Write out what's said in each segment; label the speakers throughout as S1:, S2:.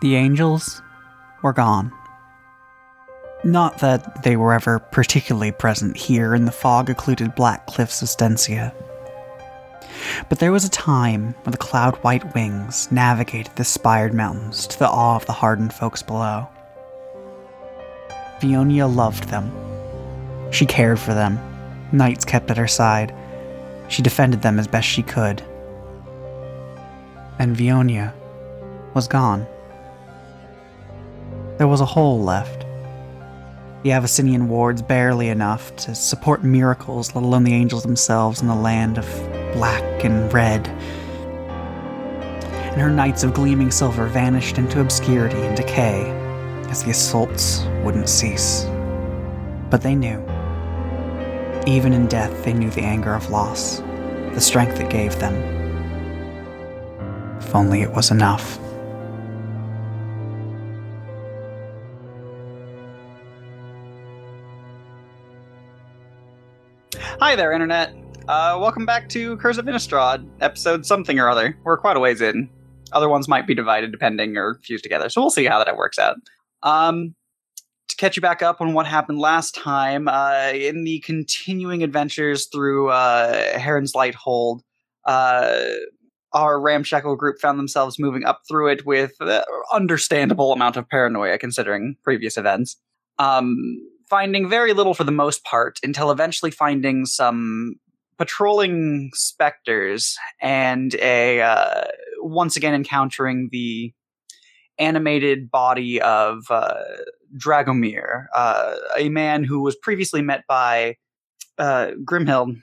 S1: the angels were gone. Not that they were ever particularly present here in the fog occluded black cliffs of Stensia. But there was a time when the cloud white wings navigated the spired mountains to the awe of the hardened folks below. Vionia loved them. She cared for them. Knights kept at her side. She defended them as best she could. And Vionia was gone. There was a hole left. The Avicennian wards barely enough to support miracles, let alone the angels themselves in the land of black and red. And her knights of gleaming silver vanished into obscurity and decay as the assaults wouldn't cease. But they knew. Even in death, they knew the anger of loss, the strength it gave them. If only it was enough.
S2: Hi there, Internet. Uh, welcome back to Curse of Innistrad, episode something or other. We're quite a ways in. Other ones might be divided depending or fused together, so we'll see how that works out. Um, to catch you back up on what happened last time, uh, in the continuing adventures through uh, Heron's Light Hold, uh, our ramshackle group found themselves moving up through it with uh, understandable amount of paranoia considering previous events. Um, finding very little for the most part until eventually finding some patrolling specters and a uh, once again encountering the animated body of uh, Dragomir, uh, a man who was previously met by uh, Grimhild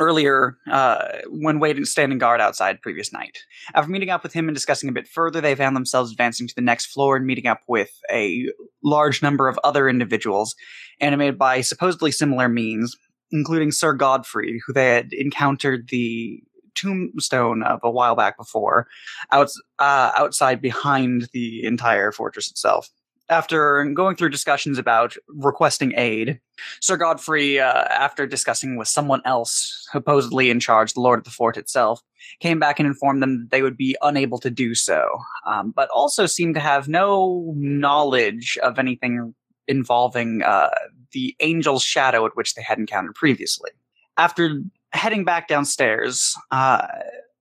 S2: earlier uh, when waiting standing guard outside previous night. After meeting up with him and discussing a bit further, they found themselves advancing to the next floor and meeting up with a large number of other individuals animated by supposedly similar means, including Sir Godfrey, who they had encountered the tombstone of a while back before, outs- uh, outside behind the entire fortress itself. After going through discussions about requesting aid, Sir Godfrey, uh, after discussing with someone else supposedly in charge, the Lord of the Fort itself, came back and informed them that they would be unable to do so, um, but also seemed to have no knowledge of anything involving uh, the angel's shadow at which they had encountered previously. After heading back downstairs, uh,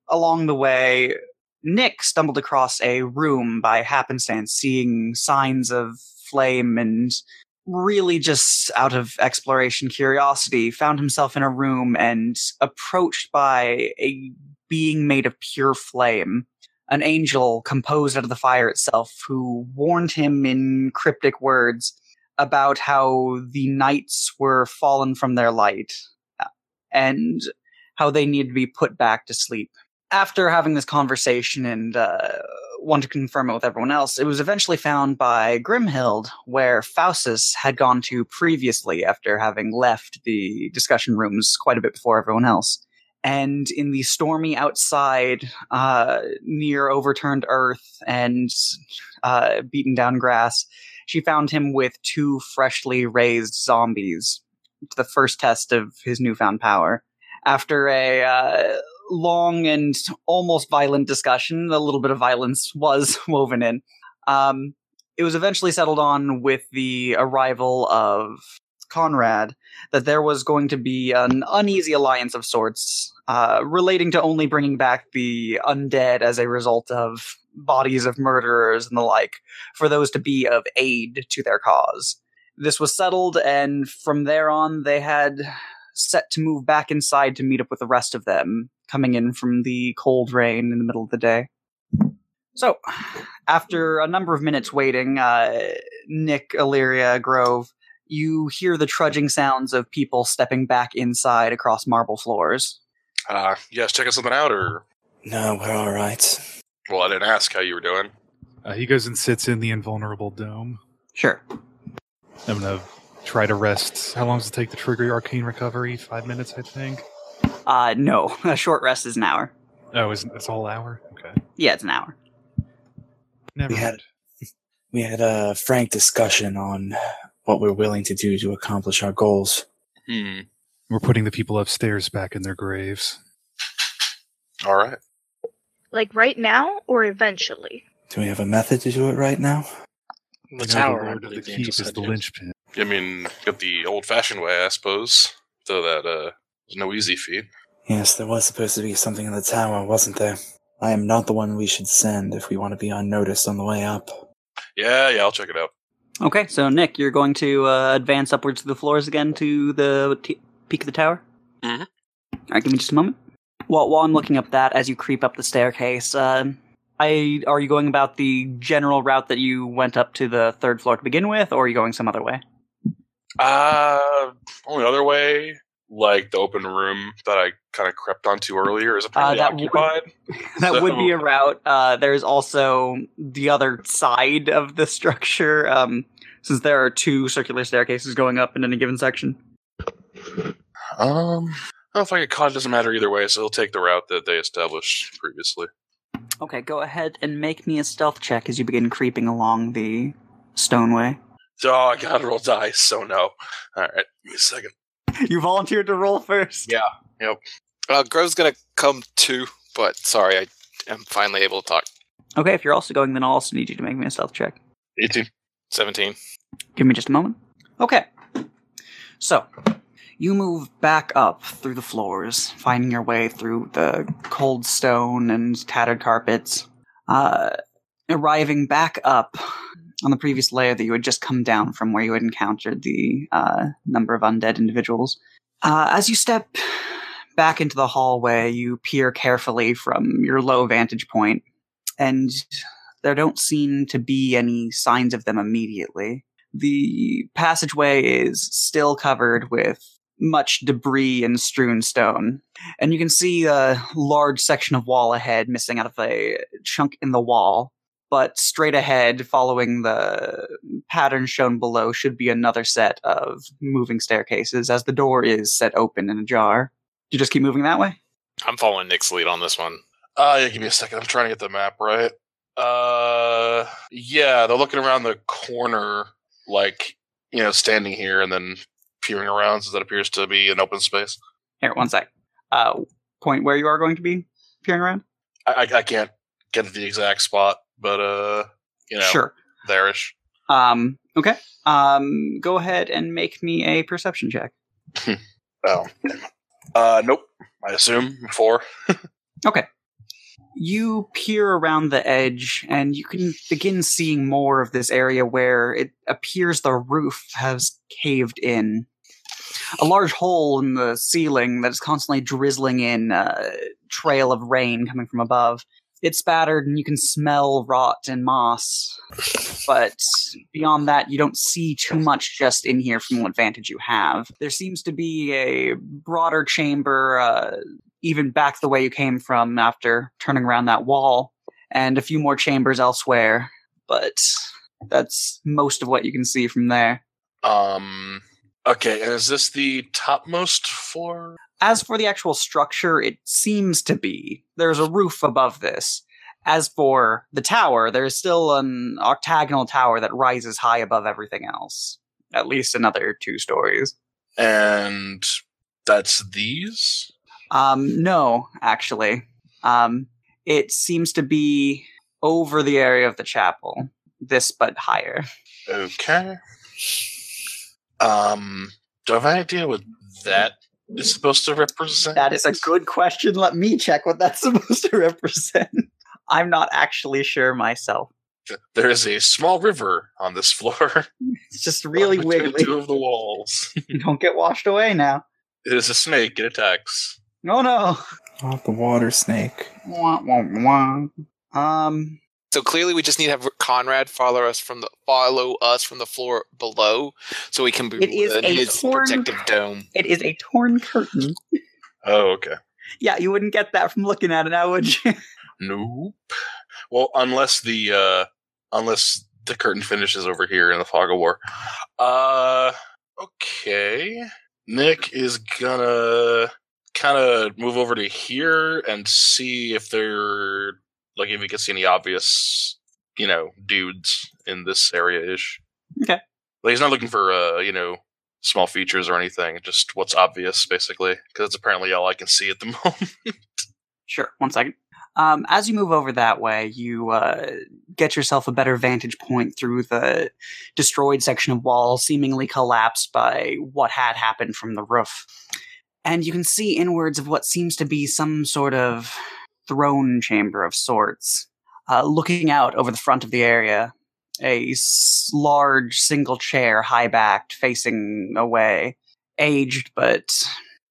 S2: along the way, Nick stumbled across a room by happenstance, seeing signs of flame and really just out of exploration curiosity, found himself in a room and approached by a being made of pure flame, an angel composed out of the fire itself, who warned him in cryptic words about how the knights were fallen from their light uh, and how they needed to be put back to sleep. After having this conversation and uh, want to confirm it with everyone else, it was eventually found by Grimhild, where Faustus had gone to previously after having left the discussion rooms quite a bit before everyone else. And in the stormy outside, uh, near overturned earth and uh, beaten down grass, she found him with two freshly raised zombies to the first test of his newfound power. After a uh, long and almost violent discussion, a little bit of violence was woven in. Um, it was eventually settled on with the arrival of Conrad that there was going to be an uneasy alliance of sorts uh, relating to only bringing back the undead as a result of bodies of murderers and the like for those to be of aid to their cause. This was settled, and from there on, they had set to move back inside to meet up with the rest of them coming in from the cold rain in the middle of the day. So, after a number of minutes waiting, uh, Nick, Illyria, Grove, you hear the trudging sounds of people stepping back inside across marble floors.
S3: Uh, you guys checking something out, or
S4: No, we're all right.
S3: well, I didn't ask how you were doing.
S5: Uh, he goes and sits in the invulnerable dome.
S1: Sure.
S5: I'm gonna try to rest. How long does it take to trigger your arcane recovery? Five minutes, I think.
S1: Uh, no, a short rest is an hour.
S5: Oh, is it's all hour? Okay,
S1: Yeah, it's an hour.
S5: never
S4: We had-
S5: mind.
S4: We had a frank discussion on what we're willing to do to accomplish our goals.
S3: Hmm.
S5: We're putting the people upstairs back in their graves.
S3: All right.
S6: Like right now or eventually?
S4: Do we have a method to do it right now?
S5: You
S6: The
S5: know,
S6: tower. I
S5: lord of the
S6: believe the
S5: keep
S6: angel
S5: is
S6: said
S5: the
S6: it.
S5: linchpin.
S3: I mean, got the old-fashioned way, I suppose. Though that uh, was no easy feat.
S4: Yes, there was supposed to be something in the tower, wasn't there? I am not the one we should send if we want to be unnoticed on the way up.
S3: Yeah, yeah, I'll check it out.
S2: Okay, so Nick, you're going to uh, advance upwards to the floors again to the t- peak of the tower. Uh-huh.
S3: Mhm.
S2: All right, give me just a moment. While while I'm looking up that, as you creep up the staircase, um I are you going about the general route that you went up to the third floor to begin with, or are you going some other way?
S3: Uh, only other way, like the open room that I kind of crept onto earlier is apparently
S2: that would-
S3: occupied.
S2: That would be a
S3: So-
S2: route. Uh, there's also the other side of the structure, um, since there are two circular staircases going up in any given section.
S3: Um, I don't know if I get caught. It doesn't matter either way, so he'll take the route that they established previously.
S2: Okay, go ahead and make me a stealth check as you begin creeping along the stoneway.
S3: Oh, I gotta roll dice, so no. All right, give me a second.
S2: You volunteered to roll first.
S3: Yeah.
S6: Uh, Grove's gonna come too, but sorry, I am finally able to talk.
S2: Okay, if you're also going, then I'll also need you to make me a stealth check.
S3: 18.
S6: Seventeen.
S2: Give me just a moment. Okay. So, you move back up through the floors, finding your way through the cold stone and tattered carpets, uh, arriving back up on the previous layer that you had just come down from where you had encountered the uh, number of undead individuals. Uh, as you step back into the hallway, you peer carefully from your low vantage point, and there don't seem to be any signs of them immediately the passageway is still covered with much debris and strewn stone. And you can see a large section of wall ahead missing out of a chunk in the wall. But straight ahead, following the pattern shown below, should be another set of moving staircases as the door is set open and ajar. Do you just keep moving that way?
S6: I'm following Nick's lead on this one.
S3: Uh, yeah, give me a second. I'm trying to get the map right. Uh, yeah, they're looking around the corner, like, you know, standing here and then peering around since that appears to be an open space.
S2: Here, one sec. Uh, point where you are going to be peering around?
S3: I, I, I can't get the exact spot, but, uh, you know,
S2: Sure.
S3: there-ish.
S2: Um, okay. Um, go ahead and make me a perception check.
S3: Oh. Uh, nope. I assume four.
S2: you peer around the edge and you can begin seeing more of this area where it appears the roof has caved in. A large hole in the ceiling that is constantly drizzling in a trail of rain coming from above. It's spattered and you can smell rot and moss. But beyond that, you don't see too much just in here from what vantage you have. There seems to be a broader chamber, uh, even back the way you came from after turning around that wall, and a few more chambers elsewhere. But that's most of what you can see from there.
S3: Um. Okay, and is this the topmost floor?
S2: As for the actual structure, it seems to be. There's a roof above this. As for the tower, there is still an octagonal tower that rises high above everything else, at least another two stories.
S3: And that's these?
S2: Um, no, actually. Um, it seems to be over the area of the chapel, this but higher.
S3: Okay. Um, do I have any idea what that is supposed to represent?
S2: That is a good question. Let me check what that's supposed to represent. I'm not actually sure myself.
S3: There is a small river on this floor.
S2: It's just really
S3: between
S2: wiggly.
S3: Two of the walls.
S2: Don't get washed away now.
S3: it is a snake. It attacks.
S2: No, no.
S4: Oh, the water snake.
S2: Wah, wah, wah. Um.
S6: So clearly, we just need to have Conrad follow us from the follow us from the floor below, so we can be
S2: It is
S6: in
S2: a
S6: his
S2: torn-
S6: protective dome.
S2: It is a torn curtain.
S3: Oh, okay.
S2: Yeah, you wouldn't get that from looking at it now, would you?
S3: Nope. Well, unless the uh unless the curtain finishes over here in the fog of war. Uh okay. Nick is gonna kind of move over to here and see if they're like if he can see any obvious, you know, dudes in this area ish.
S2: Okay.
S3: Like he's not looking for uh, you know, small features or anything, just what's obvious basically, cuz that's apparently all I can see at the moment.
S2: Sure. One second.
S1: Um, as you move over that way, you uh, get yourself a better vantage point through the destroyed section of wall, seemingly collapsed by what had happened from the roof. And you can see inwards of what seems to be some sort of throne chamber of sorts. Uh, looking out over the front of the area, a s- large single chair, high backed, facing away, aged but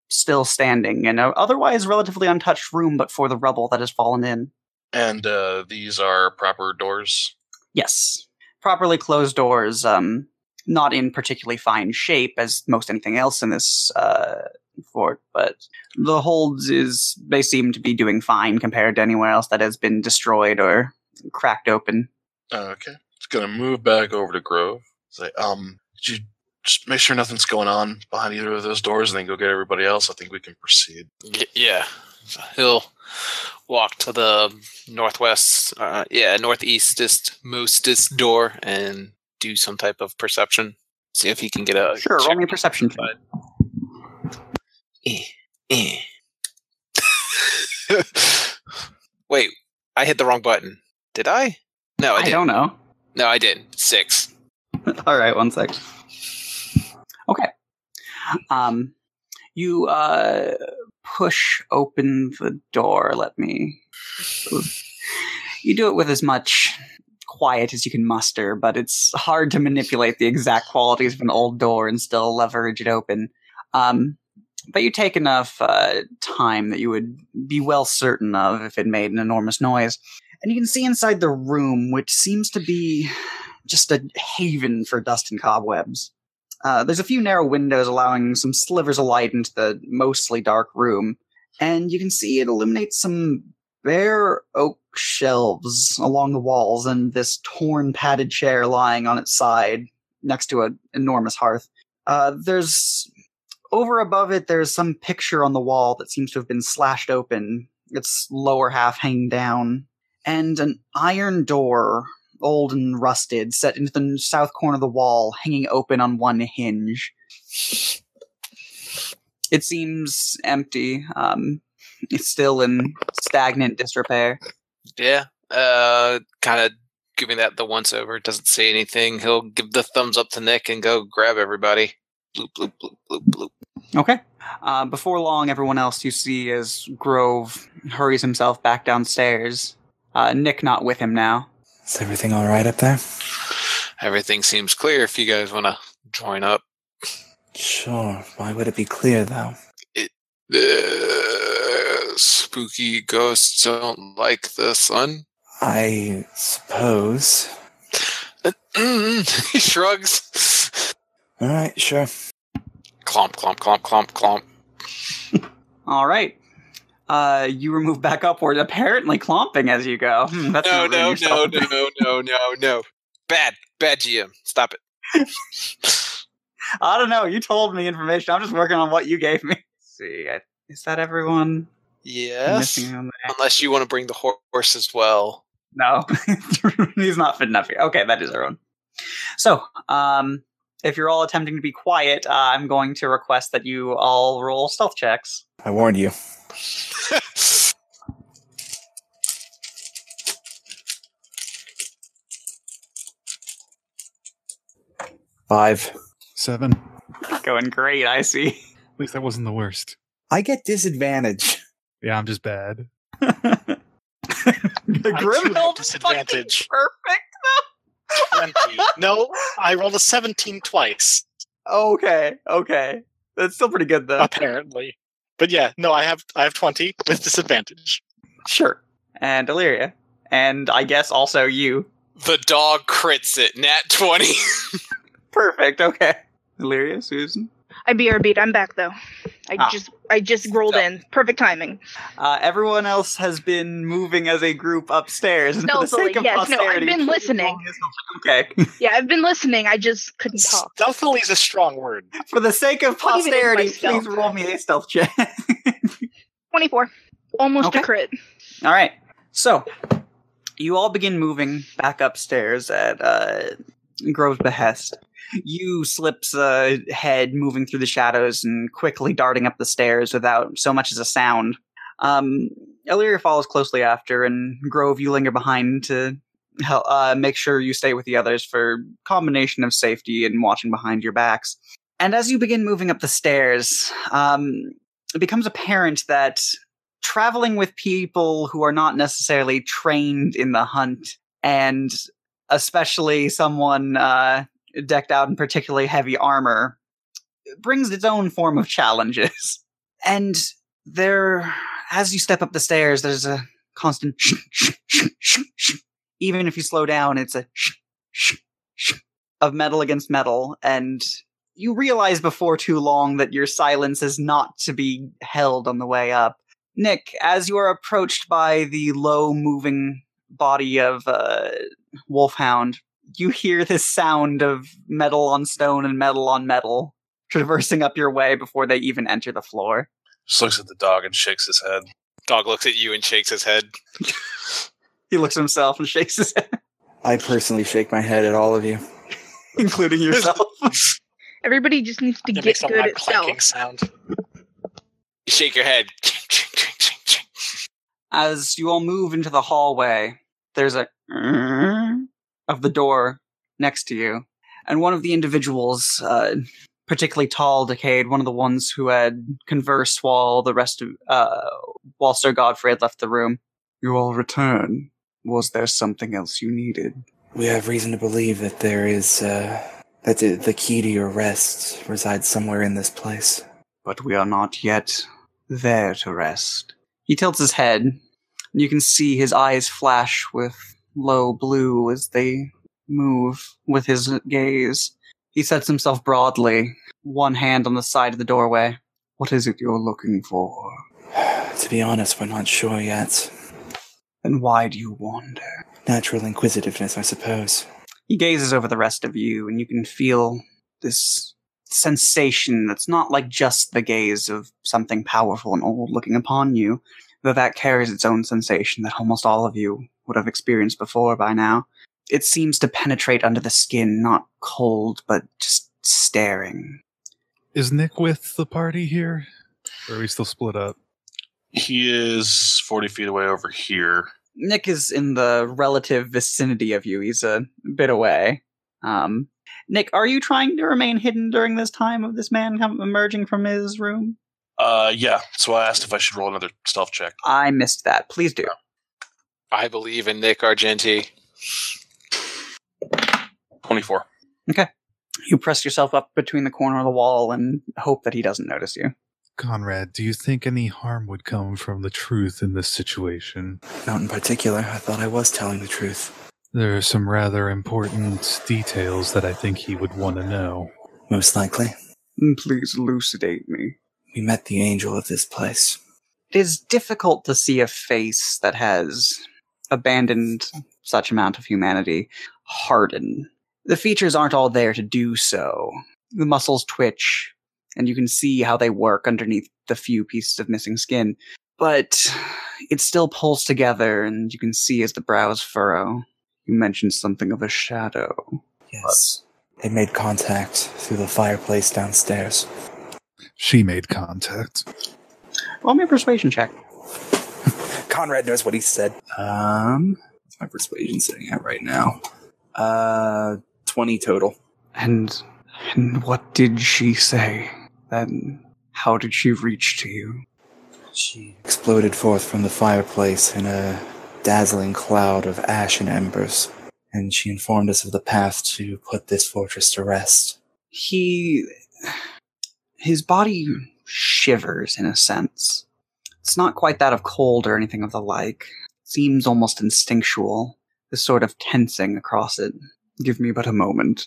S1: still standing in a otherwise relatively untouched room but for the rubble that has fallen in.
S3: And uh, these are proper doors.
S1: Yes. Properly closed doors, um, not in particularly fine shape as most anything else in this uh, fort, but the holds is they seem to be doing fine compared to anywhere else that has been destroyed or cracked open.
S3: Okay. It's gonna move back over to Grove. Say, um, did you just make sure nothing's going on behind either of those doors, and then go get everybody else. I think we can proceed.
S6: Y- yeah. So he'll walk to the northwest, uh, yeah, northeastest, mostest door and do some type of perception. See if he can get a.
S1: sure, roll me a perception check.
S6: But- Eh, eh. Wait, I hit the wrong button. Did I? No,
S1: I
S6: I, didn't.
S1: don't know.
S6: No, I didn't. Six.
S1: All right, one sec. Okay. Um, you uh push open the door. Let me. You do it with as much quiet as you can muster, but it's hard to manipulate the exact qualities of an old door and still leverage it open. Um, but you take enough uh, time that you would be well certain of if it made an enormous noise. And you can see inside the room, which seems to be just a haven for dust and cobwebs. Uh, there's a few narrow windows allowing some slivers of light into the mostly dark room, and you can see it illuminates some bare oak shelves along the walls and this torn padded chair lying on its side next to an enormous hearth. Uh, there's over above it, there's some picture on the wall that seems to have been slashed open, its lower half hanging down, and an iron door old and rusted, set into the south corner of the wall, hanging open on one hinge. It seems empty. Um, it's still in stagnant disrepair.
S6: Yeah. Uh, kind of giving that the once over. Doesn't say anything. He'll give the thumbs up to Nick and go grab everybody. Bloop, bloop, bloop, bloop, bloop.
S1: Okay. Uh, before long, everyone else you see as Grove hurries himself back downstairs. Uh, Nick not with him now.
S4: Is everything all right up there?
S6: Everything seems clear if you guys want to join up.
S4: Sure. Why would it be clear though?
S6: Uh, spooky ghosts don't like the sun.
S4: I suppose.
S6: Mm-hmm, he shrugs.
S4: All right, sure.
S6: Clomp, clomp, clomp, clomp, clomp.
S1: All right. Uh, you were moved back upward, apparently clomping as you go. Hmm, that's
S6: No,
S1: not really
S6: no, no,
S1: yourself.
S6: no, no, no, no. Bad, bad GM. Stop it.
S1: I don't know. You told me information. I'm just working on what you gave me. see, I, is that everyone? I'm
S6: yes.
S1: missing on there?
S6: Unless you want to bring the hor- horse as well.
S1: No, he's not fit enough here. Okay, that is everyone. So, um, if you're all attempting to be quiet, uh, I'm going to request that you all roll stealth checks.
S4: I warned you. Five.
S5: Seven. At
S1: Going great, I see.
S5: least that wasn't the worst.
S4: I get disadvantage.
S5: Yeah, I'm just bad.
S1: the Grimhild is fucking
S7: disadvantage.
S1: perfect.
S7: 20. no, I rolled a 17 twice,
S1: Okay, okay, that's still pretty good though.
S7: apparently. But yeah, no, I have I have 20 with disadvantage.
S1: Sure. And Illyria, and I guess also you.
S6: the dog crits it. Nat 20.
S1: Perfect. Okay. Illyria, Susan.
S8: I BRB'd. I'm back though. I
S1: Ah.
S8: just I just rolled
S6: Yeah.
S8: in. Perfect timing.
S1: Uh, everyone else has been moving as a group upstairs. and for the
S8: Stealthily,
S1: sake of
S8: yes, no, I've
S1: posterity,
S8: been
S1: please
S8: listening.
S1: roll me a stealth check.
S8: Yeah, I've been listening. I just couldn't talk.
S7: Stealthily is a strong word.
S1: Okay. For the sake of
S8: What do you mean by
S1: posterity, please
S8: stealth?
S1: roll me a stealth check.
S8: Twenty four. Almost
S1: Okay.
S8: a crit.
S1: all right. So, you all begin moving back upstairs at uh, Grove's behest. You slips uh, head moving through the shadows and quickly darting up the stairs without so much as a sound.
S2: Um, Illyria follows closely after, and Grove, you linger behind to help, uh, make sure you stay with the others for combination of safety and watching behind your backs. And as you begin moving up the stairs, um, it becomes apparent that traveling with people who are not necessarily trained in the hunt, and especially someone uh, decked out in particularly heavy armor, brings its own form of challenges. And there, as you step up the stairs, there's a constant sh- sh- sh- sh- sh. Even if you slow down, it's a sh- sh- sh of metal against metal, and you realize before too long that your silence is not to be held on the way up. Nick, as you are approached by the low moving body of uh, Wolfhound, you hear this sound of metal on stone and metal on metal traversing up your way before they even enter the floor.
S3: Just looks at the dog and shakes his head.
S6: Dog looks at you and shakes his head.
S2: He looks at himself and shakes his head,
S4: I personally shake my head at all of you.
S2: including yourself.
S8: Everybody just needs to
S7: It
S8: get
S7: makes a
S8: good
S7: loud
S8: at
S7: clanking
S8: stealth.
S7: sound.
S6: You shake your head.
S2: As you all move into the hallway, there's a of the door next to you, and one of the individuals, uh, particularly tall, decayed, one of the ones who had conversed while the rest of uh, while Sir Godfrey had left the room. You all return. Was there something else you needed?
S4: We have reason to believe that there is, uh, that the- the key to your rest resides somewhere in this place.
S2: but we are not yet there to rest. He tilts his head, and you can see his eyes flash with low blue as they move with his gaze. He sets himself broadly, one hand on the side of the doorway. What is it you're looking for?
S4: to be honest, we're not sure yet.
S2: And why do you wander?
S4: Natural inquisitiveness, I suppose.
S2: He gazes over the rest of you, and you can feel this sensation that's not like just the gaze of something powerful and old looking upon you, though that carries its own sensation that almost all of you would have experienced before by now. It seems to penetrate under the skin, not cold, but just staring.
S5: Is Nick with the party here? Or are we still split up?
S3: He is 40 feet away over here.
S2: Nick is in the relative vicinity of you. He's a bit away. Um, Nick, are you trying to remain hidden during this time of this man come- emerging from his room?
S3: Uh, yeah, so I asked if I should roll another stealth check.
S2: I missed that. Please do.
S6: I believe in Nick Argenti.
S3: 24.
S2: You press yourself up between the corner of the wall and hope that he doesn't notice you.
S5: Conrad, do you think any harm would come from the truth in this situation?
S4: Not in particular. I thought I was telling the truth.
S5: There are some rather important details that I think he would want to know.
S4: Most likely.
S2: Please elucidate me.
S4: We met the angel of this place.
S2: It is difficult to see a face that has abandoned such amount of humanity harden. The features aren't all there to do so. The muscles twitch, and you can see how they work underneath the few pieces of missing skin, but it still pulls together, and you can see as the brows furrow. You mentioned something of a shadow.
S4: Yes. They made contact through the fireplace downstairs.
S5: She made contact.
S2: Roll me a persuasion check.
S4: Conrad knows what he said. Um, what's my persuasion sitting at right now? Uh, 20 total.
S2: And and what did she say? Then how did she reach to you?
S4: She exploded forth from the fireplace in a dazzling cloud of ash and embers, and she informed us of the path to put this fortress to rest.
S2: He his body shivers in a sense. It's not quite that of cold or anything of the like. seems almost instinctual, this sort of tensing across it. Give me but a moment.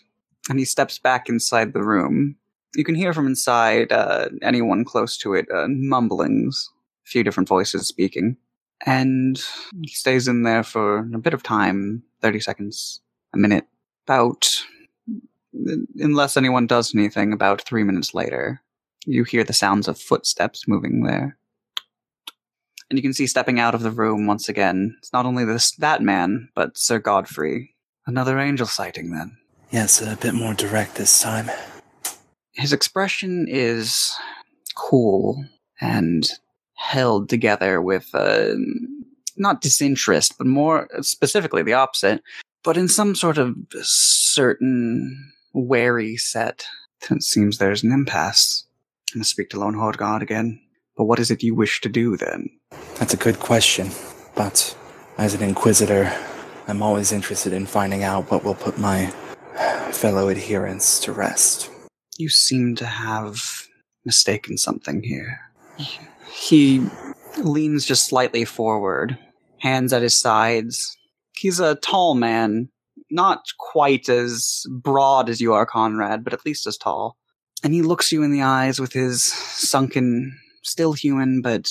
S2: And he steps back inside the room. You can hear from inside uh, anyone close to it uh, mumblings, a few different voices speaking. And he stays in there for a bit of time 30 seconds, a minute, about, unless anyone does anything, about three minutes later. You hear the sounds of footsteps moving there and you can see stepping out of the room once again. It's not only this that man, but Sir Godfrey. Another angel sighting, then.
S4: Yes, a bit more direct this time.
S2: His expression is cool and held together with uh, not disinterest, but more uh, specifically the opposite, but in some sort of certain wary set. It seems there's an impasse. I'm going to speak to Lone Hordgard again. But what is it you wish to do then?
S4: That's a good question, but as an inquisitor, I'm always interested in finding out what will put my fellow adherents to rest.
S2: You seem to have mistaken something here. He leans just slightly forward, hands at his sides. He's a tall man, not quite as broad as you are, Conrad, but at least as tall. And he looks you in the eyes with his sunken, still human, but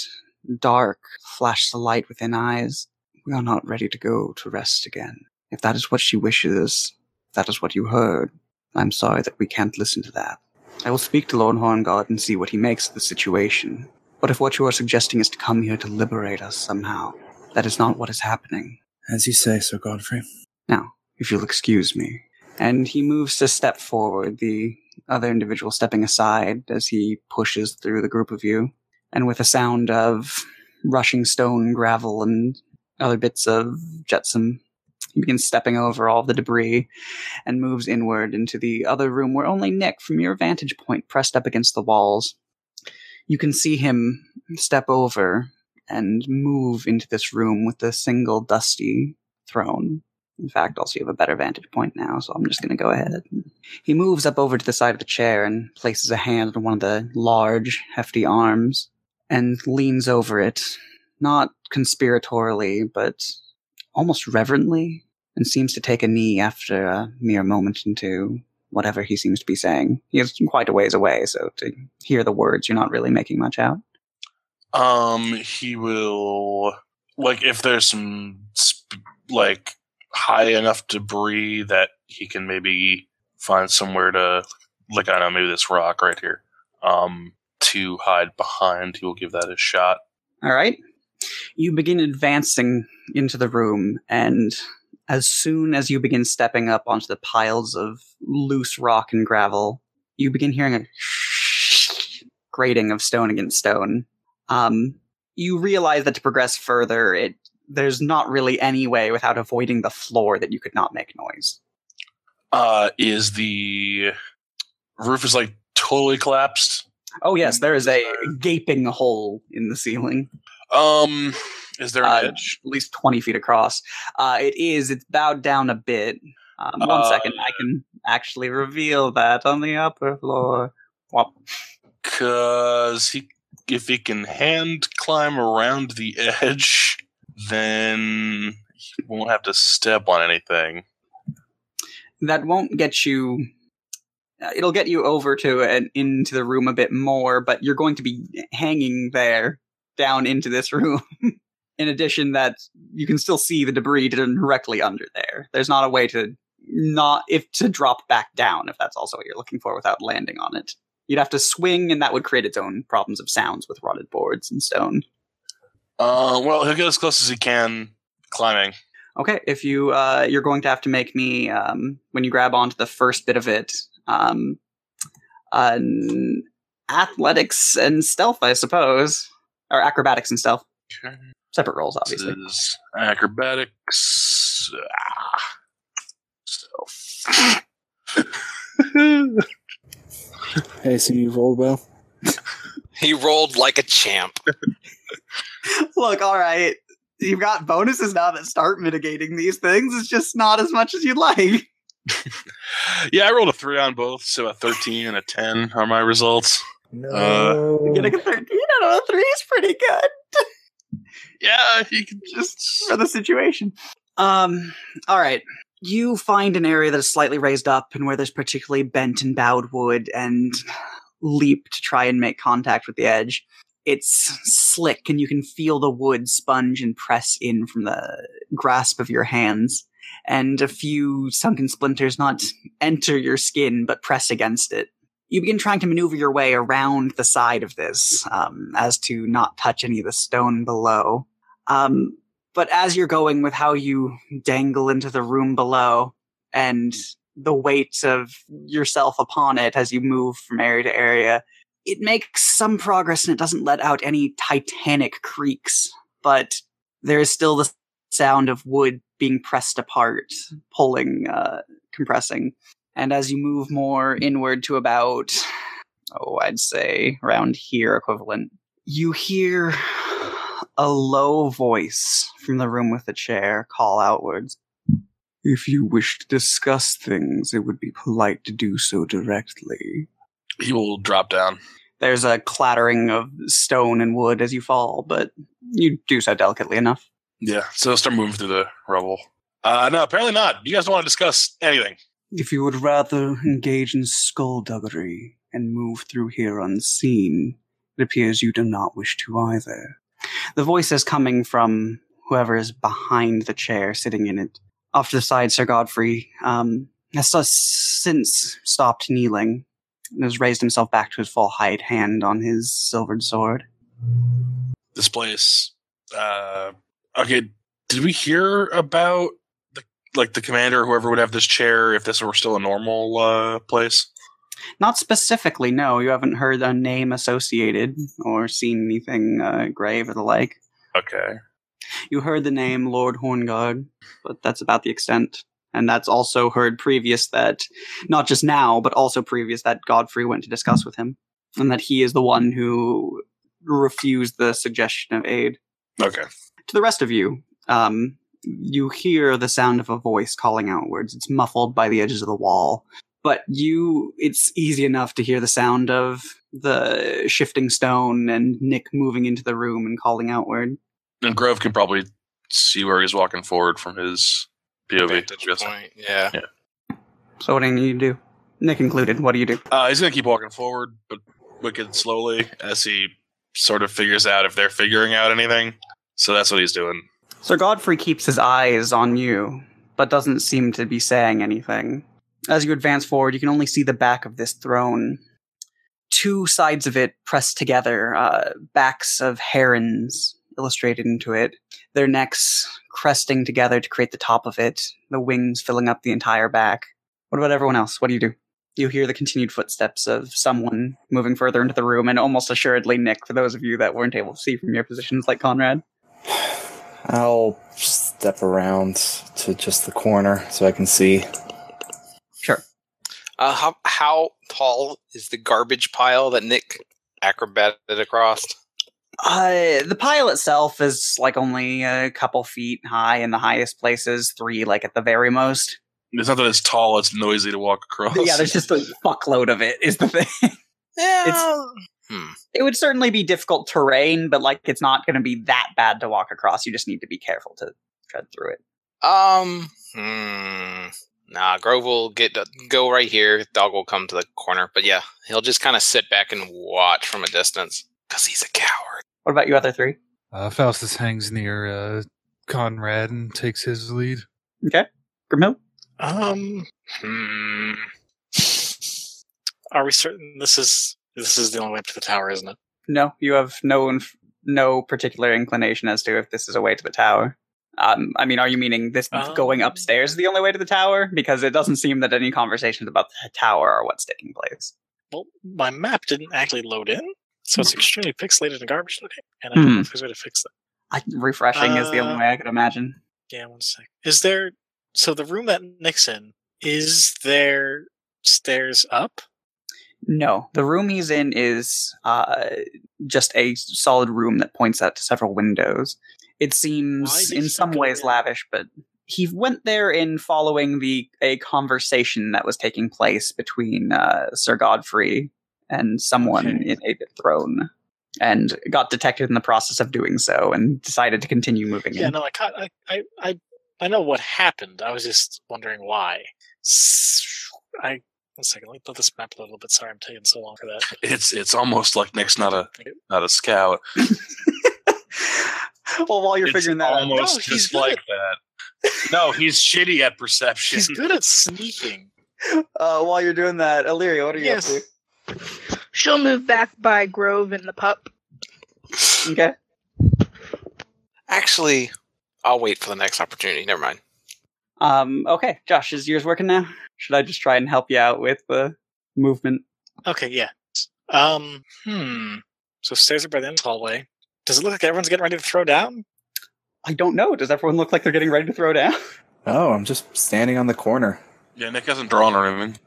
S2: dark, flash the light within eyes. We are not ready to go to rest again. If that is what she wishes, if that is what you heard, I'm sorry that we can't listen to that. I will speak to Lord Horngard and see what he makes of the situation. But if what you are suggesting is to come here to liberate us somehow, that is not what is happening.
S4: As you say, Sir Godfrey.
S2: Now, if you'll excuse me. And he moves to step forward, the other individual stepping aside as he pushes through the group of you. And with a sound of rushing stone, gravel, and other bits of jetsam, he begins stepping over all the debris and moves inward into the other room where only Nick, from your vantage point, pressed up against the walls, you can see him step over and move into this room with the single dusty throne. In fact, also you have a better vantage point now, so I'm just going to go ahead. He moves up over to the side of the chair and places a hand on one of the large, hefty arms and leans over it, not conspiratorially, but almost reverently, and seems to take a knee after a mere moment into whatever he seems to be saying. He is quite a ways away, so to hear the words, you're not really making much out.
S3: Um, he will like if there's some sp- like high enough debris that he can maybe find somewhere to like I don't know maybe this rock right here um to hide behind. He will give that a shot.
S2: All right. You begin advancing into the room, and as soon as you begin stepping up onto the piles of loose rock and gravel, you begin hearing a grating of stone against stone. Um, you realize that to progress further, it there's not really any way without avoiding the floor that you could not make noise.
S3: Uh, is the roof is like totally collapsed?
S2: Oh yes, there is a gaping hole in the ceiling.
S3: Um, is there an
S2: Uh,
S3: edge?
S2: at least 20 feet across. Uh, it is. It's bowed down a bit. Um, one
S3: Uh,
S2: second, I can actually reveal that on the upper floor. Wop.
S3: Cause he, if he can hand climb around the edge, then he won't have to step on anything.
S2: That won't get you. uh, It'll get you over to and into the room a bit more, but you're going to be hanging there down into this room. In addition, that you can still see the debris directly under there. There's not a way to not if to drop back down if that's also what you're looking for without landing on it. You'd have to swing, and that would create its own problems of sounds with rotted boards and stone.
S3: Uh, well, he'll get as close as he can climbing.
S2: Okay, if you uh, you're going to have to make me um, when you grab onto the first bit of it, um, an athletics and stealth, I suppose, or acrobatics and stealth,
S3: Okay.
S2: separate rolls,
S3: This
S2: obviously.
S3: is acrobatics. Ah. So.
S4: Hey, so you rolled well?
S6: He rolled like a champ.
S2: Look, all right, you've got bonuses now that start mitigating these things. It's just not as much as you'd like.
S3: yeah, I rolled a three on both, so a thirteen and a ten are my results.
S2: Getting a thirteen out of a three is pretty good.
S3: Yeah, he can
S2: just for the situation. Um, all right. You find an area that is slightly raised up and where there's particularly bent and bowed wood and leap to try and make contact with the edge. It's slick and you can feel the wood sponge and press in from the grasp of your hands. And a few sunken splinters not enter your skin but press against it. You begin trying to maneuver your way around the side of this um, as to not touch any of the stone below. Um, but as you're going with how you dangle into the room below and the weight of yourself upon it as you move from area to area, It makes some progress and it doesn't let out any titanic creaks, but there is still the sound of wood being pressed apart, pulling, uh, compressing. And as you move more inward to about, oh, I'd say around here equivalent, you hear a low voice from the room with the chair call outwards. If you wish to discuss things, it would be polite to do so directly.
S3: He will drop down.
S2: There's a clattering of stone and wood as you fall, but you do so delicately enough.
S3: Yeah, so they'll start moving through the rubble. Uh, no, apparently not. You guys don't want to discuss anything.
S1: If you would rather engage in skullduggery and move through here unseen, it appears you do not wish to either.
S2: The voice is coming from whoever is behind the chair sitting in it. Off to the side, Sir Godfrey um, has sus- since stopped kneeling and has raised himself back to his full height, hand on his silvered sword.
S3: This place. Uh, okay, did we hear about the like the commander or whoever would have this chair if this were still a normal uh, place?
S2: Not specifically, no. You haven't heard a name associated or seen anything uh, grave or the like.
S3: Okay.
S2: You heard the name Lord Horngard, but that's about the extent. And that's also heard previous that, not just now, but also previous that Godfrey went to discuss with him, and that he is the one who refused the suggestion of aid.
S3: Okay.
S2: To the rest of you, um, you hear the sound of a voice calling outwards. It's muffled by the edges of the wall, but you, it's easy enough to hear the sound of the shifting stone and Nick moving into the room and calling outward.
S3: And Grove can probably see where he's walking forward from his POV.
S6: Vantage
S3: Yes.
S6: point. Yeah.
S2: So what do you do? Nick included, what do you do?
S3: Uh, he's gonna keep walking forward, but wicked slowly as he sort of figures out if they're figuring out anything. So that's what he's doing.
S2: Sir Godfrey keeps his eyes on you, but doesn't seem to be saying anything. As you advance forward, you can only see the back of this throne. Two sides of it pressed together, uh, backs of herons illustrated into it, their necks cresting together to create the top of it, the wings filling up the entire back. What about everyone else? What do you do? You hear the continued footsteps of someone moving further into the room, and almost assuredly, Nick, for those of you that weren't able to see from your positions, like Conrad.
S4: I'll step around to just the corner so I can see.
S6: Uh, how how tall is the garbage pile that Nick acrobated across?
S2: Uh, the pile itself is like only a couple feet high in the highest places, three like at the very most.
S3: It's not that it's tall; it's noisy to walk across.
S2: But yeah, there's just a fuckload of it is the thing.
S6: Yeah. Hmm.
S2: it would certainly be difficult terrain, but like it's not going to be that bad to walk across. You just need to be careful to tread through it.
S6: Um. Hmm. Nah, Grove will get go right here. Dog will come to the corner, but yeah, he'll just kind of sit back and watch from a distance because he's a coward.
S2: What about you other three?
S5: Uh, Faustus hangs near uh, Conrad and takes his lead.
S2: Grimhill?
S7: Um,
S3: Hmm.
S7: are we certain this is this is the only way up to the tower, isn't it?
S2: No, you have no inf- no particular inclination as to if this is a way to the tower. Um, I mean, are you meaning this
S7: Um.
S2: going upstairs is the only way to the tower? Because it doesn't seem that any conversations about the tower are what's taking place.
S7: Well, my map didn't actually load in, so
S8: Hmm.
S7: it's extremely pixelated and garbage looking, and I don't know if there's a way to fix that.
S2: I, refreshing is the only
S7: Uh,
S2: way I could imagine.
S7: Yeah, one sec. Is there so the room that Nick's in? Is there stairs up?
S2: No, the room he's in is uh, just a solid room that points out to several windows. It seems
S7: did
S2: in
S7: he
S2: some
S7: go
S2: ways
S7: in?
S2: lavish, but he went there in following the a conversation that was taking place between uh, Sir Godfrey and someone
S7: Okay.
S2: in a throne, and got detected in the process of doing so, and decided to continue moving.
S7: Yeah,
S2: in.
S7: no, I caught. I, I, I, I know what happened. I was just wondering why. S- I one second. Let me put this map a little bit. Sorry, I'm taking so long for that.
S3: It's it's almost like Nick's not a not a scout.
S2: well, while you're
S3: It's
S2: figuring that out,
S3: almost
S7: No, he's
S3: just
S7: good.
S3: like that. No, he's shitty at perception.
S7: She's good at sneaking.
S2: uh, while you're doing that, Illyria, what are you
S7: Yes.
S2: up
S8: She'll move back by Grove and the pup.
S2: to? Okay.
S6: Actually, I'll wait for the next opportunity. Never mind.
S2: Um, okay, Josh, is yours working now? Should I just try and help you out with the movement?
S7: Okay, yeah. Um, hmm. So stairs are by the end hallway. Does it look like everyone's getting ready to throw down?
S2: I don't know. Does everyone look like they're getting ready to throw down?
S4: Oh, I'm just standing on the corner.
S3: Yeah, Nick hasn't drawn or anything.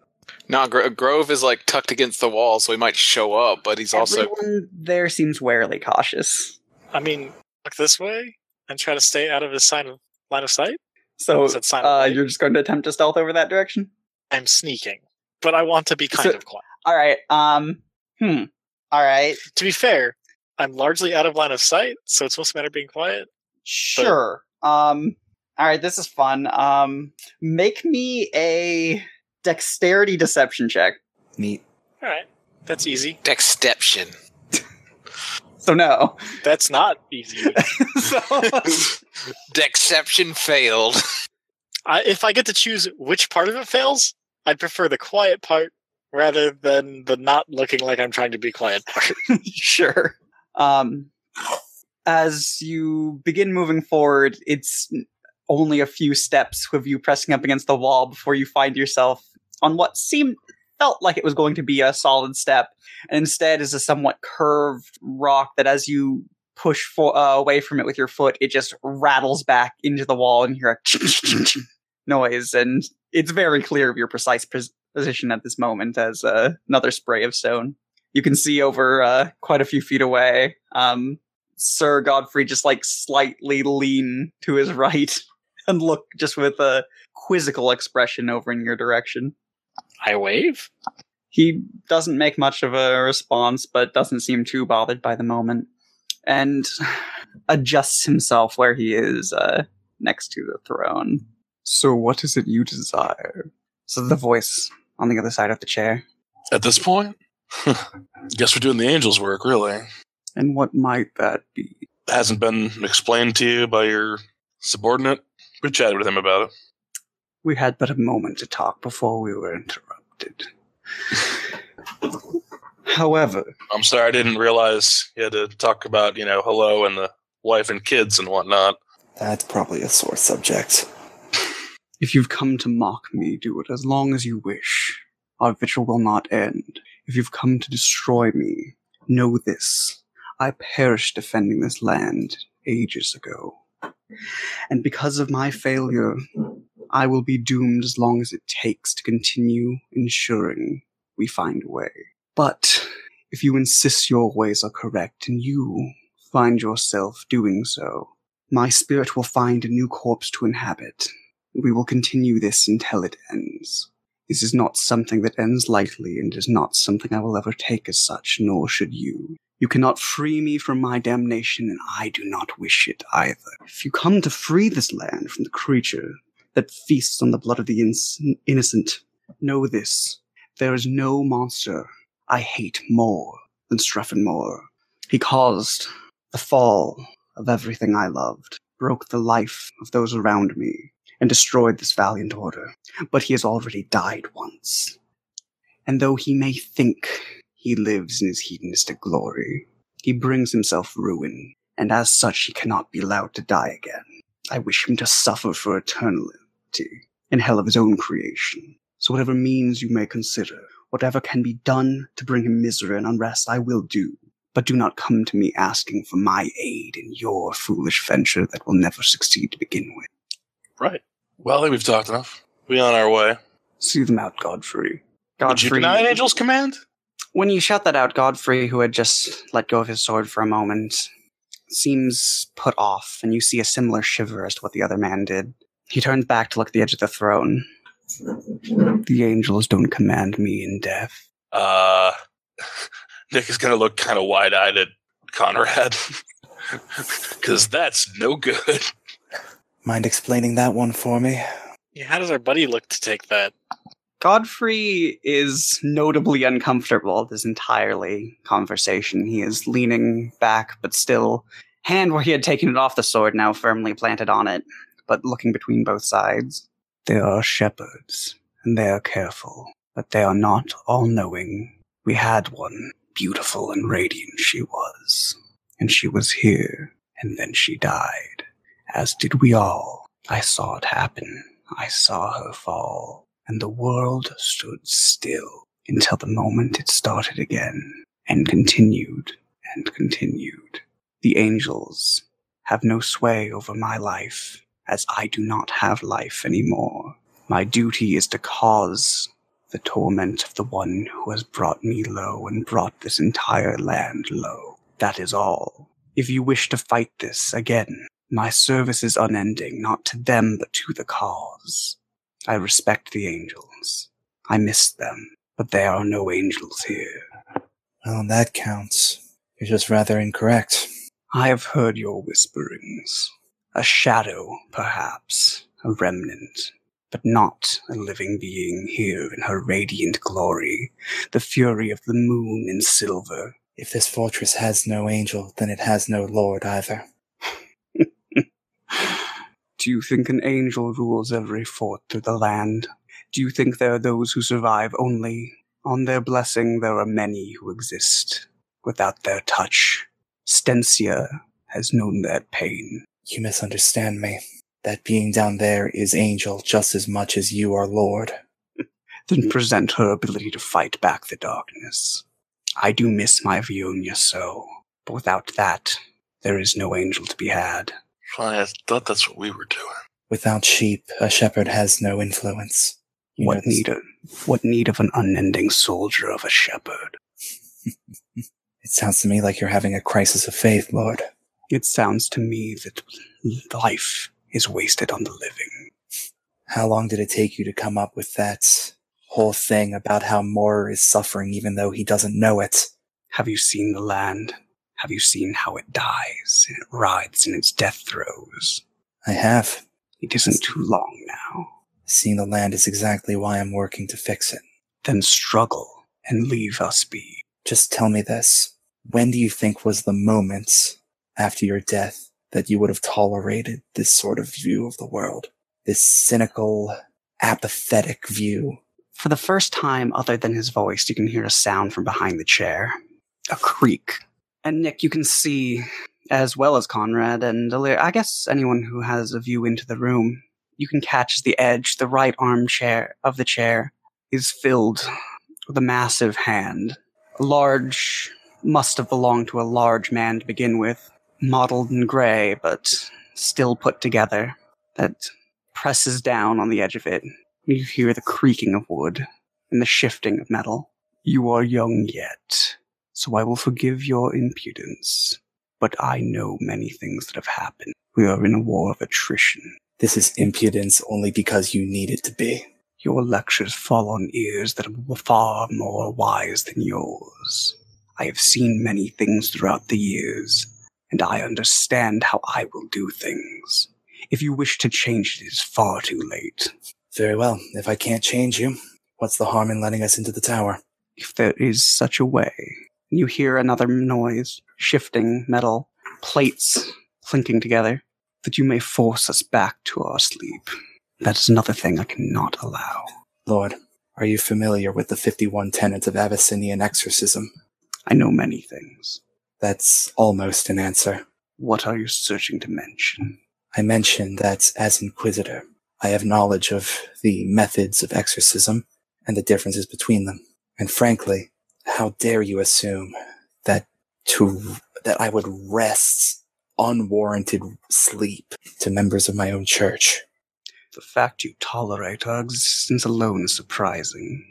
S6: No, Gro- Grove is like tucked against the wall, so he might show up, but he's also
S2: Everyone there seems warily cautious.
S7: I mean, look this way and try to stay out of his sign of line of sight.
S2: So
S7: Is that silent
S2: uh,
S7: light?
S2: you're just going to attempt to stealth over that direction?
S7: I'm sneaking, but I want to be kind
S2: So-
S7: of quiet.
S2: All right. Um. Hmm. All right.
S7: To be fair, I'm largely out of line of sight, so it's mostly a matter of being quiet.
S2: Sure. Um. All right. This is fun. Um. Make me a dexterity deception check.
S4: Neat.
S7: All right, that's easy.
S6: Dexception.
S2: So no.
S7: That's not easy.
S2: so
S6: Dexception failed.
S7: I, if I get to choose which part of it fails, I'd prefer the quiet part rather than the not looking like I'm trying to be quiet part.
S2: sure. Um. As you begin moving forward, it's only a few steps with you pressing up against the wall before you find yourself on what seemed felt like it was going to be a solid step, and instead is a somewhat curved rock that, as you push fo- uh, away from it with your foot, it just rattles back into the wall, and you hear a noise. And it's very clear of your precise pos- position at this moment as uh, another spray of stone. You can see over uh, quite a few feet away. Um, Sir Godfrey just like slightly lean to his right and look just with a quizzical expression over in your direction.
S7: I wave.
S2: He doesn't make much of a response, but doesn't seem too bothered by the moment, and adjusts himself where he is uh, next to the throne. So, what is it you desire? So, the voice on the other side of the chair.
S3: At this point, guess we're doing the angels' work. Really,
S2: And what might that be?
S3: hasn't been explained to you by your subordinate. We chatted with him about it.
S2: We had but a moment to talk before we were interrupted. However,
S3: I'm sorry I didn't realize you had to talk about you know hello and the wife and kids and whatnot.
S4: That's probably a sore subject.
S2: If you've come to mock me, do it as long as you wish. Our vigil will not end. If you've come to destroy me, know this. I perished defending this land ages ago. And because of my failure, I will be doomed as long as it takes to continue ensuring we find a way. But if you insist your ways are correct and you find yourself doing so, my spirit will find a new corpse to inhabit. We will continue this until it ends. This is not something that ends lightly and is not something I will ever take as such, nor should you. You cannot free me from my damnation, and I do not wish it either. If you come to free this land from the creature that feasts on the blood of the in- innocent, know this. There is no monster I hate more than Streffenmore. He caused the fall of everything I loved, broke the life of those around me, and destroyed this valiant order, but he has already died once. And though he may think he lives in his hedonistic glory, he brings himself ruin, and as such he cannot be allowed to die again. I wish him to suffer for eternity in hell of his own creation. So whatever means you may consider, whatever can be done to bring him misery and unrest, I will do. But do not come to me asking for my aid in your foolish venture that will never succeed to begin with.
S7: Right.
S3: Well, I think we've talked enough. We on our way.
S2: See them out, Godfrey.
S3: Would you deny an angel's command?
S2: When you shout that out, Godfrey, who had just let go of his sword for a moment, seems put off, and you see a similar shiver as to what the other man did. He turns back to look at the edge of the throne. The angels don't command me in death.
S3: Uh, Nick is going to look kind of wide eyed at Conrad because that's no good.
S4: Mind explaining that one for me?
S7: Yeah, how does our buddy look to take that?
S2: Godfrey is notably uncomfortable this entirely conversation. He is leaning back, but still, hand where he had taken it off the sword now firmly planted on it, but looking between both sides. They are shepherds, and they are careful, but they are not all knowing. We had one. Beautiful and radiant she was. And she was here, and then she died, as did we all. I saw it happen. I saw her fall, and the world stood still until the moment it started again. and continued and continued. The angels have no sway over my life, as I do not have life anymore. My duty is to cause the torment of the one who has brought me low and brought this entire land low. That is all. If you wish to fight this again, my service is unending, not to them, but to the cause. I respect the angels. I miss them, but there are no angels here.
S4: Well, on that counts, you're just rather incorrect.
S2: I have heard your whisperings. A shadow, perhaps, a remnant, but not a living being here in her radiant glory, the fury of the moon in silver.
S4: If this fortress has no angel, then it has no lord either.
S2: Do you think an angel rules every fort through the land? Do you think there are those who survive only on their blessing? There are many who exist without their touch. Stencia has known that pain.
S4: You misunderstand me. That being down there is angel just as much as you are lord.
S2: Then present her ability to fight back the darkness. I do miss my Vionia so, but without that, there is no angel to be had.
S3: Funny, I thought that's what we were doing.
S4: Without sheep, a shepherd has no influence. You know
S2: what
S4: this-
S2: need of, what need of an unending soldier of a shepherd?
S4: It sounds to me like you're having a crisis of faith, Lord.
S2: It sounds to me that life is wasted on the living.
S4: How long did it take you to come up with that whole thing about how Moore is suffering even though he doesn't know it?
S2: Have you seen the land? Have you seen how it dies and it rides in its death throes?
S4: I have.
S2: It isn't too long now.
S4: Seeing the land is exactly why I'm working to fix it.
S2: Then struggle and leave us be.
S4: Just tell me this. When do you think was the moment after your death that you would have tolerated this sort of view of the world? This cynical, apathetic view.
S2: For the first time, other than his voice, you can hear a sound from behind the chair a creak. And Nick, you can see, as well as Conrad and Delir, I guess anyone who has a view into the room, you can catch the edge, the right armchair of the chair is filled with a massive hand. A large, must have belonged to a large man to begin with, mottled in gray, but still put together, that presses down on the edge of it. You hear the creaking of wood and the shifting of metal. You are young yet, so I will forgive your impudence, but I know many things that have happened. We are in a war of attrition.
S4: This is impudence only because you need it to be.
S2: Your lectures fall on ears that are far more wise than yours. I have seen many things throughout the years, and I understand how I will do things. If you wish to change, it is far too late.
S4: Very well. If I can't change you, what's the harm in letting us into the tower?
S2: if there is such a way. You hear another noise, shifting metal, plates clinking together, that you may force us back to our sleep. That is another thing I cannot allow.
S4: Lord, are you familiar with the 51 tenets of Abyssinian exorcism?
S2: I know many things.
S4: That's almost an answer.
S2: What are you searching to mention?
S4: I mentioned that as Inquisitor, I have knowledge of the methods of exorcism and the differences between them. And frankly, how dare you assume that to, that I would rest unwarranted sleep to members of my own church?
S2: The fact you tolerate our existence alone is surprising.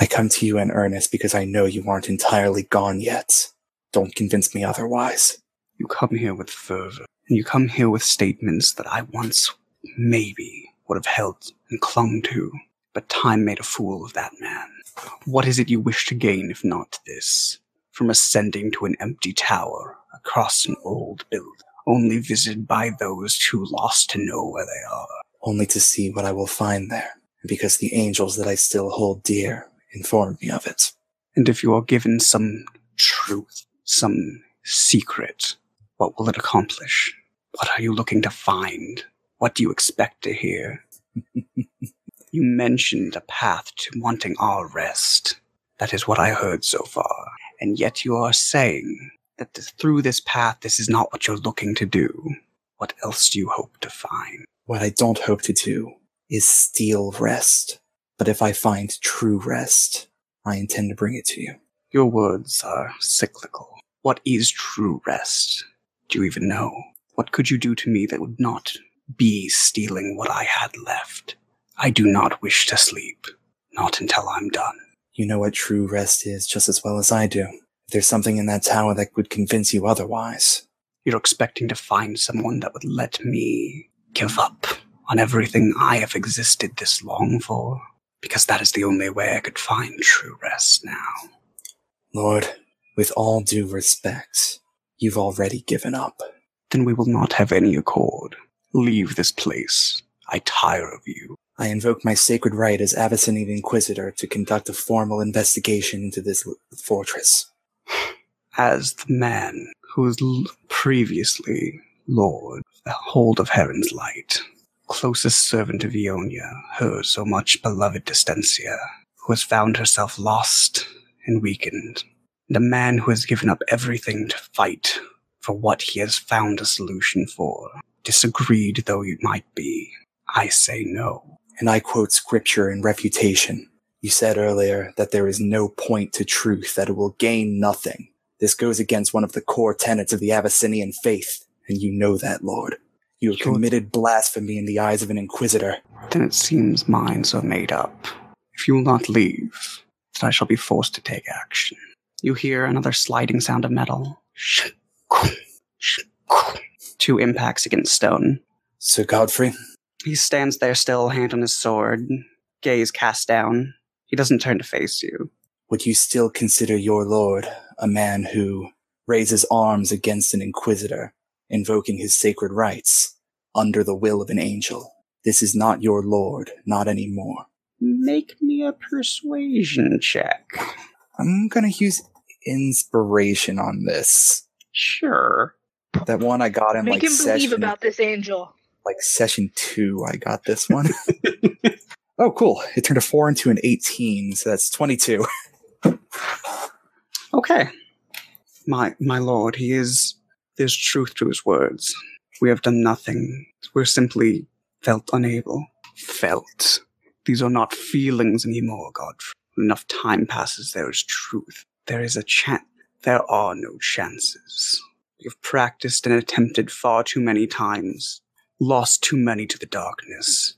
S4: I come to you in earnest because I know you aren't entirely gone yet. Don't convince me otherwise.
S2: You come here with fervor, and you come here with statements that I once maybe would have held and clung to, but time made a fool of that man. What is it you wish to gain if not this? From ascending to an empty tower across an old building, only visited by those too lost to know where they are.
S4: only to see what I will find there, because the angels that I still hold dear informed me of it.
S2: And if you are given some truth, some secret, what will it accomplish? What are you looking to find? What do you expect to hear? you mentioned a path to wanting our rest. That is what I heard so far. And yet you are saying that th- through this path, this is not what you're looking to do. What else do you hope to find?
S4: What I don't hope to do is steal rest, but if I find true rest, I intend to bring it to you.
S2: Your words are cyclical. What is true rest? Do you even know? What could you do to me that would not be stealing what I had left? I do not wish to sleep. Not until I'm done.
S4: You know what true rest is just as well as I do. If there's something in that tower that would convince you otherwise,
S2: You're expecting to find someone that would let me give up on everything I have existed this long for, because that is the only way I could find true rest now.
S4: Lord, with all due respect, you've already given up.
S2: Then we will not have any accord. Leave this place. I tire of you.
S4: I invoke my sacred right as Avicennian Inquisitor to conduct a formal investigation into this l- fortress.
S2: As the man who was l- previously Lord of the Hold of Heron's Light, closest servant of Ionia, her so much beloved Distensia, who has found herself lost and weakened, and a man who has given up everything to fight for what he has found a solution for, disagreed though you might be, I say no.
S4: And I quote scripture in refutation. You said earlier that there is no point to truth, that it will gain nothing. This goes against one of the core tenets of the Abyssinian faith, and you know that, Lord. You have
S2: Sure.
S4: committed blasphemy in the eyes of an inquisitor.
S2: Then it seems minds are made up. If you will not leave, then I shall be forced to take action. You hear another sliding sound of metal. Two impacts against stone.
S4: Sir Godfrey,
S2: He stands there still, hand on his sword, gaze cast down. He doesn't turn to face you.
S4: would you still consider your Lord a man who raises arms against an inquisitor, invoking his sacred rights under the will of an angel? This is not your Lord, not anymore.
S2: Make me a persuasion check.
S4: I'm gonna use inspiration on this.
S2: Sure.
S4: That one I got in
S8: Make
S4: like
S8: him believe
S4: session,
S8: about this angel.
S4: like session two. I got this one. oh, cool! It turned a four into an eighteen, so that's twenty-two.
S2: Okay. My my lord, he is there's truth to his words. We have done nothing. We're simply felt unable. Felt. These are not feelings anymore, Godfrey. When enough time passes, there is truth. There is a chance. There are no chances. We have practiced and attempted far too many times, lost too many to the darkness.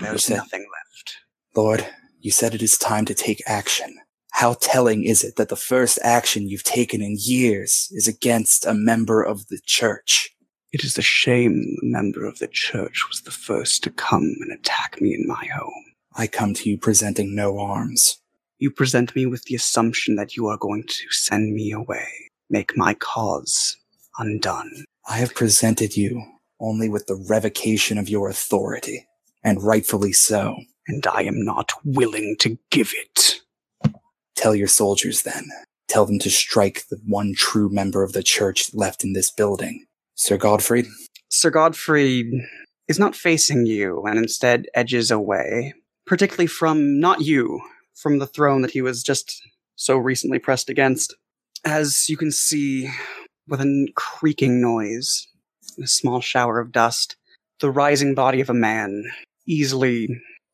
S2: There is
S4: Okay.
S2: nothing left.
S4: Lord, you said it is time to take action. How telling is it that the first action you've taken in years is against a member of the church?
S2: It is a shame the member of the church was the first to come and attack me in my home.
S4: I come to you presenting no arms.
S2: You present me with the assumption that you are going to send me away, make my cause undone.
S4: I have presented you only with the revocation of your authority, and rightfully so.
S2: And I am not willing to give it.
S4: Tell your soldiers then. Tell them to strike the one true member of the church left in this building. Sir Godfrey,
S2: Sir Godfrey is not facing you and instead edges away, particularly from not you, from the throne that he was just so recently pressed against. As you can see, with a creaking noise, a small shower of dust, the rising body of a man, easily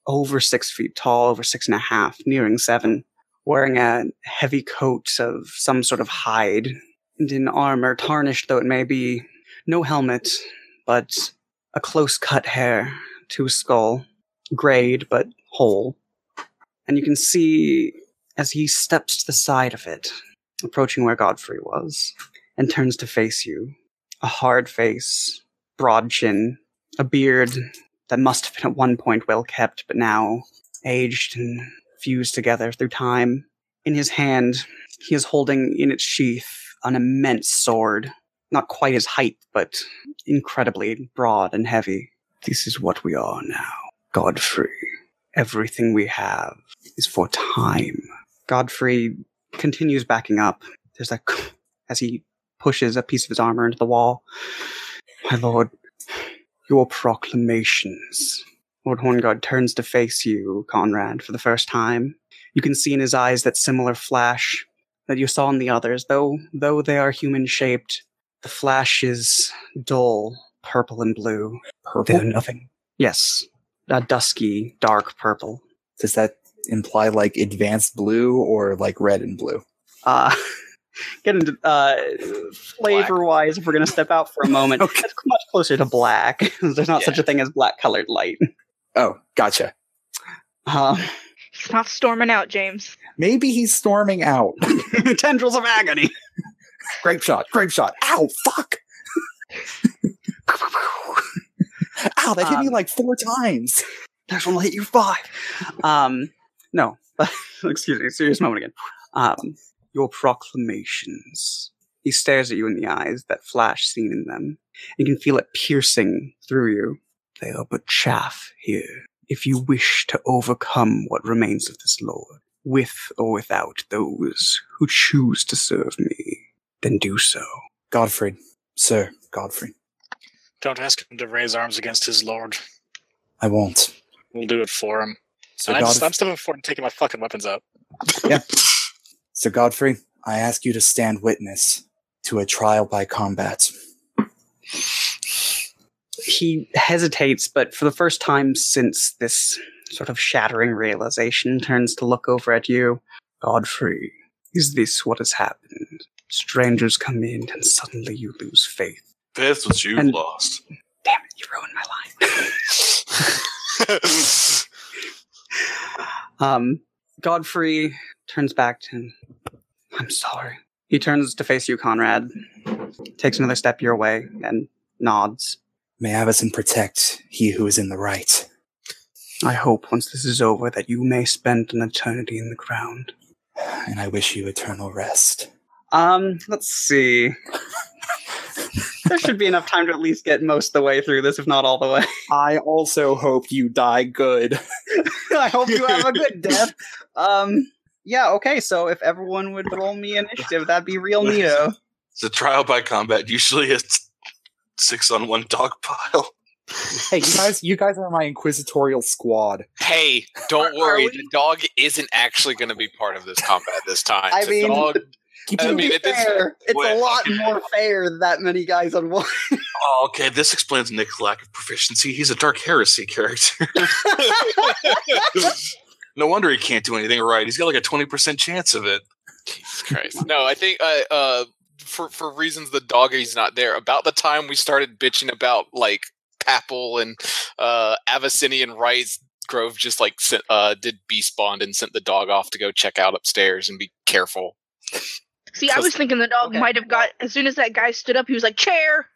S2: over six feet tall, over six and a half, nearing seven, wearing a heavy coat of some sort of hide, and in armor, tarnished though it may be, no helmet, but a close cut hair to a skull, grayed but whole. And you can see as he steps to the side of it, approaching where Godfrey was, and turns to face you. A hard face, broad chin, a beard that must have been at one point well kept, but now aged and fused together through time. In his hand, he is holding in its sheath an immense sword not quite his height, but incredibly broad and heavy. This is what we are now. Godfrey. Everything we have is for time. Godfrey continues backing up. There's a as he pushes a piece of his armor into the wall. My lord, your proclamations. Lord Horngard turns to face you, Conrad, for the first time. You can see in his eyes that similar flash that you saw in the others, though though they are human shaped, the flash is dull purple and blue.
S4: purple.
S2: nothing. Yes, a dusky, dark purple.
S4: Does that imply like advanced blue or like red and blue?
S2: Uh, get into uh, flavor wise, if we're going to step out for a moment,
S4: Okay.
S2: it's much closer to black. There's not such a thing as black colored light.
S4: Oh, gotcha.
S2: Um,
S8: He's not storming out, James.
S4: Maybe he's storming out.
S2: tendrils of agony.
S4: grape shot, grape shot. Ow, fuck. Ow, that hit me
S2: Um,
S4: like four times.
S2: Next one will hit you five. Um, no, but excuse me, serious moment again. Um, your proclamations. He stares at you in the eyes, that flash seen in them. You can feel it piercing through you. They are but chaff here. If you wish to overcome what remains of this lord, with or without those who choose to serve me, then do so.
S4: Godfrey, sir, Godfrey.
S7: Don't ask him to raise arms against his lord.
S4: I won't.
S7: We'll do it for him.
S4: Sir,
S7: And I just,
S4: Godf-
S7: I'm stepping forward and taking my fucking weapons out.
S4: sir Godfrey, I ask you to stand witness to a trial by combat.
S2: he hesitates, but for the first time since this sort of shattering realization, turns to look over at you. Godfrey, is this what has happened? Strangers come in, and suddenly you lose faith.
S3: That's what you
S2: And-
S3: lost.
S2: Damn it, you ruined my line. um, Godfrey turns back to him. I'm sorry. He turns to face you, Conrad, takes another step your way, and nods.
S4: May Avison protect he who is in the right.
S2: I hope once this is over that you may spend an eternity in the ground.
S4: And I wish you eternal rest.
S2: Um, let's see. there should be enough time to at least get most of the way through this, if not all the way.
S4: I also hope you die good.
S2: I hope you have a good death. Um, yeah, okay, so if everyone would roll me initiative, that'd be real neato.
S3: The trial by combat usually it's six on one dog pile.
S4: Hey, you guys, you guys are my inquisitorial squad.
S6: Hey, don't
S2: Are- are
S6: worry.
S2: we-
S6: The dog isn't actually going to be part of this combat this time.
S2: I
S6: The
S2: mean-
S6: dog-
S4: Keep
S6: I
S2: To
S4: it-
S6: mean,
S2: be
S6: if it's-
S2: fair, it's a
S3: wait,
S2: lot
S3: okay.
S2: more fair than that many guys on one.
S3: Oh, okay, this explains Nick's lack of proficiency. He's a dark heresy character. no wonder he can't do anything right. He's got like a twenty percent chance of it.
S6: Jesus Christ. No, I think uh, uh, for for reasons the doggy's not there. About the time we started bitching about like papal and uh, Avicennian rights, Grove just like sent, uh, did beast bond and sent the dog off to go check out upstairs and be careful.
S8: See, I was thinking the dog
S2: Okay.
S8: might have got as soon as that guy stood up, he was like, chair.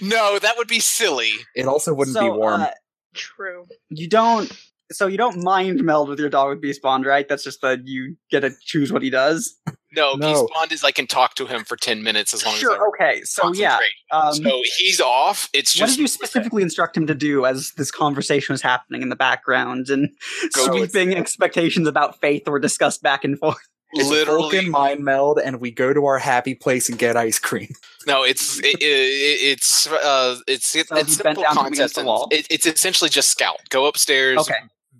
S6: no, that would be silly.
S4: It also wouldn't be
S2: So,
S4: warm.
S2: uh,
S8: True.
S2: you don't so you don't mind meld with your dog with Beast Bond, right? That's just that you get to choose what he does.
S6: No,
S4: No.
S6: beast bond is I can talk to him for ten minutes as long as I
S2: Sure, okay. So yeah.
S6: concentrate.
S2: Um,
S6: so he's off. It's
S2: what
S6: just
S2: did you specifically instruct him to do as this conversation was happening in the background and
S6: Go with-
S2: sweeping expectations about faith were discussed back and forth?
S4: It's a
S6: literally
S4: broken mind meld, and we go to our happy place and get ice cream.
S6: No, it's it, it, it's uh, it's it's
S2: So he bent
S6: simple
S2: down up against
S6: concept.
S2: the
S6: and
S2: wall.
S6: It, it's essentially just scout. Go upstairs.
S2: Okay.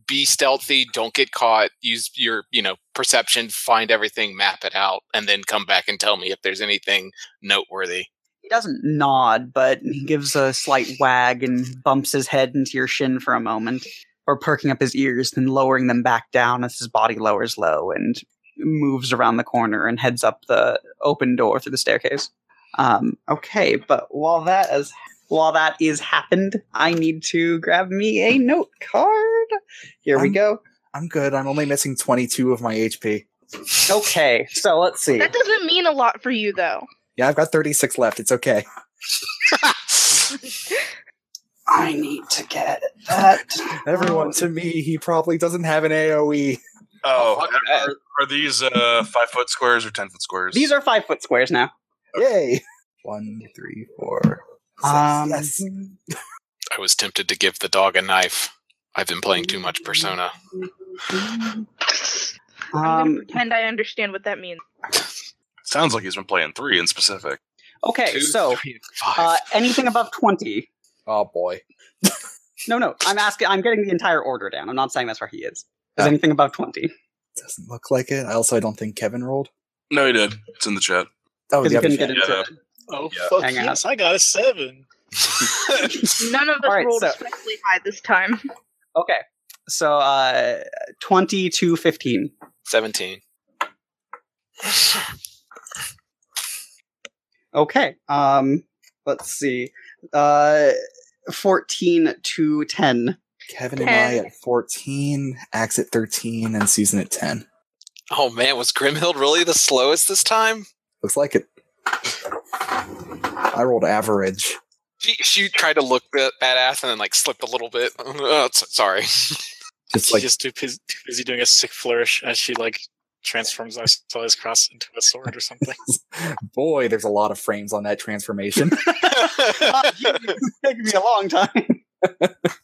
S6: Be stealthy. Don't get caught. Use your you know perception. Find everything. Map it out, and then come back and tell me if there's anything noteworthy.
S2: He doesn't nod, but he gives a slight wag and bumps his head into your shin for a moment, or perking up his ears, then lowering them back down as his body lowers low and moves around the corner and heads up the open door through the staircase. Um, okay, but while that is while that is happened, I need to grab me a note card. Here we
S4: Um,
S2: go.
S4: I'm good. I'm only missing 22 of my HP.
S2: Okay, so let's see.
S8: That doesn't mean a lot for you though.
S4: Yeah, I've got 36 left. It's okay.
S2: I need to get that.
S4: Everyone, to me, he probably doesn't have an E. AOE.
S3: Oh,
S6: fuck that.
S3: are, are these uh, five foot squares or ten foot squares?
S2: These are five foot squares now.
S4: Yay! One, three, four. six.
S2: Um,
S4: yes.
S6: I was tempted to give the dog a knife. I've been playing too much Persona.
S8: I'm gonna
S2: Um,
S8: pretend I understand what that means.
S3: Sounds like he's been playing three in specific.
S2: okay,
S6: Two,
S2: so
S6: three, and five.
S2: uh, anything above twenty.
S4: Oh boy.
S2: No, no. I'm asking. I'm getting the entire order down. I'm not saying that's where he is. Is
S4: Oh.
S2: anything above twenty?
S4: Doesn't look like it. I also I don't think Kevin rolled.
S3: No, he did. It's in the chat.
S4: Oh,
S2: Because
S4: the
S2: he
S4: other
S2: couldn't
S4: chat.
S2: get into
S3: Yeah.
S2: it.
S7: Oh,
S3: Yeah.
S7: fuck
S2: Hang on.
S7: yes. I got a seven.
S2: uh,
S8: None of us
S2: Alright,
S8: rolled
S2: so-
S8: especially high this time.
S2: Okay, so uh, twenty to fifteen.
S6: Seventeen.
S2: Okay. Um, let's see. Uh, fourteen to ten.
S4: Kevin and I
S8: Ten.
S4: at 14, Axe at 13, and Susan at 10.
S6: Oh man, was Grimhild really the slowest this time?
S4: Looks like it. I rolled average.
S6: She, she tried to look ba- badass and then like slipped a little bit. Uh, s- sorry.
S4: Just like
S7: just too, pus- too busy doing a sick flourish as she like transforms Arcella's cross into a sword or something.
S4: boy, there's a lot of frames on that transformation.
S2: It's taking me a long time.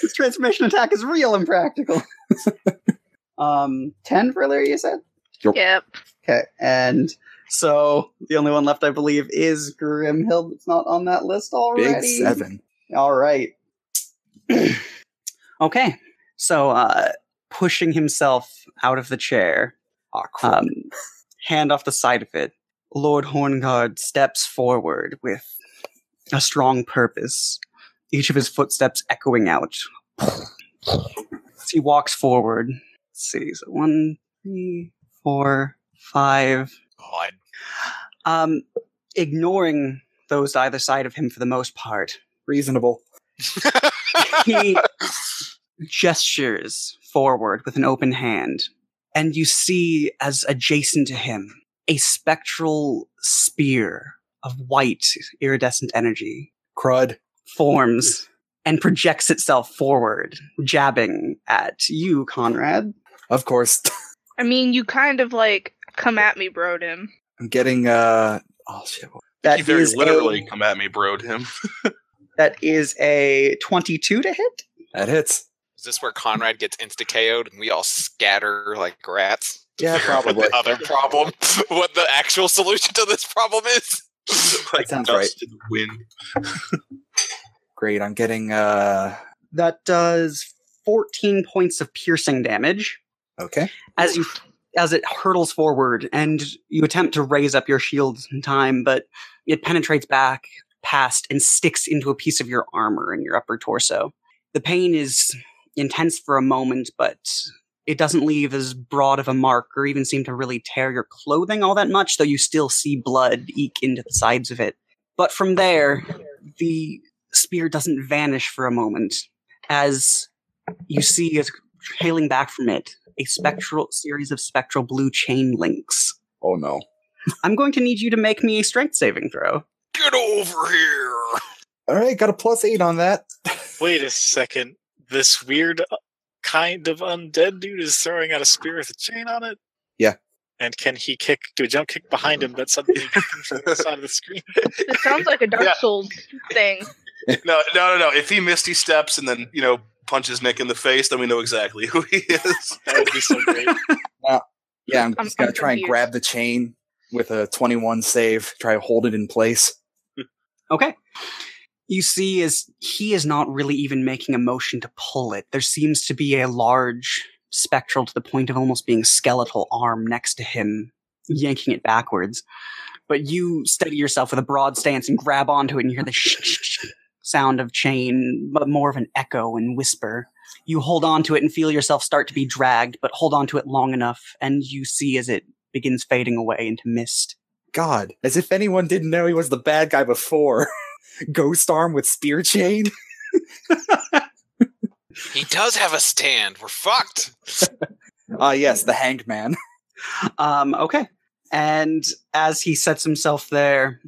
S2: this transformation attack is real and practical. um, ten for Larry, you said.
S4: Oh.
S8: Yep.
S2: Okay, and so the only one left, I believe, is Grimhild. That's not on that list already.
S4: Big seven.
S2: All right. okay. So, uh, pushing himself out of the chair,
S4: Aw, crap.
S2: um, hand off the side of it, Lord Horngard steps forward with a strong purpose, each of his footsteps echoing out. As he walks forward, let's see, so one, three, four, five,
S7: Oh,
S6: God.
S2: um, ignoring those to either side of him for the most part
S4: Reasonable.
S2: he gestures forward with an open hand, and you see, as adjacent to him, a spectral spear of white, iridescent energy
S4: Crud.
S2: forms and projects itself forward, jabbing at you, Conrad.
S4: Of course.
S8: I mean, you kind of like come at me, Broden.
S4: I'm getting, uh, oh shit.
S2: That
S3: he very
S2: is
S3: literally
S2: a-
S3: come at me, broed him.
S2: that is a 22 to hit.
S4: That hits.
S6: Is this where Conrad gets insta KO'd and we all scatter like rats? to
S4: Yeah,
S6: figure out what
S4: probably.
S6: the other problem, what the actual solution to this problem is?
S3: like
S4: sounds
S3: dust
S4: right.
S3: and wind.
S4: Great. I'm getting, uh,
S2: That does 14 points of piercing damage.
S4: okay.
S2: as you as it hurtles forward and you attempt to raise up your shield in time but it penetrates back past and sticks into a piece of your armor in your upper torso the pain is intense for a moment but it doesn't leave as broad of a mark or even seem to really tear your clothing all that much though you still see blood eke into the sides of it but from there the spear doesn't vanish for a moment as you see as hailing back from it a spectral series of spectral blue chain links.
S4: Oh no.
S2: I'm going to need you to make me a strength saving throw.
S6: Get over here!
S4: All right. Got a plus eight on that.
S7: Wait a second. This weird uh, kind of undead dude is throwing out a spear with a chain on it.
S4: Yeah.
S7: And can he kick do a jump kick behind him that suddenly comes from the side of the screen?
S8: This sounds like a Dark
S3: Yeah.
S8: Souls thing.
S3: No, no, no, no. If he misty steps and then you know punches Nick in the face, then we know exactly who he is.
S7: That would be so great.
S4: Yeah. I'm
S8: I'm-
S4: just going
S8: I'm
S4: to try and
S8: confused.
S4: grab the chain with a 21 save, try to hold it in place.
S2: Okay. You see, as he is not really even making a motion to pull it, there seems to be a large spectral to the point of almost being skeletal arm next to him, yanking it backwards. But you steady yourself with a broad stance and grab onto it, and you hear the sh- sh- sh- sound of chain, but more of an echo and whisper. You hold onto it and feel yourself start to be dragged, but hold onto it long enough, and you see as it begins fading away into mist.
S4: God, as if anyone didn't know he was the bad guy before. Ghost arm with spear chain.
S6: He does have a stand. We're fucked.
S4: Ah, yes, the hanged man.
S2: Um, okay. And as he sets himself there,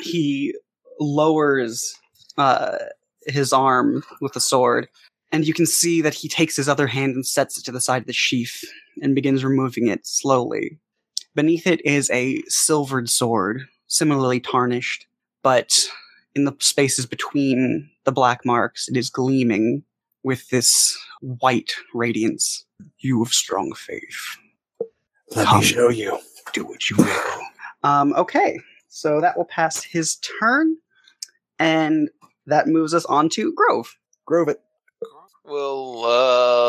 S2: he lowers uh, his arm with the sword, and you can see that he takes his other hand and sets it to the side of the sheath and begins removing it slowly. Beneath it is a silvered sword, similarly tarnished, but in the spaces between the black marks, it is gleaming with this white radiance. You of strong faith
S4: Let
S2: Come.
S4: me show you.
S2: do what you will. Um, okay, so that will pass his turn, and that moves us on to Grove.
S4: Grove it.
S6: Well,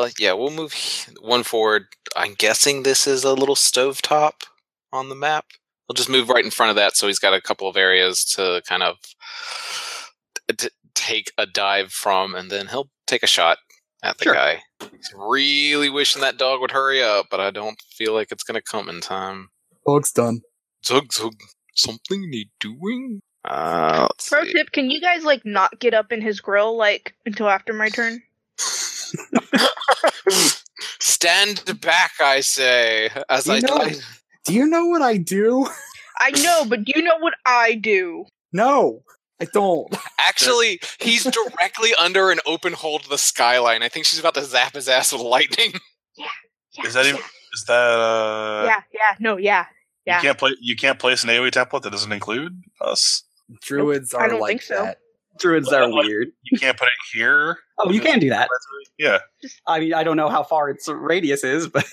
S6: uh, yeah, we'll move he- one forward. I'm guessing this is a little stovetop on the map. We'll just move right in front of that, so he's got a couple of areas to kind of t- take a dive from, and then he'll take a shot at the
S2: Sure.
S6: guy. He's really wishing that dog would hurry up, but I don't feel like it's going to come in time.
S4: Bog's done.
S6: Zug zug. Something need doing? Uh, let's
S8: Pro
S6: see.
S8: tip: Can you guys like not get up in his grill like until after my turn?
S6: Stand back, I say. As
S4: You
S6: I
S4: know-
S6: dive-
S4: Do you know what I do?
S8: I know, but do you know what I do?
S4: No, I don't.
S6: actually, he's directly under an open hole to the skyline. I think she's about to zap his ass with lightning.
S8: Yeah,
S3: Is that even?
S8: yeah,
S3: Is that? Uh,
S8: yeah, yeah, no, yeah. yeah.
S3: You can't play. You can't place an AOE template that doesn't include us.
S4: Druids
S8: I
S4: are
S8: don't
S4: like
S8: think so.
S4: that.
S2: Druids are weird.
S3: You can't put it here.
S2: Oh, you can do that.
S3: Yeah.
S2: I mean, I don't know how far its radius is, but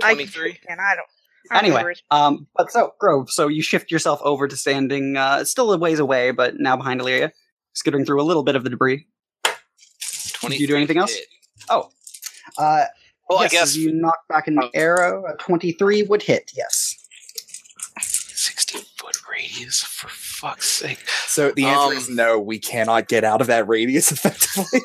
S8: I
S6: 23.
S8: And I don't. I don't
S2: anyway.
S8: remember.
S2: Um, but so Grove, so you shift yourself over to standing, uh, still a ways away, but now behind Illyria, skittering through a little bit of the debris. Did you do anything else? Uh,
S6: Well,
S2: yes,
S6: I guess
S2: as you knock back an
S6: Oh.
S2: arrow. A twenty-three would hit. Yes.
S6: 16 foot radius, for fuck's sake.
S4: So the answer
S6: Um,
S4: is no. We cannot get out of that radius effectively.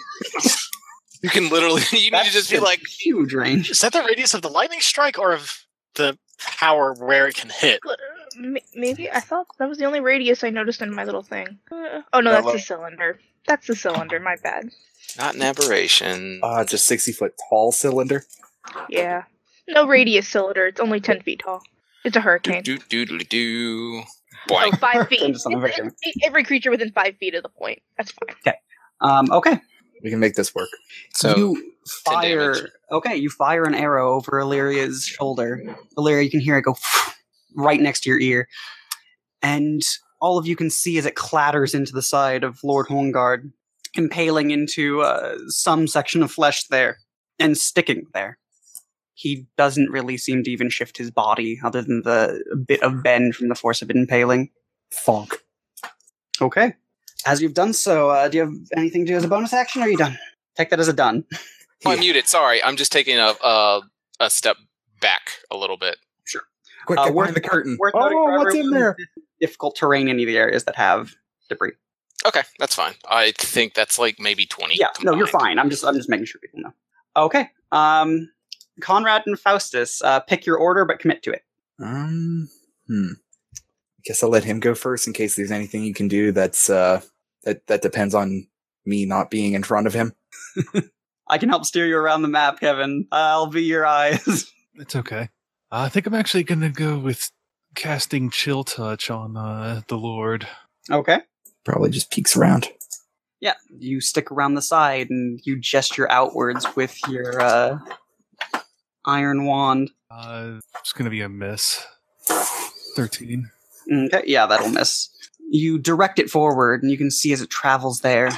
S6: You can literally, you need to
S2: That's
S6: just be
S2: a
S6: like,
S2: huge range.
S7: Is that the radius of the lightning strike or of the power where it can hit?
S8: Gl- uh, m- Maybe I thought that was the only radius I noticed in my little thing. Uh, oh no,
S3: That
S8: that's
S3: lo-
S8: the cylinder. That's the cylinder. My bad.
S6: not an aberration.
S4: Uh, just sixty foot tall cylinder.
S8: Yeah. No radius cylinder. It's only ten feet tall. It's a hurricane.
S6: do, do, do, do.
S8: Oh,
S6: Boing.
S8: five feet.
S2: Into something very
S8: It's- it's every creature within five feet of the point. That's fine.
S2: Um, okay.
S4: We can make this work.
S6: So,
S2: you
S6: 10
S2: fire.
S6: damage.
S2: Okay, you fire an arrow over Illyria's shoulder. Illyria, you can hear it go right next to your ear, and all of you can see as it clatters into the side of Lord Hongard, impaling into uh, some section of flesh there and sticking there. He doesn't really seem to even shift his body, other than the bit of bend from the force of impaling.
S4: Funk.
S2: Okay. As you've done so, uh, do you have anything to do as a bonus action, or are you done? Take that as a done.
S6: Oh, I muted. Sorry, I'm just taking a, a a step back a little bit.
S4: Quick,
S2: Uh,
S4: get
S2: worth-
S4: behind the curtain.
S2: worth noting
S4: oh,
S2: for
S4: what's in
S2: everyone-
S4: there?
S2: difficult terrain in any of the areas that have debris.
S6: Okay, that's fine. I think that's like maybe twenty.
S2: Yeah, no, you're
S6: combined.
S2: fine. I'm just I'm just making sure people know. Okay. Um Conrad and Faustus, uh, pick your order but commit to it.
S4: Um, hmm. I guess I'll let him go first in case there's anything you can do that's uh that that depends on me not being in front of him.
S2: I can help steer you around the map, Kevin. I'll be your eyes.
S5: It's okay. I think I'm actually going to go with casting Chill Touch on uh, the Lord.
S2: okay.
S4: Probably just peeks around.
S2: Yeah, you stick around the side and you gesture outwards with your uh, iron wand.
S5: Uh, it's going to be a miss. 13.
S2: Okay, Mm, yeah, that'll miss. You direct it forward, and you can see as it travels there,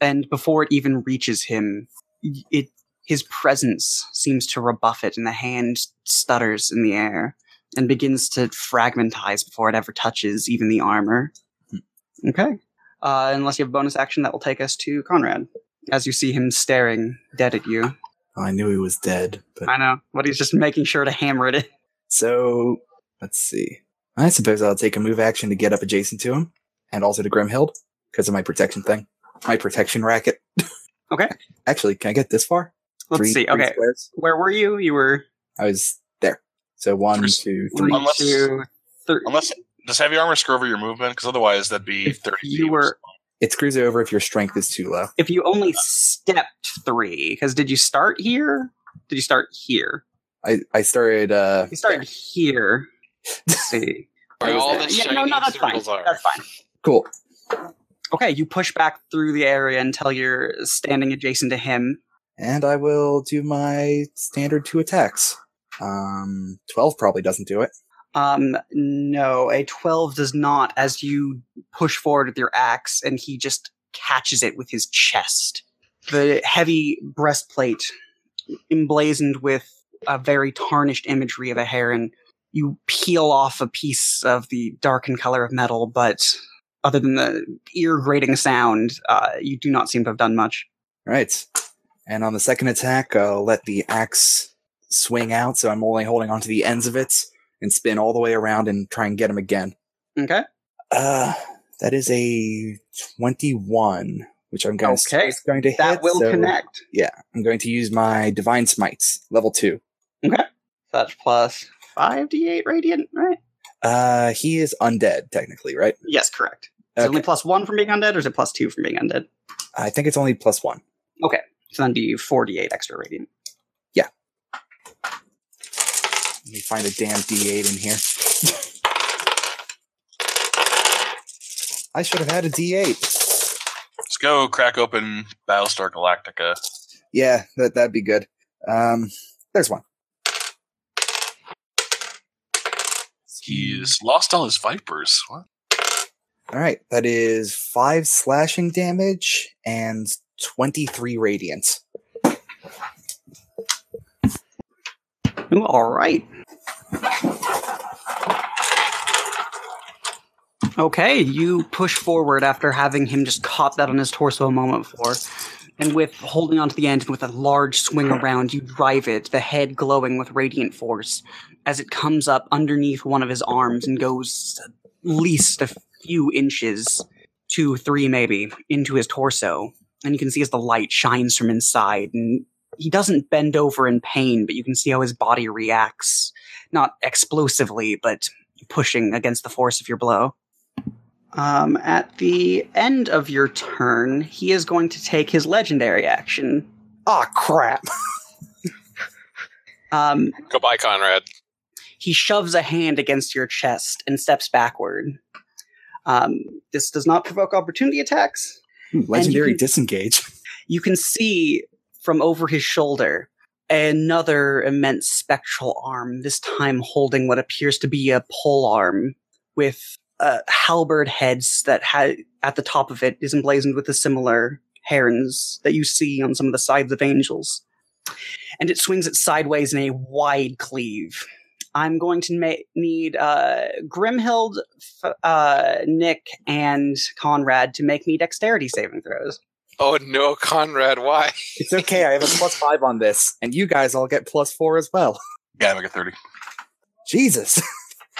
S2: and before it even reaches him, y- it his presence seems to rebuff it, and the hand stutters in the air and begins to fragmentize before it ever touches even the armor. Okay, uh, unless you have a bonus action, that will take us to Conrad. As you see him staring dead at you,
S4: Oh, I knew he was dead, but
S2: I know, but he's just making sure to hammer it. in.
S4: so let's see. I suppose I'll take a move action to get up adjacent to him, and also to Grimhild because of my protection thing, my protection racket.
S2: Okay.
S4: Actually, can I get this far?
S2: Let's
S4: Three-
S2: see.
S4: three
S2: Okay,
S4: squares?
S2: where were you? You were
S4: I was there. So one, two,
S3: Three-
S4: three.
S2: three,
S3: Unless-
S2: two, three.
S3: Unless does heavy armor screw over your movement? Because otherwise, that'd be
S2: If
S3: thirty.
S2: you
S3: feet.
S2: were-
S4: It screws you over if your strength is too low.
S2: if you only stepped three, because did you start here? Did you start here?
S4: I I started. uh
S2: You started here. Let's see.
S6: Where all the
S2: yeah,
S6: shiny
S2: no, no, that's fine.
S6: circles are.
S2: That's fine.
S4: Cool.
S2: Okay, you push back through the area until you're standing adjacent to him.
S4: and I will do my standard two attacks. Um, twelve probably doesn't do it.
S2: Um, no, a 12 does not as you push forward with your axe and he just catches it with his chest. The heavy breastplate, emblazoned with a very tarnished imagery of a heron, you peel off a piece of the darkened color of metal, but other than the ear grating sound, uh, you do not seem to have done much.
S4: All Right. And on the second attack, I'll let the axe swing out, so I'm only holding onto the ends of it, and spin all the way around and try and get him again.
S2: Okay.
S4: Uh, that is a twenty-one, which I'm going
S2: Okay.
S4: to is going to hit.
S2: That will
S4: so
S2: connect.
S4: I'm going to use my divine smites, level two.
S2: That's plus 5d8 radiant, right?
S4: Uh, he is undead, technically, right?
S2: Yes, correct. Is it only
S4: Okay.
S2: plus one from being undead, or is it plus two from being undead?
S4: I think it's only plus one.
S2: So then do you 48 extra radiant.
S4: Let me find a damn D8 in here. I should have had a D8.
S3: Let's go crack open Battlestar Galactica.
S4: Yeah, that, that'd be good. Um, there's one.
S3: He's lost all his vipers. What?
S4: All right, that is five slashing damage and 23 radiant.
S2: Ooh, all right. Okay, you push forward after having him just caught that on his torso a moment before. And with holding onto the end and with a large swing around, you drive it, the head glowing with radiant force, as it comes up underneath one of his arms and goes at least a few inches, two, three maybe, into his torso. And you can see as the light shines from inside and he doesn't bend over in pain, but you can see how his body reacts. Not explosively, but pushing against the force of your blow. Um, at the end of your turn, he is going to take his legendary action.
S4: Ah, crap.
S2: Um,
S6: Goodbye, Conrad.
S2: he shoves a hand against your chest and steps backward. Um, this does not provoke opportunity attacks.
S4: Hmm, Legendary
S2: can-
S4: disengage.
S2: you can see from over his shoulder another immense spectral arm, this time holding what appears to be a pole arm with uh, halberd heads that ha- at the top of it is emblazoned with the similar herons that you see on some of the sides of angels. And it swings it sideways in a wide cleave. I'm going to ma- need uh, Grimhild, F- uh, Nick, and Conrad to make me dexterity saving throws.
S6: Oh no, Conrad, why?
S4: It's okay. I have a plus five on this, and you guys all get plus four as well.
S3: Yeah, make a thirty.
S4: Jesus.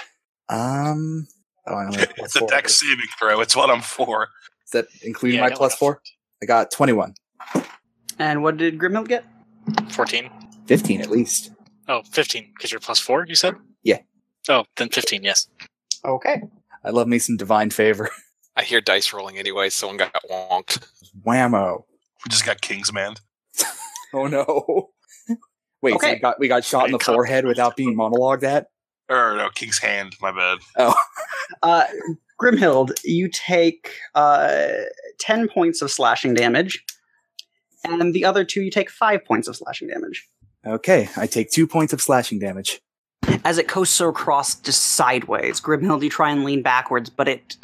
S4: um. Oh, I only have plus
S3: It's a
S4: four.
S3: dex
S4: Does
S3: saving throw. It's what I'm for.
S4: that include
S7: Yeah, I
S4: my
S7: don't
S4: plus
S7: have-
S4: four? I got 21.
S2: And what did Grimhild get?
S7: 14?
S4: 15 at least.
S7: Oh, 15, because you're plus 4, you said?
S4: Yeah.
S7: Oh, then 15, yes.
S2: Okay.
S4: I love me some divine favor.
S6: I hear dice rolling anyway. Someone got wonked.
S4: Whammo.
S3: We just got King's Man.
S4: Oh no. Wait, so
S2: Okay.
S4: we got we got shot in the
S7: Great
S4: forehead without being monologued at?
S3: Or no, King's Hand. My bad.
S2: Uh, Grimhild, you take uh, 10 points of slashing damage, and the other two, you take 5 points of slashing damage.
S4: Okay, I take two points of slashing damage.
S2: As it coasts across just sideways, Grimhild, you try and lean backwards, but it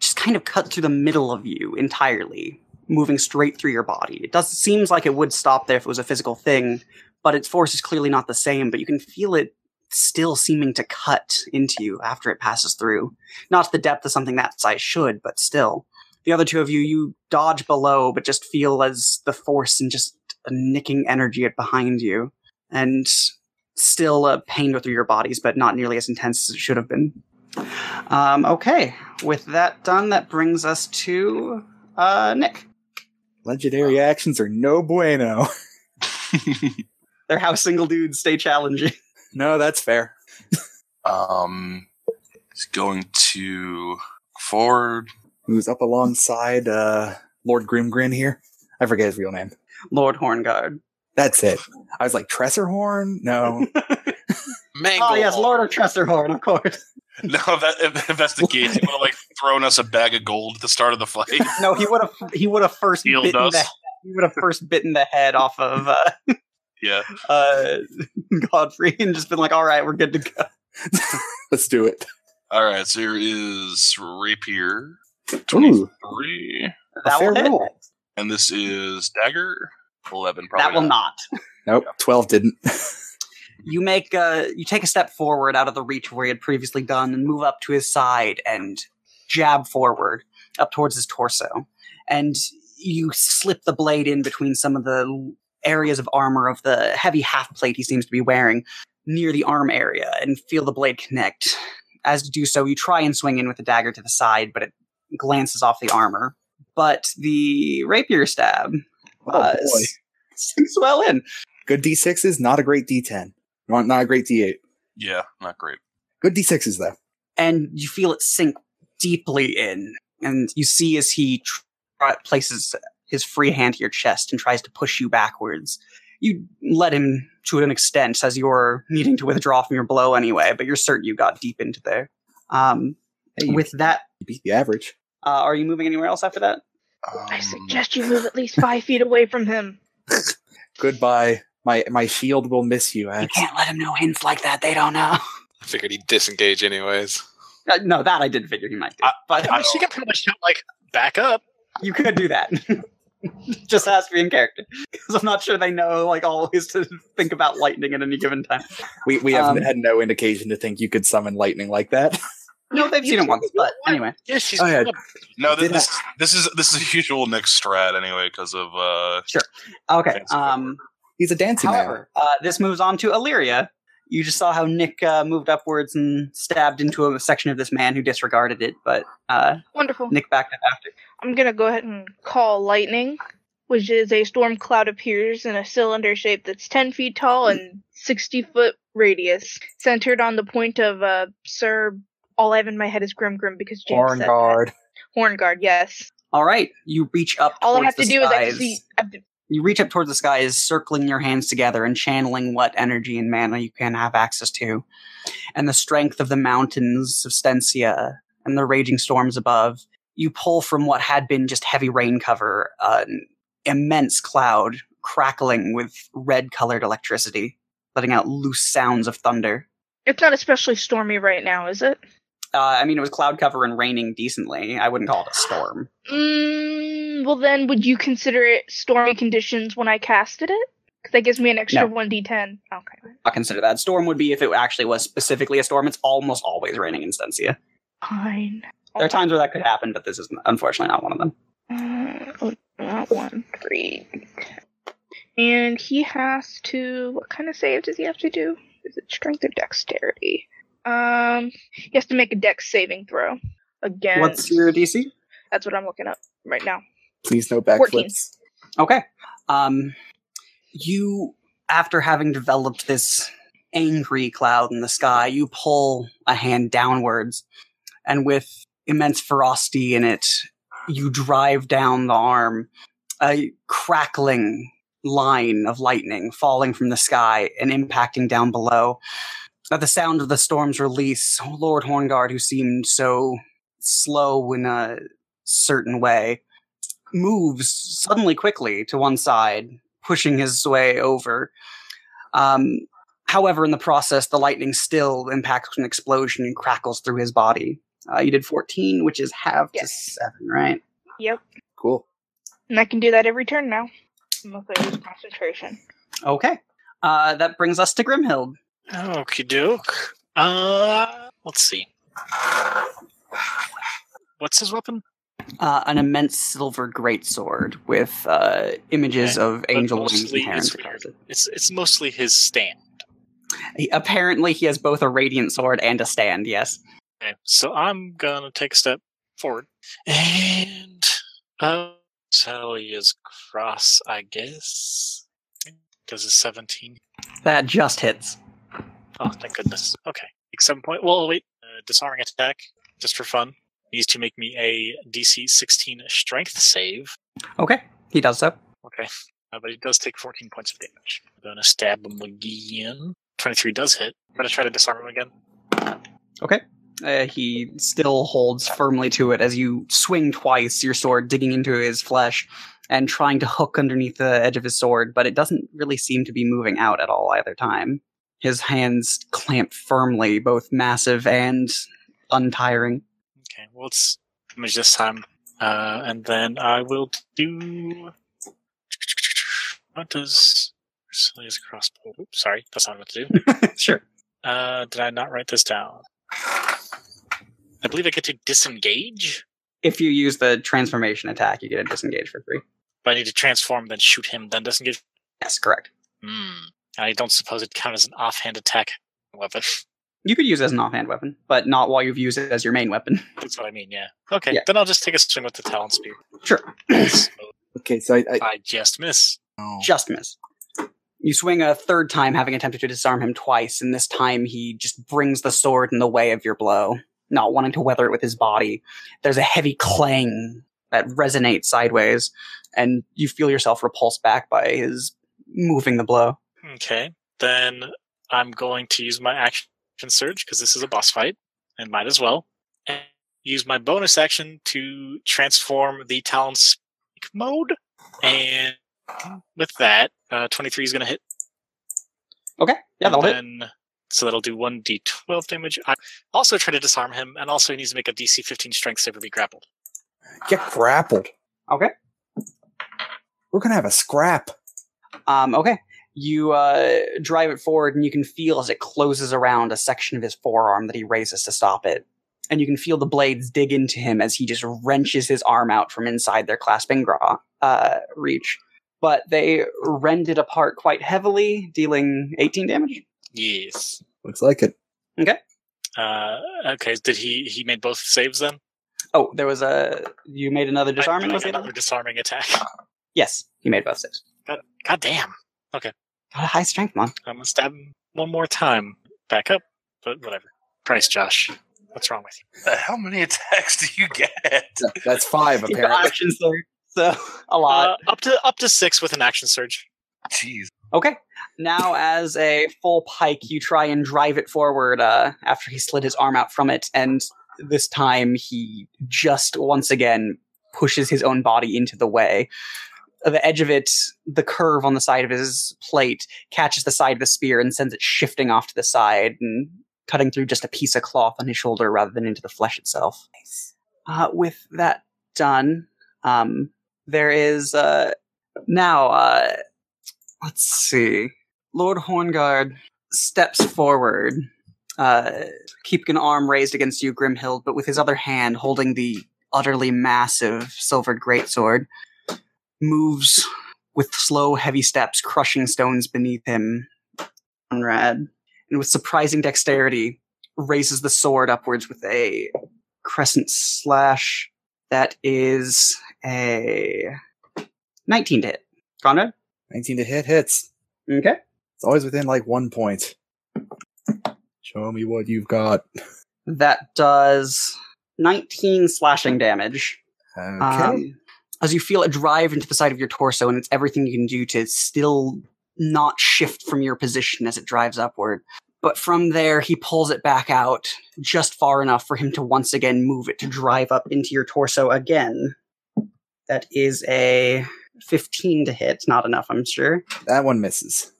S2: just kind of cuts through the middle of you entirely, moving straight through your body. It does seems like it would stop there if it was a physical thing, but its force is clearly not the same, but you can feel it still seeming to cut into you after it passes through. Not to the depth of something that size should, but still. The other two of you, you dodge below, but just feel as the force and just a nicking energy at behind you. And still a pain go through your bodies, but not nearly as intense as it should have been. Um, okay, with that done, that brings us to uh, Nick.
S4: Legendary actions are no bueno.
S2: They're how single dudes stay challenging.
S4: no, that's fair.
S3: um, he's going to forward.
S4: Who's up alongside uh Lord Grimgrin here? I forget his real name.
S2: Lord Horngard.
S4: That's it. I was like Tressorhorn? No.
S6: Mangle.
S2: Oh yes, Lord of Tresterhorn, of course.
S3: No, that investigate. He would have like thrown us a bag of gold at the start of the fight.
S2: No, he would have. He would have first
S3: Healed
S2: bitten
S3: us.
S2: the. He would have first bitten the head off of uh,
S3: Yeah.
S2: uh, Godfrey and just been like, "All right, we're good to go."
S4: Let's do it.
S3: All right. So there is rapier.
S4: Ooh.
S3: Twenty-three.
S2: That
S4: fair
S2: will hit.
S4: roll.
S3: And this is dagger. Eleven. Probably
S2: That will not.
S4: Nope. Twelve didn't.
S2: you make uh you take a step forward out of the reach of where he had previously done and move up to his side and jab forward up towards his torso and you slip the blade in between some of the areas of armor of the heavy half plate he seems to be wearing near the arm area and feel the blade connect as you do so you try and swing in with the dagger to the side but it glances off the armor but the rapier stab uh,
S4: Oh boy.
S2: sinks well in
S4: Good D6s, not a great D10. Not, not a great D8.
S3: Yeah. Not great.
S4: Good D6s though.
S2: and you feel it sink deeply in. And you see as he tr- places his free hand to your chest and tries to push you backwards. You let him to an extent as you're needing to withdraw from your blow anyway, but you're certain you got deep into there. Um,
S4: Hey, you
S2: with that,
S4: beat the average.
S2: uh, are you moving anywhere else after that? Oh,
S8: I
S3: Um,
S8: suggest you move at least five feet away from him.
S4: Goodbye. My my shield will miss you,
S2: You
S4: Axe.
S2: can't let him know hints like that. They don't know.
S6: I figured he'd disengage anyways.
S2: Uh, no, that I did figure he might do.
S3: I-
S2: but
S7: I mean, she can pretty much shout like, "Back up!"
S2: you could do that. Just has to be in character because I'm not sure they know like always to think about lightning at any given time.
S4: We we have
S2: Um,
S4: had no indication to think you could summon lightning like that.
S2: No, they've seen it once, but anyway.
S7: Yeah, she's.
S4: Oh, yeah.
S3: No, th-
S4: Did
S3: this, this is this is a usual Nick strat anyway because of uh,
S2: Okay.
S3: Fancy
S2: Um,
S4: He's a dancing man.
S2: however, uh, this moves on to Illyria. You just saw how Nick uh, moved upwards and stabbed into a section of this man who disregarded it, but uh,
S8: Wonderful.
S2: Nick backed up after.
S8: I'm gonna go ahead and call lightning, which is a storm cloud appears in a cylinder shape that's 10 feet tall and 60 foot radius, centered on the point of uh, Sir. All I have in my head is Grim Grim because James
S4: Horn
S8: said
S4: guard.
S8: That. Horngard, yes.
S2: All right, you reach up.
S8: All I
S2: towards
S8: have to
S2: the
S8: do is I
S2: skies.
S8: can see. I have to-
S2: you reach up towards the sky is circling your hands together and channeling what energy and mana you can have access to and the strength of the mountains of stencia and the raging storms above you pull from what had been just heavy rain cover an immense cloud crackling with red colored electricity letting out loose sounds of thunder
S8: It's not especially stormy right now, is it?
S2: uh, i mean it was cloud cover and raining decently i wouldn't call it a storm
S8: Mm, well, then, would you consider it stormy conditions when I casted it? Because that gives me an extra
S2: No.
S8: 1d10. Okay.
S2: i consider that storm would be if it actually was specifically a storm it's almost always raining in stencia
S8: Fine.
S2: There are times where that could happen, but this is unfortunately not one of them.
S8: Uh, oh, not one, three. And he has to. What kind of save does he have to do? Is it strength or dexterity? Um, he has to make a dex saving throw again.
S2: What's your DC?
S8: That's what I'm looking up right now.
S4: Please no
S8: 14.
S4: backflips.
S2: Okay. Um, you, after having developed this angry cloud in the sky, you pull a hand downwards, and with immense ferocity in it, you drive down the arm, a crackling line of lightning falling from the sky and impacting down below. At the sound of the storm's release, oh Lord Horngard, who seemed so slow in a certain way, moves suddenly quickly to one side, pushing his way over. Um, however, in the process, the lightning still impacts with an explosion and crackles through his body. Uh, you did 14, which is half
S8: Yes.
S2: to 7, right?
S4: Cool.
S8: And I can do that every turn now. Unless I use concentration.
S2: Okay. Uh, that brings us to Grimhild.
S7: Okie doke. Uh, let's see. What's his weapon?
S2: Uh, an immense silver greatsword with uh, images of angel wings
S7: mostly
S2: and herons
S7: it's
S2: across it.
S7: It's it's mostly his stand.
S2: He- apparently, he has both a radiant sword and a stand, yes.
S7: Okay, so I'm gonna take a step forward and uh, Sally's cross, I guess, because it's 17.
S2: That just hits.
S7: Oh, thank goodness. Okay, take seven point. Well, wait, uh, disarming attack just for fun. Needs to make me a DC 16 strength save.
S2: Okay, he does so.
S7: Okay, uh, but he does take 14 points of damage. I'm gonna stab him again. 23 does hit. I'm gonna try to disarm him again.
S2: Uh, he still holds firmly to it as you swing twice, your sword digging into his flesh and trying to hook underneath the edge of his sword, but it doesn't really seem to be moving out at all either time. His hands clamp firmly, both massive and untiring.
S7: Okay, well, it's damage this time. Uh, and then I will do. What does. Ursula's crossbow. Oops, sorry, that's not what to do.
S2: sure.
S7: Uh, did I not write this down? I believe I get to disengage,
S2: If you use the transformation attack, you get a disengage for free.
S7: but I need to transform, then shoot him, then disengage.
S2: Yes, correct.
S7: Hmm. I don't suppose it counts as an offhand attack weapon.
S2: You could use it as an offhand weapon, but not while you've used it as your main weapon.
S7: That's what I mean, yeah. Okay,
S2: Yeah.
S7: then I'll just take a swing with the Talon Spear.
S2: Sure.
S7: so
S4: Okay, so I, I
S2: Uh,
S7: I just miss.
S4: oh,
S2: just miss. You swing a third time, having attempted to disarm him twice, and this time he just brings the sword in the way of your blow. not wanting to weather it with his body. There's a heavy clang that resonates sideways, and you feel yourself repulsed back by his moving the blow.
S7: Okay, then I'm going to use my action surge because this is a boss fight and might as well. And use my bonus action to transform the Talon Speak mode. And with that, uh, 23 is going to hit.
S2: Okay, yeah,
S7: And
S2: that'll hit.
S7: then- So that'll do 1d12 damage. I also try to disarm him, and also he needs to make a DC 15 strength save or be grappled.
S4: Get grappled.
S2: Okay.
S4: We're gonna have a scrap.
S2: Um, okay. You uh, drive it forward, and you can feel as it closes around a section of his forearm that he raises to stop it. And you can feel the blades dig into him as he just wrenches his arm out from inside their clasping gra- uh, reach. But they rend it apart quite heavily, dealing 18 damage.
S7: Yes.
S4: Looks like it.
S7: Uh, okay, did he he made both saves then?
S2: Oh, there was a. You made another disarming?
S7: I,
S2: was
S7: like
S2: the other
S7: another
S2: one?
S7: disarming attack.
S2: Yes, you made both saves.
S7: God damn.
S2: Got a high strength, man.
S7: I'm going to stab him one more time. Back up, but whatever. Christ, Josh. What's wrong with you?
S3: How many attacks do you get?
S4: Th- That's five,
S2: Your
S4: apparently.
S2: actions there. So, a lot.
S7: Uh, up to up to six with an action surge.
S3: Jeez.
S2: Okay. Now, as a full pike, you try and drive it forward uh, after he slid his arm out from it, and this time he just once again pushes his own body into the way. At The edge of it, the curve on the side of his plate catches the side of the spear and sends it shifting off to the side and cutting through just a piece of cloth on his shoulder rather than into the flesh itself. Uh, with that done, um, there is uh, now. Uh, let's see. Lord Horngard steps forward, uh, keeping an arm raised against you, Grimhild, but with his other hand holding the utterly massive silvered greatsword, moves with slow, heavy steps, crushing stones beneath him. Conrad, and with surprising dexterity, raises the sword upwards with a crescent slash that is a 19 to hit. Conrad?
S4: 19 to hit hits.
S2: Okay.
S4: It's always within like one point. Show me what you've got.
S2: That does 19 slashing damage.
S4: Okay.
S2: Um, as you feel it drive into the side of your torso, and it's everything you can do to still not shift from your position as it drives upward. But from there, he pulls it back out just far enough for him to once again move it to drive up into your torso again. That is a 15 to hit. Not enough, I'm sure.
S4: that one misses.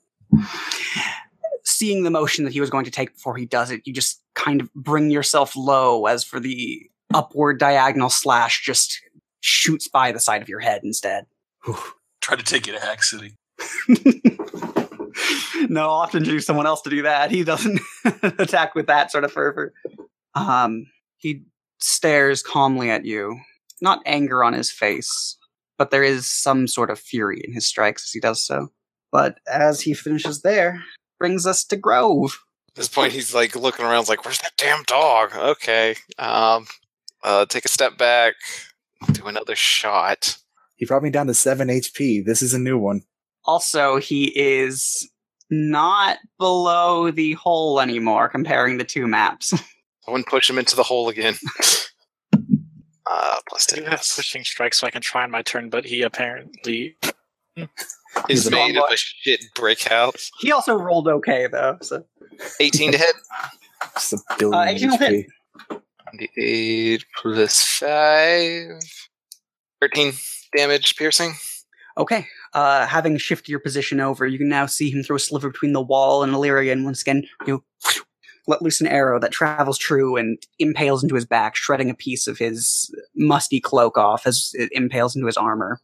S2: seeing the motion that he was going to take before he does it, you just kind of bring yourself low as for the upward diagonal slash just shoots by the side of your head instead.
S3: Try to take it to Hack City.
S2: no, I'll often choose someone else to do that. He doesn't attack with that sort of fervor. Um, he stares calmly at you, not anger on his face, but there is some sort of fury in his strikes as he does so. But as he finishes there, brings us to Grove.
S6: At this point, he's like looking around, like, "Where's that damn dog?" Okay, um, uh, take a step back, do another shot.
S4: He brought me down to 7 HP. This is a new one.
S2: also he is not below the hole anymore comparing the two maps
S6: Someone push him into the hole again. uh, plus
S7: I do
S6: ten.
S7: have pushing strike, so I can try on my turn, but he apparently
S6: He's
S2: He's a
S6: made of
S2: boy.
S6: a shit brick house.
S2: he also rolled okay though so
S6: Eighteen to hit.
S4: Just a billion
S2: Uh, 18 will
S4: HP.
S2: hit.
S6: Eight plus five. Thirteen damage piercing.
S2: okay uh having shifted your position over you can now see him throw a sliver between the wall and illyria and once again you let loose an arrow that travels true and impales into his back shredding a piece of his musty cloak off as it impales into his armor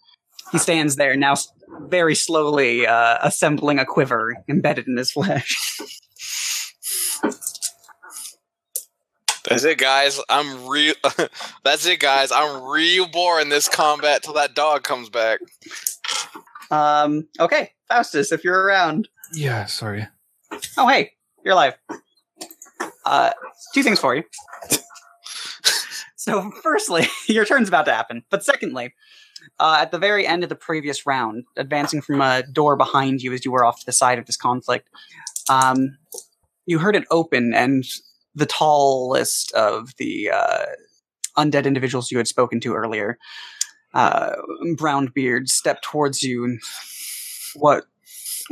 S2: he stands there now s- very slowly uh, assembling a quiver embedded in his flesh
S6: That's it, guys. I'm real. That's it, guys. I'm real boring this combat till that dog comes back.
S2: Um, okay, Faustus, if you're around.
S5: Yeah, sorry.
S2: Oh, hey, you're alive. Uh, two things for you. so, firstly, your turn's about to happen. But secondly, uh, at the very end of the previous round, advancing from a door behind you as you were off to the side of this conflict, um, you heard it open and the tallest of the uh, undead individuals you had spoken to earlier, uh, brown beard, step towards you and what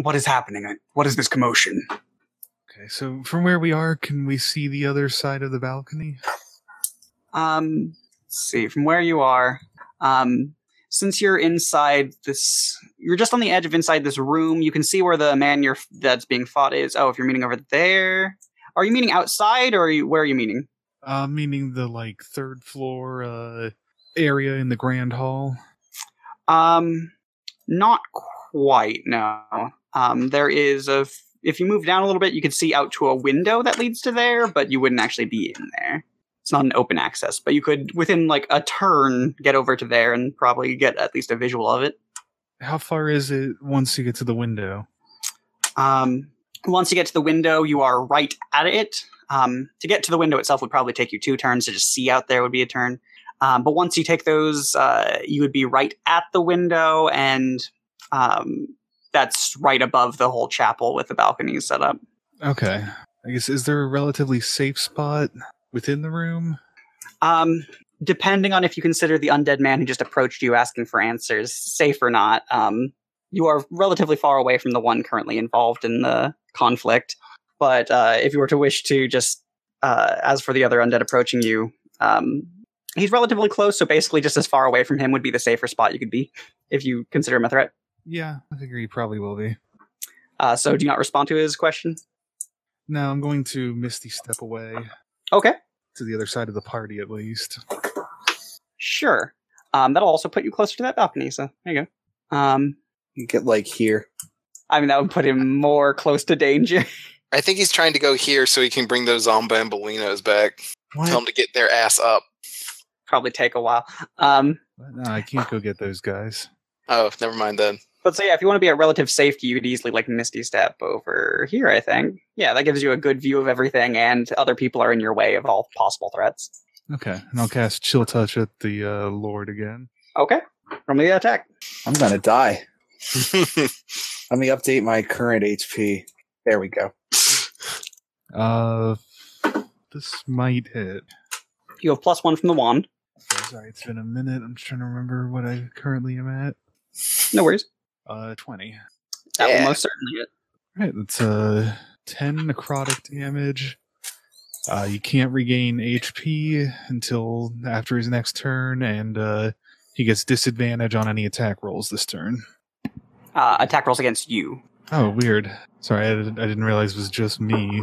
S2: what is happening? What is this commotion?
S5: Okay, so from where we are, can we see the other side of the balcony?
S2: Um, let's see from where you are. Um, since you're inside this, you're just on the edge of inside this room. You can see where the man you're that's being fought is. Oh, if you're meeting over there, are you meeting outside or are you, where are you meeting?
S5: Uh, meaning the like third floor uh, area in the grand hall.
S2: Um, not quite. No. Um, there is a. f- If you move down a little bit, you could see out to a window that leads to there, but you wouldn't actually be in there. It's not an open access, but you could within like a turn get over to there and probably get at least a visual of it.
S5: How far is it once you get to the window?
S2: Um, once you get to the window, you are right at it. Um, to get to the window itself would probably take you two turns to just see out there would be a turn. Um, but once you take those, uh, you would be right at the window, and um, that's right above the whole chapel with the balconies set up.
S5: Okay. I guess is there a relatively safe spot within the room?
S2: Um, depending on if you consider the undead man who just approached you asking for answers safe or not, um, you are relatively far away from the one currently involved in the conflict. But uh, if you were to wish to just, uh, as for the other undead approaching you, um, he's relatively close, so basically just as far away from him would be the safer spot you could be if you consider him a threat.
S5: Yeah, I figure you probably will be.
S2: Uh, so do you not respond to his question?
S5: No, I'm going to misty step away
S2: Okay,
S5: to the other side of the party at least.
S2: sure. Um, that'll also put you closer to that balcony, so there you go. Um,
S4: You get like here.
S2: I mean, that would put him more close to danger.
S6: I think he's trying to go here so he can bring those Zombambolinos back. Tell them to get their ass up.
S2: probably take a while. Um,
S5: But no, I can't go get those guys.
S6: Oh, never mind then.
S2: but so yeah, if you want to be at relative safety, you could easily like Misty Step over here. I think yeah, that gives you a good view of everything, and other people are in your way of all possible threats.
S5: Okay, and I'll cast Chill Touch at the uh, Lord again.
S2: Okay, from the attack.
S4: I'm gonna die. Let me update my current HP. There we go.
S5: Uh, this might hit.
S2: You have plus one from the wand.
S5: Sorry, it's been a minute. I'm just trying to remember what I currently am at.
S2: No worries.
S5: Uh, 20.
S2: That
S6: Yeah.
S2: will most certainly hit.
S5: All right, that's uh, 10 necrotic damage. Uh, you can't regain HP until after his next turn, and uh, he gets disadvantage on any attack rolls this turn.
S2: Uh, attack rolls against you.
S5: Oh, weird. Sorry, I didn't, I didn't realize it was just me.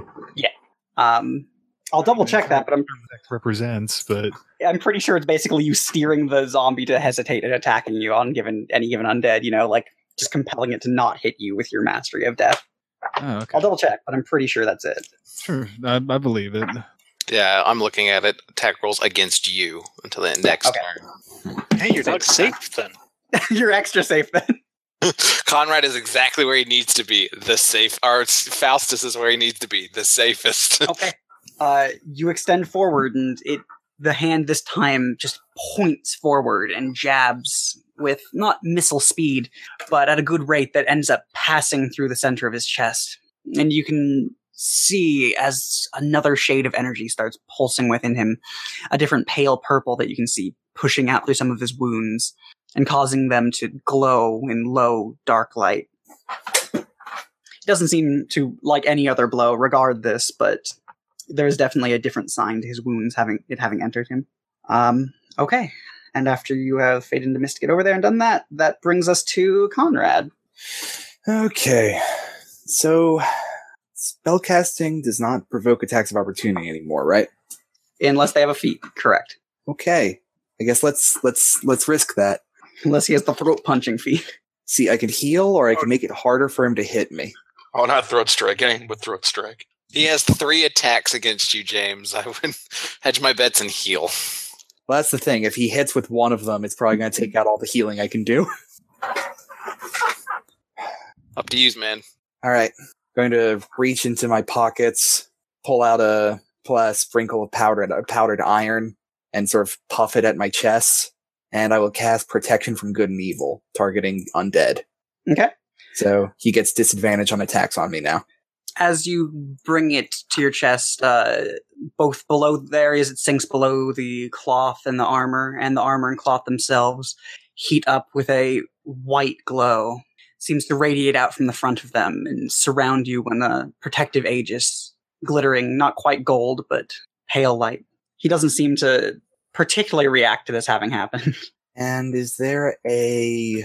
S2: Um, I'll double check that, but I'm
S5: Represents, but
S2: I'm pretty sure it's basically you steering the zombie to hesitate at attacking you on given any given undead. You know, like just compelling it to not hit you with your mastery of death.
S5: oh, okay.
S2: I'll double check, but I'm pretty sure that's it.
S5: Sure, I, I believe it.
S6: Yeah, I'm looking at it. Attack rolls against you until the next
S2: Okay.
S6: turn.
S7: Hey, your dog's safe then.
S2: You're extra safe then.
S6: Conrad is exactly where he needs to be. The safe, or it's- Faustus is where he needs to be. The safest.
S2: okay. Uh, you extend forward, and it the hand this time just points forward and jabs with not missile speed, but at a good rate that ends up passing through the center of his chest. And you can see as another shade of energy starts pulsing within him, a different pale purple that you can see pushing out through some of his wounds and causing them to glow in low, dark light doesn't seem to like any other blow regard this but there's definitely a different sign to his wounds having it having entered him um okay and after you have faded into mist to get over there and done that that brings us to conrad
S4: Okay. So spellcasting does not provoke attacks of opportunity anymore, right?
S2: unless they have a feat correct
S4: Okay. I guess let's let's let's risk that.
S2: unless he has the throat punching feat
S4: See, I can heal or I can make it harder for him to hit me.
S3: Oh, not throat strike. Anything but throat strike.
S6: He has three attacks against you, James. I would hedge my bets and heal.
S4: Well, that's the thing. If he hits with one of them, it's probably going to take out all the healing I can do.
S6: Up to you, man.
S4: All right. Going to reach into my pockets, pull out a pull out a sprinkle of powdered uh, powdered iron, and sort of puff it at my chest. And I will cast protection from good and evil, targeting undead.
S2: okay
S4: So he gets disadvantage on attacks on me now.
S2: as you bring it to your chest, uh, both below the areas it sinks below the cloth and the armor, and the armor and cloth themselves heat up with a white glow. Seems to radiate out from the front of them and surround you in a protective aegis, glittering, not quite gold, but pale light. He doesn't seem to particularly react to this having happened.
S4: And is there a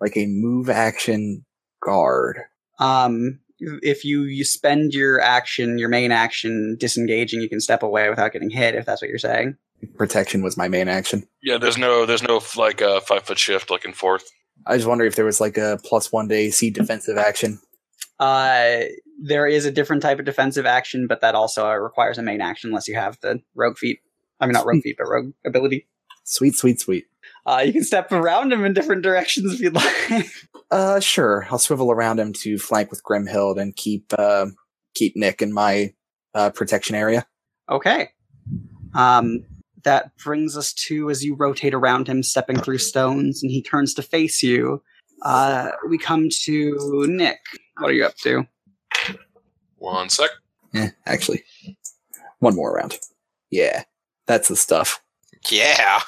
S4: like a move action guard?
S2: Um, if you, you spend your action, your main action, disengaging, you can step away without getting hit, if that's what you're saying.
S4: Protection was my main action.
S3: Yeah, there's no there's no like uh, five foot shift like and forth.
S4: I just wonder if there was like a plus one to AC defensive action.
S2: Uh, there is a different type of defensive action, but that also uh, requires a main action unless you have the rogue feat. I mean, not rogue feat, but rogue ability.
S4: Sweet, sweet, sweet.
S2: Uh, you can step around him in different directions if you'd like.
S4: Uh, sure. I'll swivel around him to flank with Grimhild and keep uh, keep Nick in my uh, protection area.
S2: okay. Um, that brings us to as you rotate around him, stepping through stones, and he turns to face you. Uh, we come to Nick. What are you up to?
S3: One sec.
S4: Eh, actually, one more round. Yeah, that's the stuff.
S6: Yeah.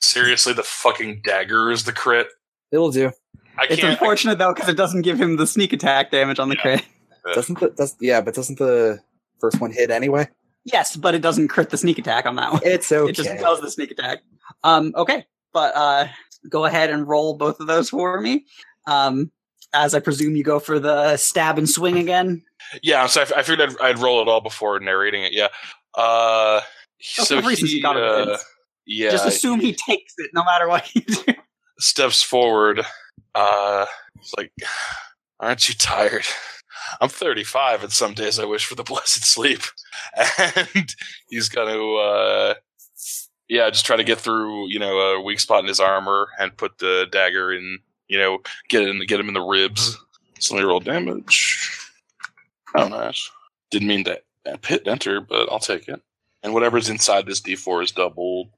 S3: Seriously, the fucking dagger is the crit.
S4: It'll do.
S3: I
S2: It's
S3: can't. I-
S2: unfortunate though because it doesn't give him the sneak attack damage on the
S3: Yeah.
S2: crit.
S4: Doesn't the does yeah, but doesn't the first one hit anyway?
S2: Yes, but it doesn't crit the sneak attack on that one.
S4: It's okay.
S2: It just does the sneak attack. Um, okay, but uh, go ahead and roll both of those for me. Um, as I presume you go for the stab and swing again.
S3: yeah, so I, I figured I'd, I'd roll it all before narrating it. Yeah. Uh, so
S2: for reasons
S3: he,
S2: you gotta
S3: uh,
S2: convince.
S3: yeah,
S2: just assume he takes it no matter what you do.
S3: steps forward. Uh, it's like, aren't you tired? I'm 35, and some days I wish for the blessed sleep. And he's gonna, uh, yeah, just try to get through, you know, a weak spot in his armor and put the dagger in, you know, get in, get him in the ribs. So let me roll damage. Oh, nice. Didn't mean to uh, hit enter, but I'll take it. And whatever's inside this D4 is doubled.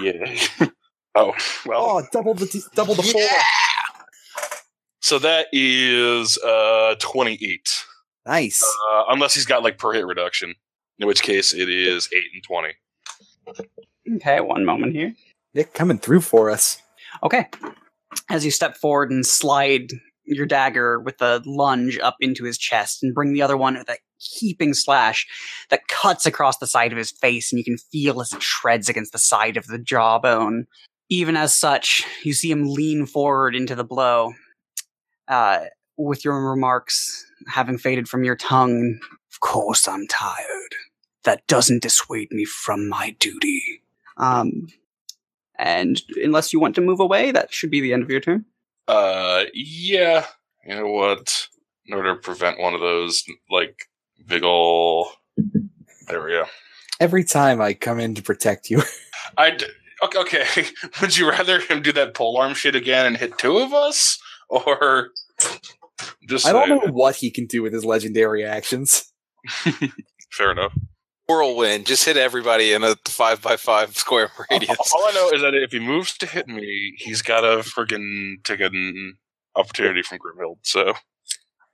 S3: Yeah. oh, well.
S4: Oh, double the double the four.
S3: So that is uh, 28.
S4: Nice.
S3: Uh, unless he's got like per hit reduction, in which case it is 8 and 20.
S2: Okay, one moment here.
S4: Nick coming through for us.
S2: Okay. As you step forward and slide your dagger with a lunge up into his chest and bring the other one with a heaping slash that cuts across the side of his face, and you can feel as it shreds against the side of the jawbone. Even as such, you see him lean forward into the blow. Uh, with your remarks having faded from your tongue, of course I'm tired. That doesn't dissuade me from my duty. Um, and unless you want to move away, that should be the end of your turn.
S3: Uh, yeah. You know what? In order to prevent one of those, like, big ol' There we go.
S4: Every time I come in to protect you.
S3: I d- okay, okay. Would you rather him do that pole arm shit again and hit two of us? Or just
S4: I don't
S3: saying.
S4: know what he can do with his legendary actions.
S3: Fair enough.
S6: Whirlwind. Just hit everybody in a five by five square radius.
S3: All I know is that if he moves to hit me, he's got a friggin' take an opportunity from Grimhild. So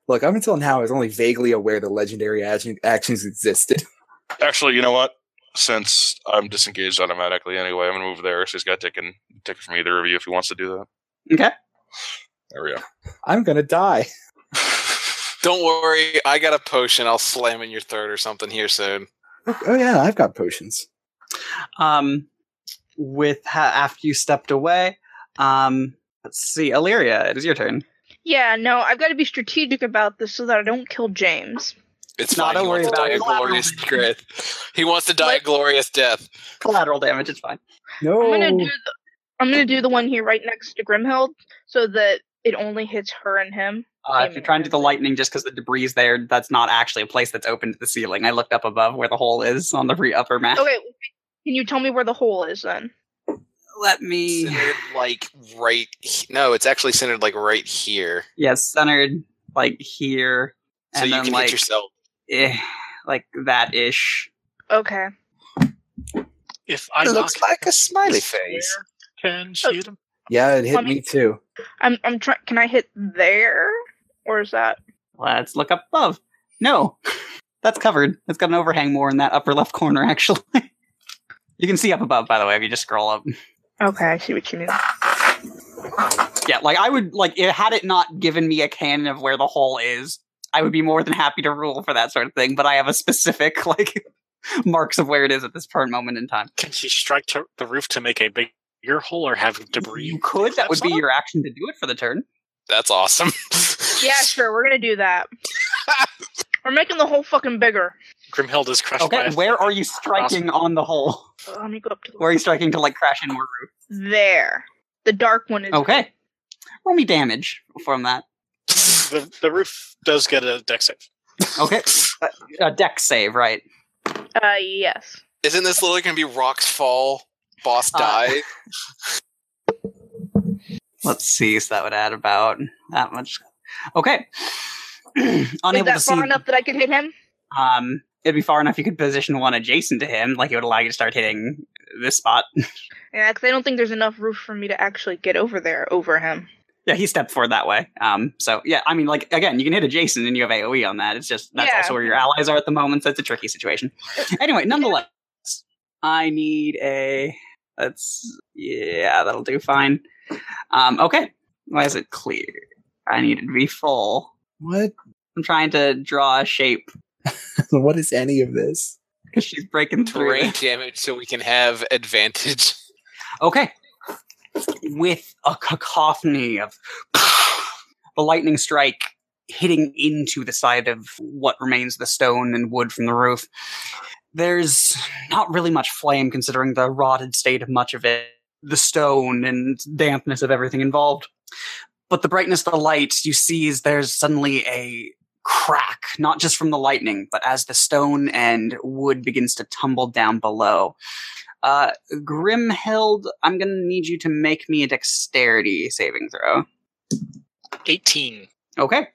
S4: Look, up until now, I was only vaguely aware the legendary action- actions existed.
S3: actually, you know what? Since I'm disengaged automatically anyway, I'm gonna move there. So he's got taken ticket from either of you if he wants to do that.
S2: Okay.
S3: There we go.
S4: I'm gonna die.
S6: Don't worry, I got a potion. I'll slam in your third or something here soon.
S4: Oh yeah, I've got potions.
S2: Um, with ha- after you stepped away, um, let's see, Illyria, it is your turn.
S8: Yeah, no, I've got to be strategic about this so that I don't kill James.
S6: It's
S2: No,
S6: fine.
S2: don't
S6: he
S2: worry
S6: wants
S2: about
S6: to die
S2: it.
S6: a glorious death. He wants to die a
S8: What?
S6: glorious death.
S2: Collateral damage, it's fine.
S4: No,
S8: I'm gonna do the I'm gonna do the one here right next to Grimhild so that it only hits her and him.
S2: Uh, if you're trying to do the lightning just because the debris is there, that's not actually a place that's open to the ceiling. I looked up above where the hole is on the re upper map.
S8: Okay, can you tell me where the hole is then?
S2: Let me.
S6: centered like right he- no it's actually centered like right here
S2: Yes, centered like here.
S6: so
S2: and
S6: you
S2: then,
S6: can
S2: like,
S6: hit yourself
S2: eh, like that ish.
S8: Okay.
S7: If I knock him
S6: a smiley
S7: square,
S2: Uh,
S7: can shoot him.
S4: yeah, it hit
S8: Let me-
S4: me too.
S8: I'm I'm trying. Can I hit there, or is that
S2: Let's look up above. No, that's covered. It's got an overhang more in that upper left corner, actually. you can see up above, by the way, if you just scroll up.
S8: Okay, I see what you mean.
S2: Yeah, like I would like it, had it not given me a canon of where the hole is, I would be more than happy to rule for that sort of thing. But I have a specific like marks of where it is at this current moment in time.
S7: Can she strike to the roof to make a bigger hole or have debris?
S2: You could. That would be
S7: collapse on it?
S2: your action to do it for the turn.
S6: That's awesome.
S8: Yeah, sure, we're gonna do that. we're making the whole fucking bigger.
S7: Grimhild is crushed by
S2: Okay,
S7: a-
S2: where are you striking on the hole?
S8: Uh, let me go up to the
S2: Where are you striking to like crash inward?
S8: there. The dark one is
S2: Okay, roll me damage from that.
S7: the, the roof does get a deck save.
S2: Okay, Uh, a deck save, right?
S8: Uh, yes.
S6: Isn't this literally going to be rocks fall, boss
S2: Uh,
S6: die?
S2: Let's see. So that would add about that much. Okay. Unable
S8: is
S2: to
S8: that
S2: see.
S8: far enough that I could hit him?
S2: Um, it'd be far enough you could position one adjacent to him, like it would allow you to start hitting this spot.
S8: Yeah, because I don't think there's enough roof for me to actually get over there over him.
S2: Yeah, he stepped forward that way. Um, so yeah, I mean, like again, you can hit adjacent and you have AOE on that. It's just that's
S8: Yeah.
S2: also where your allies are at the moment, so it's a tricky situation. Anyway, nonetheless, I need a. That's yeah, that'll do fine. Um, okay, why is it clear? I need it to be full.
S4: What?
S2: I'm trying to draw a shape
S4: what is any of this?
S2: because she's breaking through.
S6: Terrain damage so we can have advantage.
S2: Okay. With a cacophony of the lightning strike hitting into the side of what remains of the stone and wood from the roof. There's not really much flame considering the rotted state of much of it, the stone and dampness of everything involved. But the brightness of the light you see is there's suddenly a crack, not just from the lightning, but as the stone and wood begins to tumble down below. Uh, Grimhild, I'm going to need you to make me a dexterity saving throw.
S7: 18.
S2: Okay.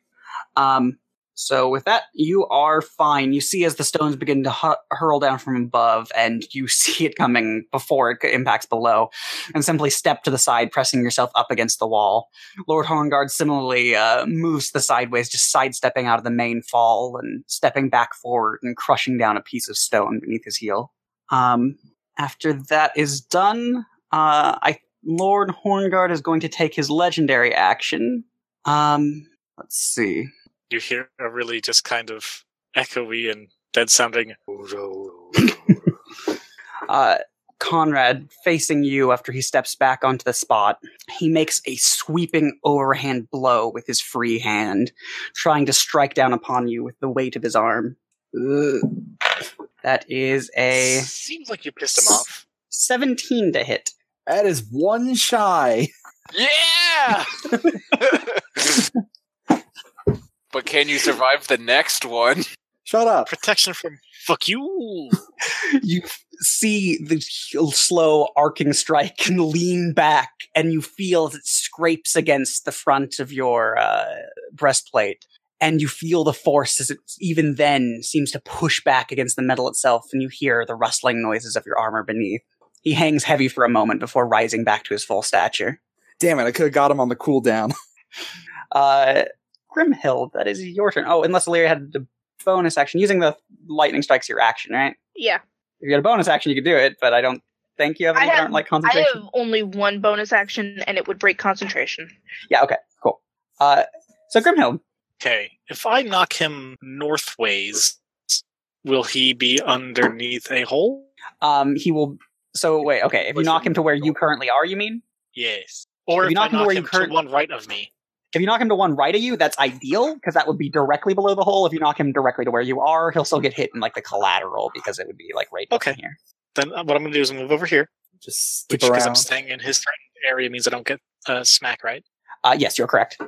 S2: Um, so with that, you are fine. You see as the stones begin to hu- hurl down from above, and you see it coming before it impacts below, and simply step to the side, pressing yourself up against the wall. Lord Horngard similarly uh, moves to the sideways, just sidestepping out of the main fall and stepping back forward and crushing down a piece of stone beneath his heel. Um, after that is done, uh, I Lord Horngard is going to take his legendary action. Um, let's see.
S7: You hear a really just kind of echoey and dead sounding.
S2: Uh, Conrad, facing you after he steps back onto the spot, he makes a sweeping overhand blow with his free hand, trying to strike down upon you with the weight of his arm. Ugh. That is a
S7: Seems like you pissed him off.
S2: 17 to hit.
S4: That is one shy.
S6: Yeah! but can you survive the next one?
S4: Shut up.
S7: Protection from fuck you.
S2: you see the slow arcing strike and lean back, and you feel as it scrapes against the front of your uh, breastplate. And you feel the force as it even then seems to push back against the metal itself, and you hear the rustling noises of your armor beneath. He hangs heavy for a moment before rising back to his full stature.
S4: Damn it, I could have got him on the cooldown.
S2: Uh, Grimhild, that is your turn. Oh, unless Illyria had the bonus action. Using the lightning strikes your action, right?
S8: Yeah.
S2: if you had a bonus action, you could do it, but I don't think you have
S8: I
S2: any that
S8: have-
S2: aren't like
S8: I
S2: concentration.
S8: have only one bonus action, and it would break concentration.
S2: Yeah, okay, cool. Uh, so Grimhild,
S7: Okay, if I knock him northways, will he be underneath a hole?
S2: um, he will. So wait, okay. If you
S7: Listen,
S2: knock him to where you currently are, you mean?
S7: Yes. Or
S2: If
S7: if,
S2: you
S7: I
S2: knock him
S7: knock
S2: where you
S7: him
S2: current-
S7: to one right of me.
S2: If you knock him to one right of you, that's ideal because that would be directly below the hole. If you knock him directly to where you are, he'll still get hit in like the collateral because it would be like right
S7: Okay.
S2: down here.
S7: Then uh, what I'm going to do is move over here,
S4: Just
S7: which
S4: skip
S7: because I'm
S4: around.
S7: staying in his threatened area means I don't get a smack, right?
S2: Uh, yes, you're correct.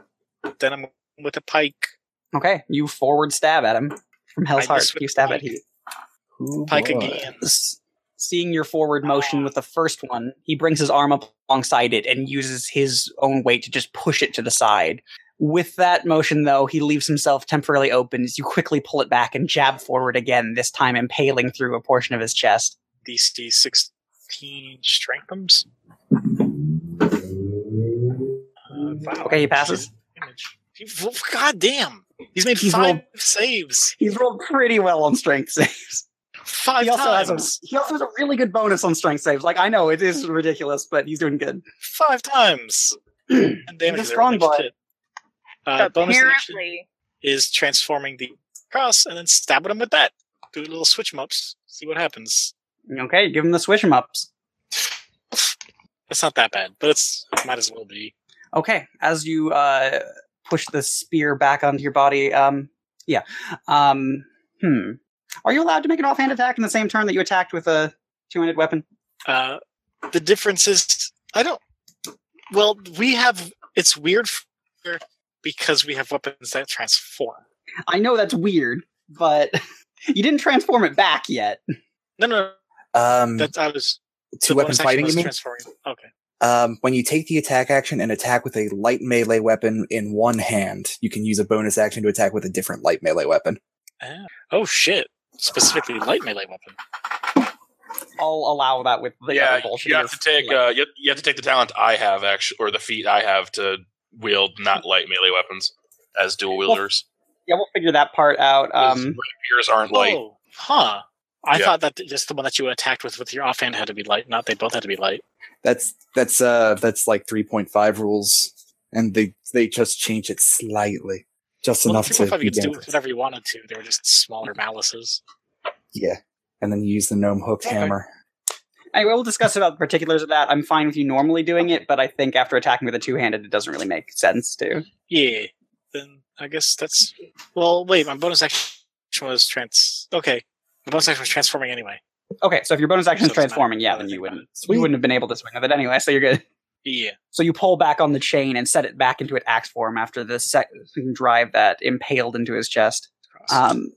S7: Then I'm with a pike.
S2: Okay, you forward stab at him from Hell's
S7: I
S2: Heart.
S7: miss with
S2: You
S7: the
S2: stab at
S7: pike.
S2: him.
S4: Ooh,
S7: Pike
S4: boy.
S7: again.
S2: s- seeing your forward motion with the first one, he brings his arm up alongside it and uses his own weight to just push it to the side. With that motion, though, he leaves himself temporarily open as you quickly pull it back and jab forward again, this time impaling through a portion of his chest.
S7: DC 16 strengthums. Uh, wow.
S2: Okay, he passes.
S7: Image. God damn. He's made
S2: He's
S7: five
S2: rolled-
S7: saves.
S2: He's rolled pretty well on strength saves.
S7: Five
S2: he also
S7: times.
S2: has a he also has a really good bonus on strength saves. Like I know it is ridiculous, but he's doing good.
S7: five times. and damage
S2: a
S7: is
S2: strong
S7: everything
S2: boy.
S7: she did. Uh, bonus action
S8: Apparently,
S7: is transforming the cross and then stabbing him with that. Do a little switch mops. See what happens.
S2: Okay, give him the swish 'em ups.
S7: It's not that bad, but it's might as well be.
S2: Okay, as you uh, push the spear back onto your body, um, yeah, um, hmm, are you allowed to make an offhand attack in the same turn that you attacked with a two-handed weapon?
S7: Uh, the difference is I don't. Well, we have. It's weird for, because we have weapons that transform.
S2: I know that's weird, but you didn't transform it back yet.
S7: No, no,
S4: Um,
S7: that's I was
S4: two
S7: the
S4: weapon
S7: bonus action
S4: fighting,
S7: was
S4: you mean?
S7: transforming. Okay,
S4: Um, when you take the attack action and attack with a light melee weapon in one hand, you can use a bonus action to attack with a different light melee weapon.
S7: Ah. oh shit! Specifically, light melee weapon.
S2: I'll allow that with the
S3: yeah,
S2: other bullshit.
S3: you have to take uh, you, have, you have to take the talent I have actually, or the feat I have to wield not light melee weapons as dual wielders.
S2: yeah, we'll figure that part out. Um,
S3: Rapiers aren't light.
S7: Oh, huh. I
S3: Yeah.
S7: thought that just the one that you attacked with with your offhand had to be light, not they both had to be light.
S4: That's that's uh that's like three point five rules, and they they just change it slightly, just
S7: Well,
S4: enough
S7: the
S4: to
S7: 3.5 you could do
S4: damaged.
S7: with whatever you wanted to. They were just smaller malices.
S4: Yeah, and then you use the gnome hooked
S2: Okay.
S4: hammer.
S2: Anyway, we'll discuss about the particulars of that. I'm fine with you normally doing it, but I think after attacking with a two-handed, it doesn't really make sense to.
S7: Yeah. Then I guess that's. Well, wait. My bonus action was trans. Okay. My bonus action was transforming anyway.
S2: Okay, so if your bonus action
S7: So
S2: is
S7: it's not-
S2: transforming, yeah,
S7: I
S2: then
S7: think
S2: you
S7: about
S2: wouldn't
S7: it.
S2: you wouldn't have been able to swing with it anyway. So you're good.
S7: Yeah.
S2: So you pull back on the chain and set it back into an axe form after the second drive that impaled into his chest. Um,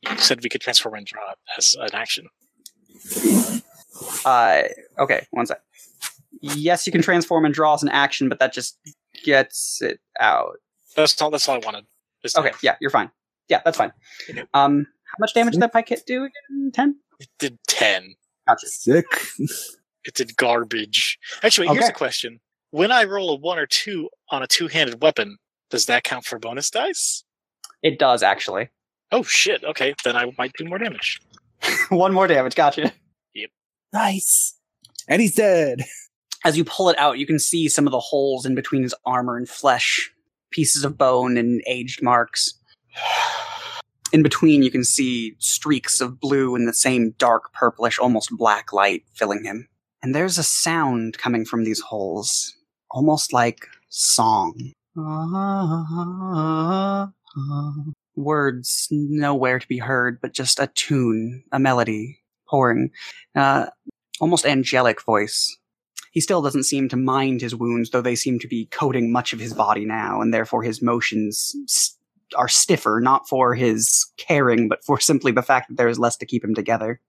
S7: you said we could transform and draw as an action.
S2: uh, okay, one sec. Yes, you can transform and draw as an action, but that just gets it out.
S7: That's all. That's all I wanted. Just
S2: Okay, yeah, you're fine. Yeah, that's fine.
S7: Okay.
S2: Um, how much damage did that pike hit do again? Ten.
S7: It did ten.
S2: Gotcha.
S4: Sick.
S7: It did garbage. Actually, wait, here's
S2: Okay.
S7: a question: When I roll a one or two on a two-handed weapon, does that count for bonus dice?
S2: It does actually.
S7: Oh shit! Okay, then I might do more damage.
S2: One more damage. Gotcha.
S4: Nice. And he's dead.
S2: as you pull it out, you can see some of the holes in between his armor and flesh, pieces of bone and aged marks. In between, you can see streaks of blue and the same dark purplish, almost black light filling him. And there's a sound coming from these holes, almost like song. Words nowhere to be heard, but just a tune, a melody pouring. Uh, almost angelic voice. He still doesn't seem to mind his wounds, though they seem to be coating much of his body now, and therefore his motions s- are stiffer, not for his caring, but for simply the fact that there is less to keep him together.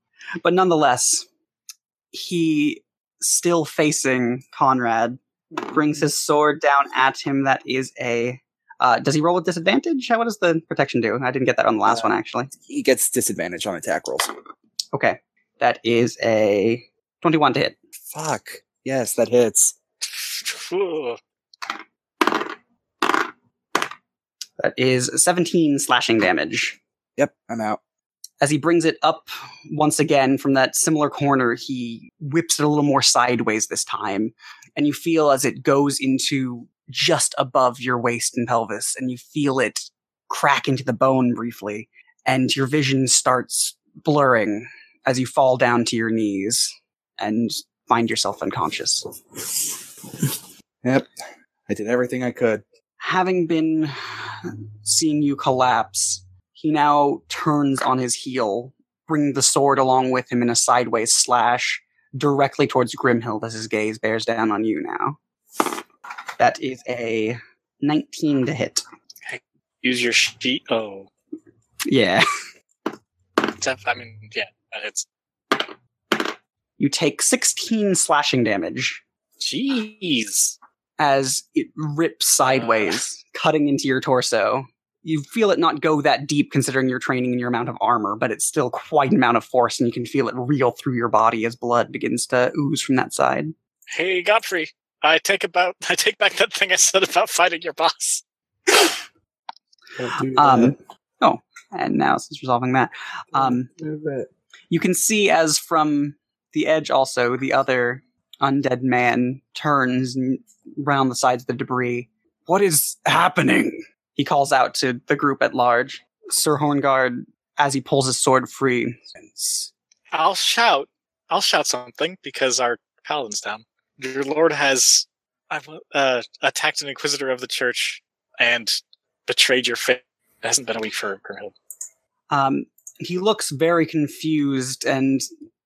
S2: But nonetheless, he, still facing Conrad, brings his sword down at him. That is a. Uh, does he roll with disadvantage? How, what does the protection do? I didn't get that on the last
S4: Uh,
S2: one, actually.
S4: He gets disadvantage on attack rolls.
S2: Okay. That is a 21 to hit.
S4: Fuck. Yes, that hits.
S7: Ugh.
S2: That is 17 slashing damage.
S4: Yep, I'm out.
S2: as he brings it up once again from that similar corner, he whips it a little more sideways this time. And you feel as it goes into just above your waist and pelvis, and you feel it crack into the bone briefly. And your vision starts blurring as you fall down to your knees and find yourself unconscious.
S4: Yep. I did everything I could.
S2: having been seeing you collapse, he now turns on his heel, bringing the sword along with him in a sideways slash directly towards Grimhild as his gaze bears down on you now. That is a 19 to hit.
S7: Use your sheet. Oh,
S2: Yeah.
S7: Def- I mean, yeah, that hits.
S2: You take 16 slashing damage
S7: Jeez.
S2: as it rips sideways, cutting into your torso. You feel it not go that deep considering your training and your amount of armor, but it's still quite an amount of force, and you can feel it reel through your body as blood begins to ooze from that side.
S7: Hey, Godfrey. I take about. I take back that thing I said about fighting your boss.
S4: Don't do
S2: Um,
S4: that.
S2: and now since resolving that, um,
S4: Don't do that.
S2: you can see as from the edge also the other undead man turns and round the sides of the debris what is happening he calls out to the group at large sir horngard as he pulls his sword free
S7: I'll shout. I'll shout something because our paladin's down. Your lord has I've, uh, attacked an inquisitor of the church and betrayed your faith. It hasn't been a week for Grimhild.
S2: um, he looks very confused and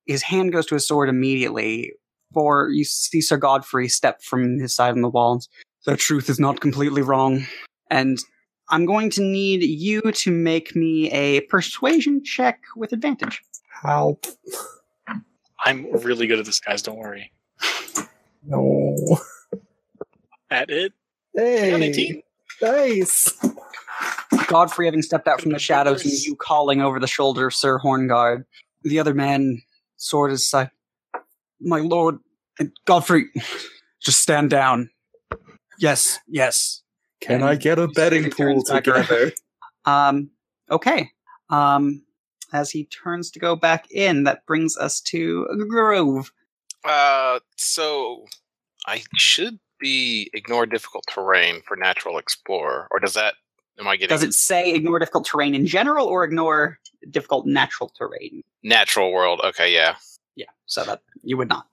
S2: his hand goes to his sword immediately for you see sir godfrey step from his side on the walls the truth is not completely wrong and i'm going to need you to make me a persuasion check with advantage
S4: Help.
S7: I'm really good at this, guys. Don't worry.
S4: No.
S7: At it, I got an
S4: Hey.
S7: 18.
S4: Nice.
S2: godfrey having stepped out from the shadows and you calling over the shoulder of sir horngard the other man sword is side my lord and godfrey just stand down yes yes
S4: Can
S2: And
S4: I get a
S2: he slowly
S4: betting pool
S2: turns back around.
S4: together?
S2: Um, okay. Um, as he turns to go back in, that brings us to Grove.
S6: Uh, so I should be ignore difficult terrain for natural explorer, or does that? Am I getting
S2: Does it say ignore difficult terrain in general or ignore difficult natural terrain?
S6: natural world? Okay, yeah.
S2: Yeah, so that you would not.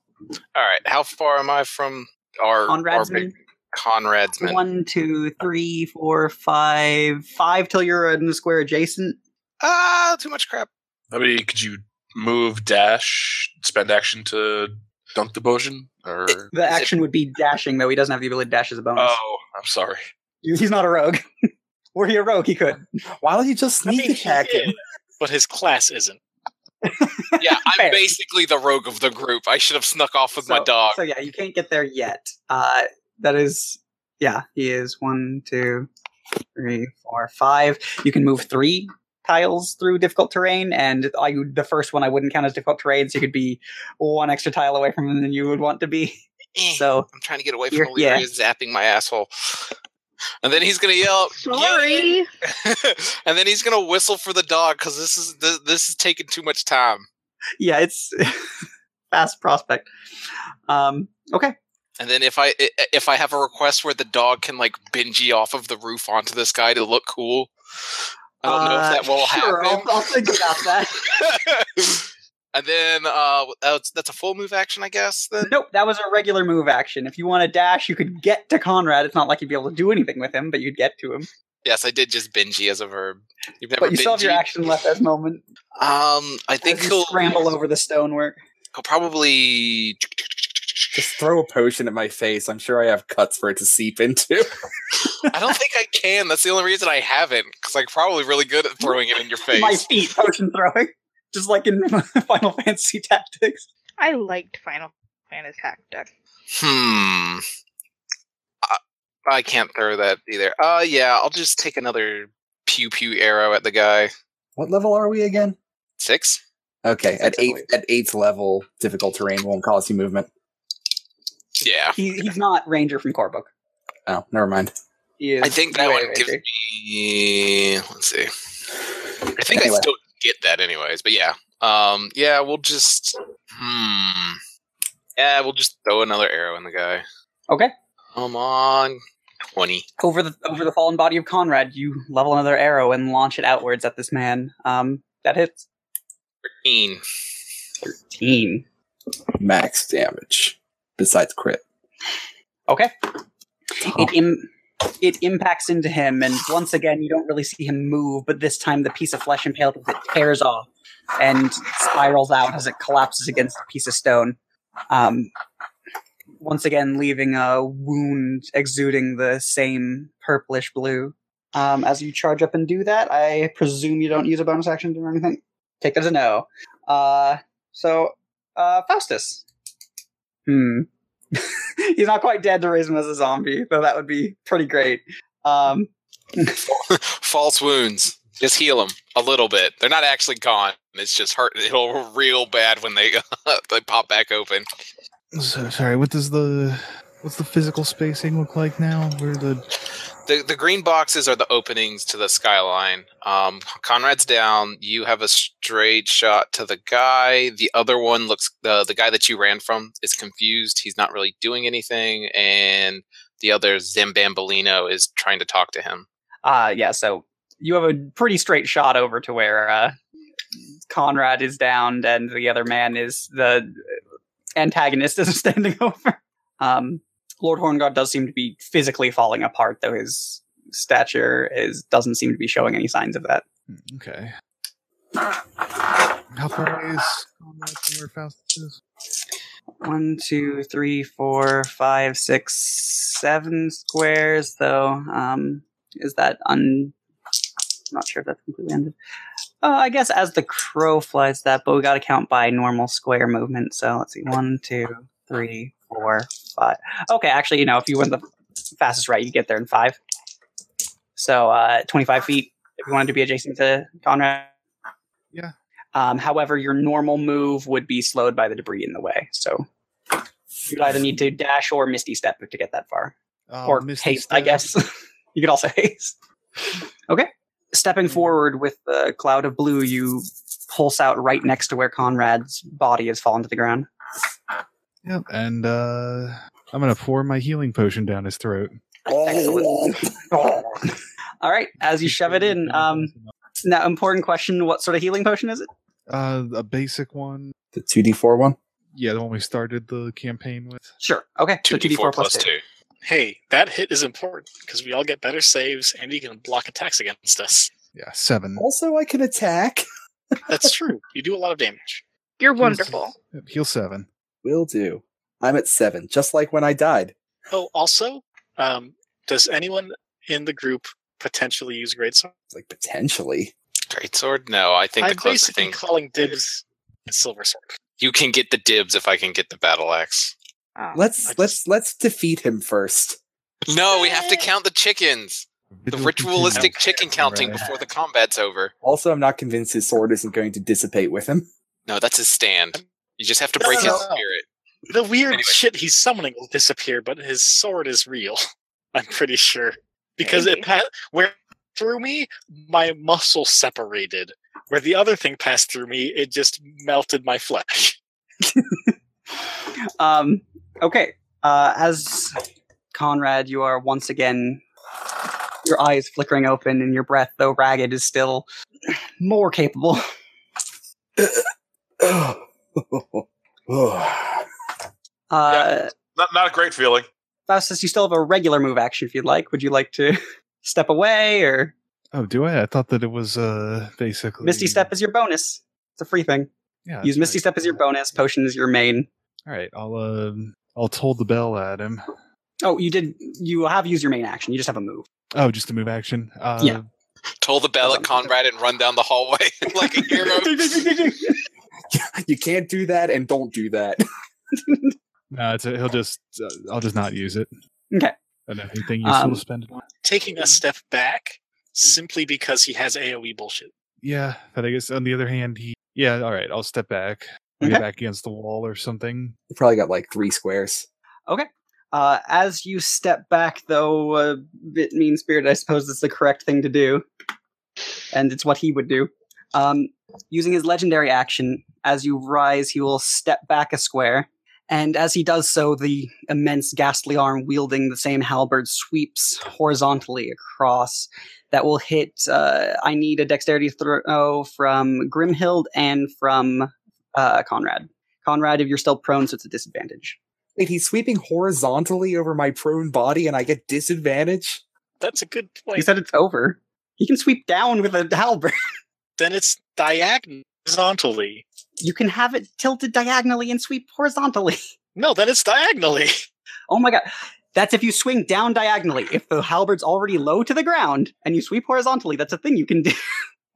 S6: All right. How far am I from our our
S2: Conradsman,
S6: big Conradsman?
S2: one, two, three, four, five, five till you're in the square adjacent.
S6: Ah, too much crap.
S3: I mean, could you move dash, spend action to dunk the potion? Or
S2: The
S6: Er, Is it-
S2: action would be dashing, though he doesn't have the ability to dash as a bonus.
S3: oh, I'm sorry.
S2: He's not a rogue. Were he a rogue, he could.
S4: Why don't you just
S7: I
S4: sneak
S7: mean, he
S4: attack him?
S7: is, But his class isn't.
S6: Yeah,
S2: Fair.
S6: I'm basically the rogue of the group. I should have snuck off with my
S2: So-
S6: dog.
S2: So yeah, you can't get there yet. Uh, that is, yeah, he is one, two, three, four, five. You can move three tiles through difficult terrain, and I, the first one I wouldn't count as difficult terrain, so you could be one extra tile away from him than you would want to be.
S6: Eh,
S2: So
S6: I'm trying to get away
S2: You're-
S6: from Illyria
S2: yeah.
S6: zapping my asshole. And then he's gonna yell.
S8: Oh,
S6: "Yay!"
S8: Sorry.
S6: and then he's gonna whistle for the dog because this is this, this is taking too much time.
S2: yeah, it's fast prospect. Um, okay,
S6: And then if I i- if I have a request where the dog can like bingey off of the roof onto this guy to look cool, I don't know
S2: Uh,
S6: if that will
S2: sure, I'll,
S6: happen.
S2: I'll think about that.
S6: and then uh, that's, that's a full move action, I guess. Then
S2: Nope, that was a regular move action. If you want to dash, you could get to Conrad. It's not like you'd be able to do anything with him, but you'd get to him.
S6: yes, I did just bingey as a verb. You've never
S2: But you still have your
S6: bingied?
S2: action left at the moment.
S6: Um, I
S2: Think
S6: think he'll
S2: scramble over the stonework.
S6: he'll probably
S4: Just throw a potion at my face. I'm sure I have cuts for it to seep into.
S6: I don't think I can. That's the only reason I haven't, because I'm probably really good at throwing it in your face.
S2: My feet potion throwing, just like in Final Fantasy Tactics.
S8: I liked Final Fantasy Tactics.
S6: Hmm. I, I can't throw that either. Uh, yeah, I'll just take another pew pew arrow at the guy.
S4: What level are we again?
S6: Six.
S4: Okay, at
S6: Six and
S4: eight at eighth level, difficult terrain won't cause you movement.
S6: Yeah,
S2: He, he's not Ranger from Core Book.
S4: Oh, never mind.
S2: He is
S6: I think that
S2: UA
S6: one gives
S2: Ranger.
S6: me. Let's see. I think
S4: Anyway.
S6: I still get that anyways. But yeah, um, yeah, we'll just. Hmm. Yeah, we'll just throw another arrow in the guy.
S2: Okay.
S6: Come on, twenty.
S2: Over the over the fallen body of Conrad, you level another arrow and launch it outwards at this man. Um, that hits
S6: 13.
S2: thirteen.
S4: Max damage. Besides crit.
S2: Okay. It Im- it impacts into him, and once again, you don't really see him move. But this time, the piece of flesh impaled with it tears off and spirals out as it collapses against a piece of stone. Um, once again, leaving a wound exuding the same purplish blue. Um, as you charge up and do that, I presume you don't use a bonus action or anything. Take that as a no. Uh, so, uh, Faustus. Hmm he's not quite dead to raise him as a zombie, though that would be pretty great. Um,
S6: False wounds. Just heal them a little bit. They're not actually gone. It's just hurt. It'll real bad when they they pop back open.
S5: So, sorry, what does the what's the physical spacing look like now? Where the
S6: the the green boxes are the openings to the skyline. Um, Conrad's down. You have a straight shot to the guy. The other one looks uh, the guy that you ran from is confused. He's not really doing anything, and the other Zambambolino is trying to talk to him.
S2: Uh yeah, so you have a pretty straight shot over to where uh Conrad is downed and the other man is the antagonist is standing over. Um Lord Horngod does seem to be physically falling apart, though his stature is doesn't seem to be showing any signs of that.
S5: Okay. How far away is Conrad from where Faustus is?
S2: One, two, three, four, five, six, seven squares, though. Um is that un I'm not sure if that's completely ended. Uh, I guess as the crow flies that, but we got to count by normal square movement. So let's see. One, two, three, four, five. Okay, actually, you know, if you went the fastest right, you get there in five. So uh, 25 feet if you wanted to be adjacent to Conrad.
S5: Yeah.
S2: Um, however, your normal move would be slowed by the debris in the way. So you'd either need to dash or Misty Step to get that far.
S5: Um,
S2: or
S5: Misty
S2: haste, I
S5: Step.
S2: guess. you could also haste. Okay. Stepping
S5: Hmm.
S2: forward with the cloud of blue, you pulse out right next to where Conrad's body has fallen to the ground.
S5: Yep. And uh, I'm gonna pour my healing potion down his throat.
S4: Oh.
S2: Excellent. All right, as you shove it in, um, now important question: What sort of healing potion is it?
S5: uh, a basic one.
S4: The 2d4 one?
S5: Yeah, the one we started the campaign with.
S2: Sure. Okay, so
S6: 2d4 plus 2.
S7: Hey, that hit is important because we all get better saves and you can block attacks against us.
S5: Yeah, seven.
S4: Also, I can attack.
S7: That's true. You do a lot of damage.
S8: You're wonderful.
S5: Yep, heal seven.
S4: Will do. I'm at seven, just like when I died.
S7: Oh, also, um, does anyone in the group potentially use greatsword?
S4: Like, potentially.
S6: Great sword? No, I think
S7: I'm
S6: the closest
S7: basically
S6: thing
S7: calling dibs a silver sword.
S6: you can get the dibs if I can get the battle axe.
S8: Ah.
S4: Let's
S7: I just-
S4: let's let's defeat him first.
S6: No, we have to count the chickens. The
S5: Vigil
S6: ritualistic
S5: continues.
S6: chicken counting
S5: Right.
S6: before the combat's over.
S4: Also, I'm not convinced his sword isn't going to dissipate with him.
S6: No, that's his stand. You just have to break his
S7: No.
S6: spirit.
S7: The weird
S6: Anyway.
S7: shit he's summoning will disappear, but his sword is real. I'm pretty sure because
S8: Maybe.
S7: it pa- where through me, my muscle separated. Where the other thing passed through me, it just melted my flesh.
S2: Um, okay, uh, as Conrad, you are once again your eyes flickering open, and your breath, though ragged, is still more capable. Uh,
S3: Not not a great feeling.
S2: Faustus, you still have a regular move action if you'd like. Would you like to step away or
S5: Oh, do I? I thought that it was uh basically
S2: Misty Step is your bonus? It's a free thing.
S5: Yeah,
S2: Use
S5: that's
S2: Misty
S5: right.
S2: Step as your bonus. Potion is your main.
S5: All right, I'll uh, I'll toll the bell at him.
S2: Oh, you did. You have used your main action. You just have a move.
S5: Oh, just a move action. Uh,
S2: Yeah.
S6: Toll the bell at Conrad and run down the hallway like a hero.
S4: you can't do that, and don't do that.
S5: No, it's a, he'll just. Uh, I'll just not use it.
S2: Okay.
S5: And anything useful
S2: Um,
S5: to spend it on.
S7: Taking
S2: Mm.
S7: a step back simply because he has AOE bullshit.
S5: Yeah, but I guess on the other hand, he. Yeah, all right. I'll step back. I'll
S2: Okay.
S5: Get back against the wall or something.
S4: You probably got like three squares.
S2: Uh, as you step back, though, uh, a bit mean spirited, I suppose it's the correct thing to do, and it's what he would do. Um, using his legendary action, as you rise, he will step back a square, and as he does so, the immense ghastly arm wielding the same halberd sweeps horizontally across. That will hit. Uh, I need a dexterity throw from Grimhild and from uh, Conrad. Conrad, if you're still prone, so it's a disadvantage.
S4: Wait, he's sweeping horizontally over my prone body, and I get disadvantage.
S7: That's a good
S2: He
S7: point.
S2: said it's over. He can sweep down with a halberd.
S7: then it's diagonal horizontally.
S2: You can have it tilted diagonally and sweep horizontally.
S7: No, then it's diagonally.
S2: Oh my god. That's if you swing down diagonally. If the halberd's already low to the ground and you sweep horizontally, that's a thing you can do.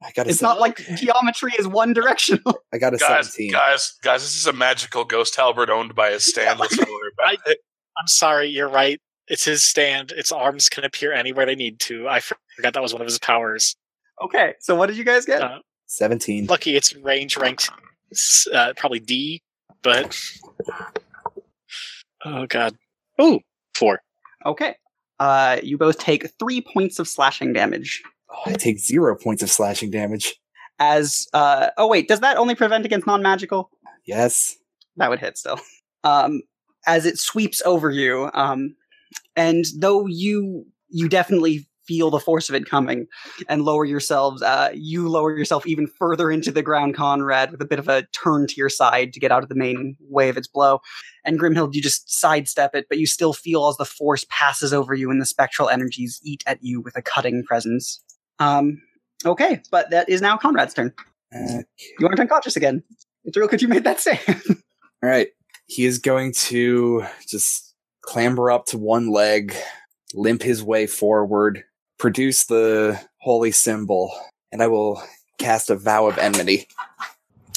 S4: I got a.
S2: It's not
S4: seven-
S2: like geometry is one directional.
S4: I got a
S3: Guys,
S4: seventeen.
S3: guys, guys, this is a magical ghost halberd owned by a stand. Let's not worry about it.
S7: I'm sorry, you're right. It's his stand. Its arms can appear anywhere they need to. I forgot that was one of his powers.
S2: Okay, so what did you guys get?
S7: Uh,
S4: Seventeen.
S7: Lucky it's range ranked s- uh, probably D, but oh god, oh four.
S2: Okay. Uh, you both take three points of slashing damage.
S4: Oh, I take zero points of slashing damage.
S2: As uh, oh wait, does that only prevent against non-magical?
S4: Yes.
S2: That would hit still. Um, as it sweeps over you, um, and though you you definitely feel the force of it coming, and lower yourselves, uh, you lower yourself even further into the ground, Conrad, with a bit of a turn to your side to get out of the main way of its blow. And Grimhild, you just sidestep it, but you still feel as the force passes over you, and the spectral energies eat at you with a cutting presence. Um, okay, but that is now Conrad's turn.
S4: Uh,
S2: You aren't unconscious again. It's real. Could you made that save?
S4: all right. He is going to just clamber up to one leg, limp his way forward, produce the holy symbol, and I will cast a vow of enmity.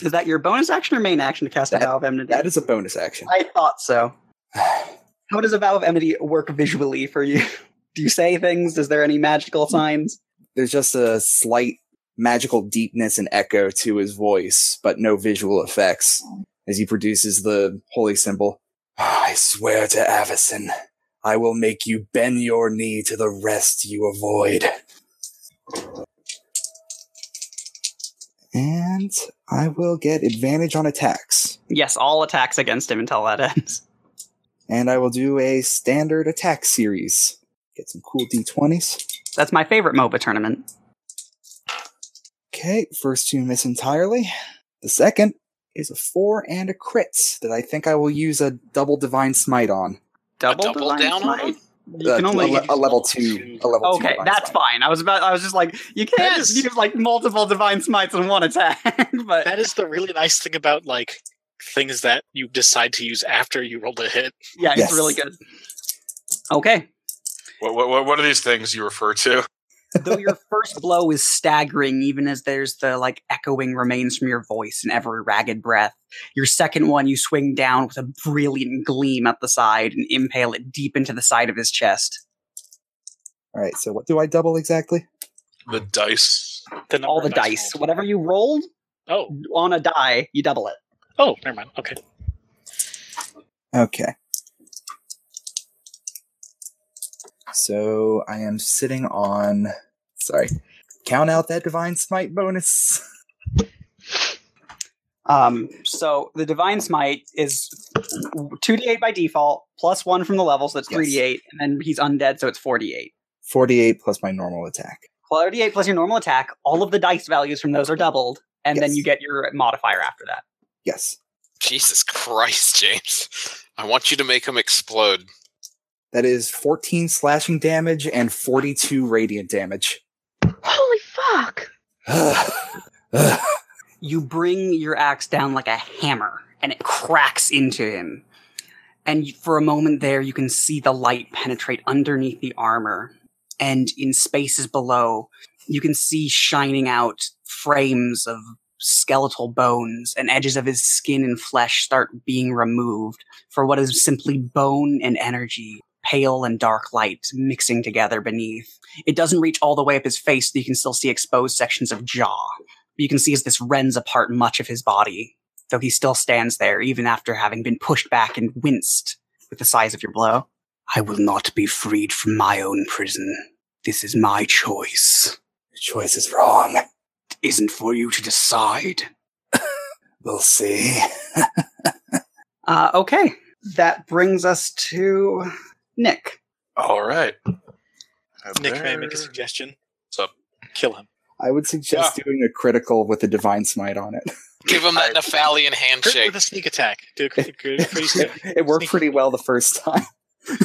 S2: is that your bonus action or main action to cast a
S4: That-
S2: vow of enmity?
S4: That is a bonus action.
S2: I thought so. How does a vow of enmity work visually for you? Do you say things? Is there any magical signs?
S4: There's just a slight magical deepness and echo to his voice, but no visual effects as he produces the holy symbol. Ah, I swear to Avison, I will make you bend your knee to the rest you avoid. And I will get advantage on attacks.
S2: Yes, all attacks against him until that ends.
S4: And I will do a standard attack series. Get some cool d20s.
S2: That's my favorite MOBA tournament.
S4: Okay, first two miss entirely. The second is a four and a crit that I think I will use a double divine smite on.
S2: Double,
S6: double
S2: divine
S6: down on
S2: smite?
S6: him?
S2: You
S4: Uh,
S2: can
S4: a,
S2: only
S4: le- a level two. A level two.
S2: Okay,
S4: divine
S2: that's
S4: smite.
S2: fine. I was about I was just like, you can't
S7: is-
S2: use like multiple divine smites in one attack. but
S7: That is the really nice thing about like things that you decide to use after you rolled a hit.
S2: yeah,
S4: Yes.
S2: it's really good. Okay.
S3: What, what, what, what are these things you refer to?
S2: though your first blow is staggering, even as there's the like echoing remains from your voice in every ragged breath. Your second one, you swing down with a brilliant gleam at the side and impale it deep into the side of his chest.
S4: All right. So what do I double exactly?
S3: The dice.
S7: The
S2: All the
S7: number of
S2: dice,
S7: rolled.
S2: whatever you rolled
S7: Oh,
S2: on a die, you double it.
S7: oh, never mind. Okay,
S4: Okay. So I am sitting on. Sorry. Count out that divine smite bonus.
S2: Um, so the divine smite is two d eight by default, plus one from the level, so that's
S4: Yes.
S2: three d eight, and then he's undead, so it's four d eight.
S4: Forty-eight plus my normal attack.
S2: Four d eight plus your normal attack. All of the dice values from those are doubled, and then
S4: Yes.
S2: you get your modifier after that.
S4: Yes,
S6: Jesus Christ, James. I want you to make him explode.
S4: that is fourteen slashing damage and forty-two radiant damage.
S8: Holy fuck!
S5: Uh,
S2: you bring your axe down like a hammer and it cracks into him. And you- for a moment there, you can see the light penetrate underneath the armor. And in spaces below, you can see shining out frames of skeletal bones and edges of his skin and flesh start being removed for what is simply bone and energy, pale and dark light mixing together beneath. It doesn't reach all the way up his face, so you can still see exposed sections of jaw you can see as this rends apart much of his body, though he still stands there, even after having been pushed back and winced with the size of your blow. I will not be freed from my own prison. This is my choice.
S4: Your choice is wrong.
S2: It isn't for you to decide.
S4: We'll see.
S2: Uh, okay. That brings us to Nick.
S3: All right.
S7: Nick may I
S3: There-
S7: make a suggestion.
S3: What's up?
S7: Kill him.
S4: I would suggest doing a critical with a divine smite on it.
S6: Give him that
S3: I-
S6: Nephalian
S7: Crit
S6: handshake.
S7: with a sneak attack. Do a crit, crit, pretty soon.
S4: it worked pretty well the first time.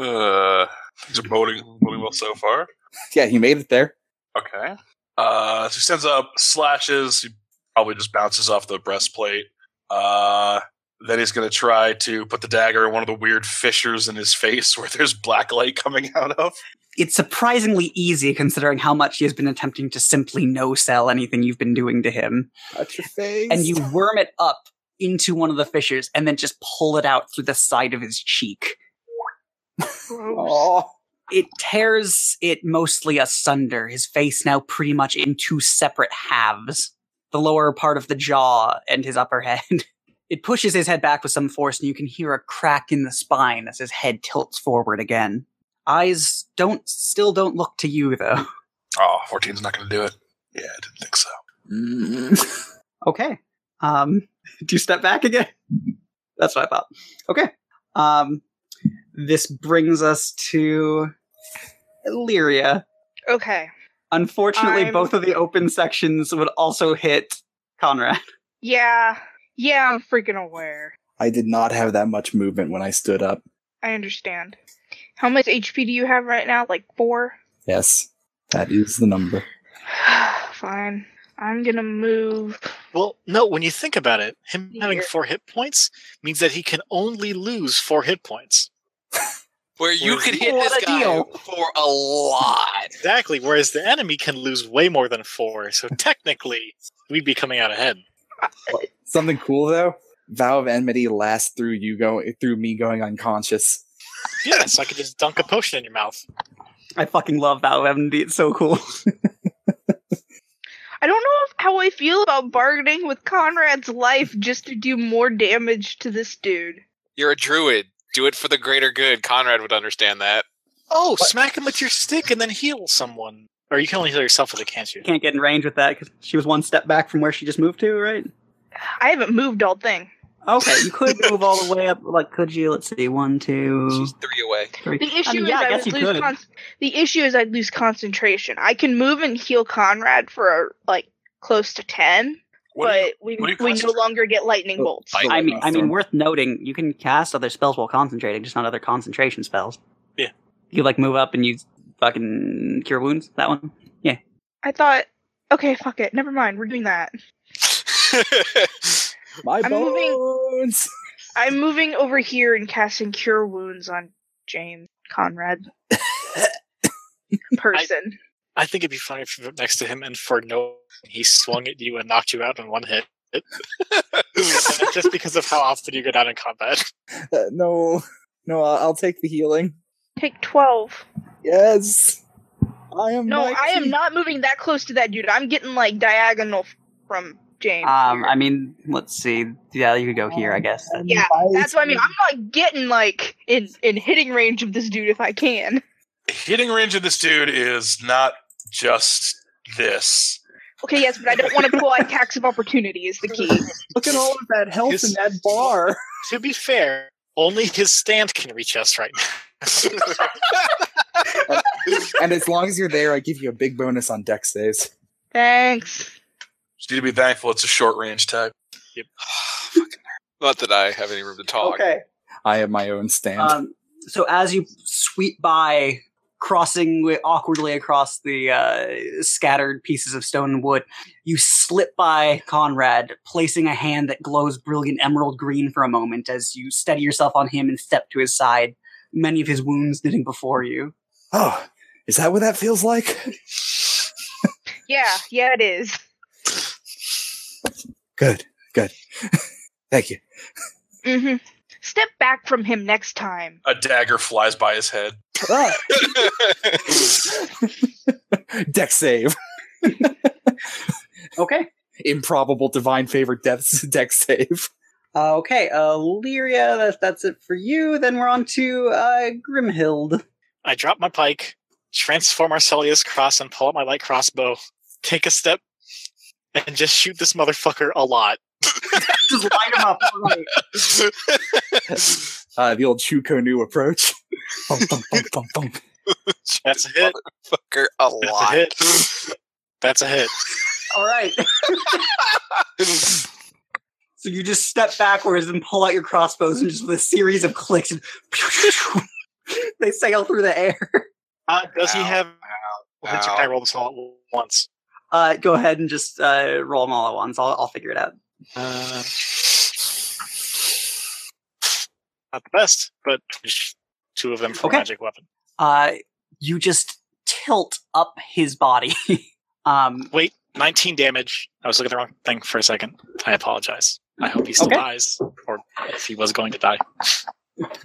S3: Uh, things are voting voting well so far.
S4: yeah, he made it there.
S3: Okay. Uh, so he stands up, slashes. He probably just bounces off the breastplate. Uh, then he's going to try to put the dagger in one of the weird fissures in his face where there's black light coming out of.
S2: It's surprisingly easy considering how much he has been attempting to simply no sell anything you've been doing to him.
S4: Touch your face.
S2: and you worm it up into one of the fissures and then just pull it out through the side of his cheek.
S4: Aw.
S2: It tears it mostly asunder, his face now pretty much in two separate halves the lower part of the jaw and his upper head. It pushes his head back with some force, and you can hear a crack in the spine as his head tilts forward again. Eyes don't still don't look to you though.
S3: Oh, 14's not going to do it. Yeah, I didn't think so.
S2: Okay. Um, do you step back again? That's what I thought. Okay. Um, this brings us to Illyria.
S8: Okay.
S2: Unfortunately,
S8: I'm-
S2: both of the open sections would also hit Conrad.
S8: Yeah. Yeah, I'm freaking aware.
S4: I did not have that much movement when I stood up.
S8: I understand. How much HP do you have right now? Like four?
S4: Yes, that is the number.
S8: Fine. I'm gonna move.
S7: Well, no, when you think about it, him having
S8: Here.
S7: four hit points means that he can only lose four hit points.
S6: Where you
S3: Where's
S6: could
S3: he?
S6: hit
S2: What
S6: this
S2: a
S6: guy
S2: deal.
S6: for a lot.
S7: Exactly, whereas the enemy can lose way more than four, so technically, we'd be coming out ahead.
S4: Something cool though. Vow of enmity lasts through you go through me going unconscious.
S7: Yeah, so I could just dunk a potion in your mouth.
S2: I fucking love that weapon. It's so cool.
S8: I don't know if, how I feel about bargaining with Conrad's life just to do more damage to this dude.
S6: You're a druid. Do it for the greater good. Conrad would understand that.
S7: Oh, smack him with your stick and then heal someone. Or you can only heal yourself with a can't you?
S2: Can't get in range with that because she was one step back from where she just moved to, right?
S8: I haven't moved all thing.
S2: Okay, you could move all the way up. Like, could you? Let's see, one, two,
S6: She's three away.
S2: three.
S8: The issue
S2: I mean,
S8: is
S2: yeah, I
S8: I,
S2: guess
S8: would
S2: you
S8: lose
S2: could.
S8: con- the issue is I'd lose concentration. I can move and heal Conrad for like close to ten,
S3: What do
S8: but
S3: you-
S8: we
S3: what do you
S8: we no
S3: concentrate-
S8: longer get lightning
S4: Oh,
S8: bolts.
S6: I-
S2: I mean, I mean,
S4: Storm.
S2: worth noting, you can cast other spells while concentrating, just not other concentration spells.
S7: Yeah.
S2: You like move up and use fucking cure wounds. That one.
S8: I thought, okay, fuck it, never mind. We're doing that.
S4: My
S8: I'm moving-
S4: bones.
S8: I'm moving over here and casting Cure Wounds on James Conrad. Person.
S7: I think it'd be funny if you went next to him and for no he swung at you and knocked you out in one hit. just because of how often you go down in combat.
S4: Uh, no, no, I'll, I'll take the healing.
S8: Take 12.
S4: Yes, I am.
S8: No, I am
S4: mighty.
S8: not moving that close to that dude. I'm getting like diagonal from James.
S2: Um,
S4: Ah,
S8: here.
S2: I mean, let's see. Yeah, you could go here, I guess.
S4: am
S8: Yeah, That's what I mean.
S4: mighty.
S8: I'm like getting like in in hitting range of this dude if I can.
S3: Hitting range of this dude is not just this.
S8: Okay, yes, but I don't want to pull out tax of opportunity is the key.
S4: Look at all of that health
S7: Yes.
S4: in that bar.
S7: To be fair, only his stand can reach us right now.
S4: and as long as you're there, I give you a big bonus on deck saves.
S8: Thanks.
S3: Just need to be thankful it's a short range type.
S6: Not that I have any room to talk.
S2: Okay.
S4: I have my own stand.
S2: Um, so as you sweep by, crossing wi- awkwardly across the uh, scattered pieces of stone and wood, you slip by Conrad, placing a hand that glows brilliant emerald green for a moment as you steady yourself on him and step to his side, many of his wounds knitting before you.
S4: oh, is that what that feels like?
S8: Yeah, yeah, it is.
S4: Good, good. Thank you.
S8: Mm-hmm. Step back from him next time.
S3: A dagger flies by his head.
S4: Ah, deck save.
S2: Okay.
S4: Improbable divine favor deaths deck save.
S2: Uh, okay, uh, Lyria, that's, that's it for you. Then we're on to uh, Grimhild.
S7: I drop my pike, transform Arcelius cross, and pull out my light crossbow. Take a step and just shoot this motherfucker a lot.
S2: Just light him up. all right.
S4: Uh, the old Chuko new approach. Bum, bum, bum, bum, bum.
S7: That's a hit.
S6: Motherfucker, a
S7: That's a
S6: lot.
S7: hit. That's a hit.
S2: All right. so you just step backwards and pull out your crossbows, and just with a series of clicks, and they sail through the air.
S7: Uh, does he
S6: Ow,
S7: have? Well, then
S6: ow.
S7: Can I roll this all at once?
S2: Uh, go ahead and just uh, roll them all at once. I'll, I'll figure it out.
S7: Uh, not the best, but two of them for
S2: Okay.
S7: magic weapon.
S2: Uh, you just tilt up his body. um,
S7: Wait, 19 damage. I was looking at the wrong thing for a second. I apologize. I hope he still
S2: Okay.
S7: dies, or if he was going to die.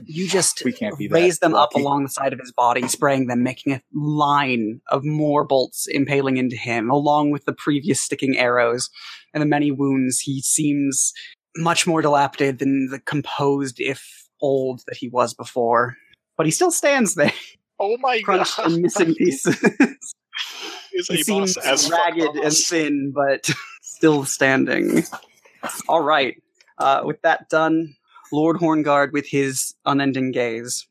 S2: you just
S4: We can't be that
S2: raise them up
S4: lucky.
S2: along the side of his body, spraying them, making a line of more bolts impaling into him, along with the previous sticking arrows and the many wounds. He seems much more dilapidated than the composed, if old, that he was before. But he still stands there.
S7: Oh my
S2: crunched
S7: god!
S2: and missing pieces.
S7: Is
S2: He
S7: a
S2: seems
S7: boss as
S2: ragged and thin, but still standing. All right. Uh, with that done, Lord Horngard, with his unending gaze,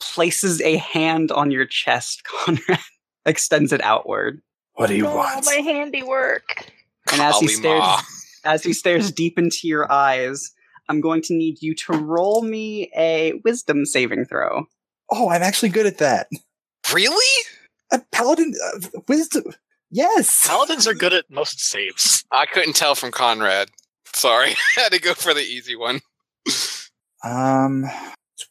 S2: places a hand on your chest, Conrad, extends it outward.
S4: What do you
S8: Oh,
S4: want?
S8: my handiwork.
S2: And as he
S6: Kali
S2: stares,
S6: Ma.
S2: as he stares deep into your eyes, I'm going to need you to roll me a wisdom saving throw.
S4: Oh, I'm actually good at that.
S6: Really?
S4: A paladin uh, wisdom. Yes.
S7: Paladins are good at most saves.
S6: I couldn't tell from Conrad. Sorry, I had to go for the easy one.
S4: Um,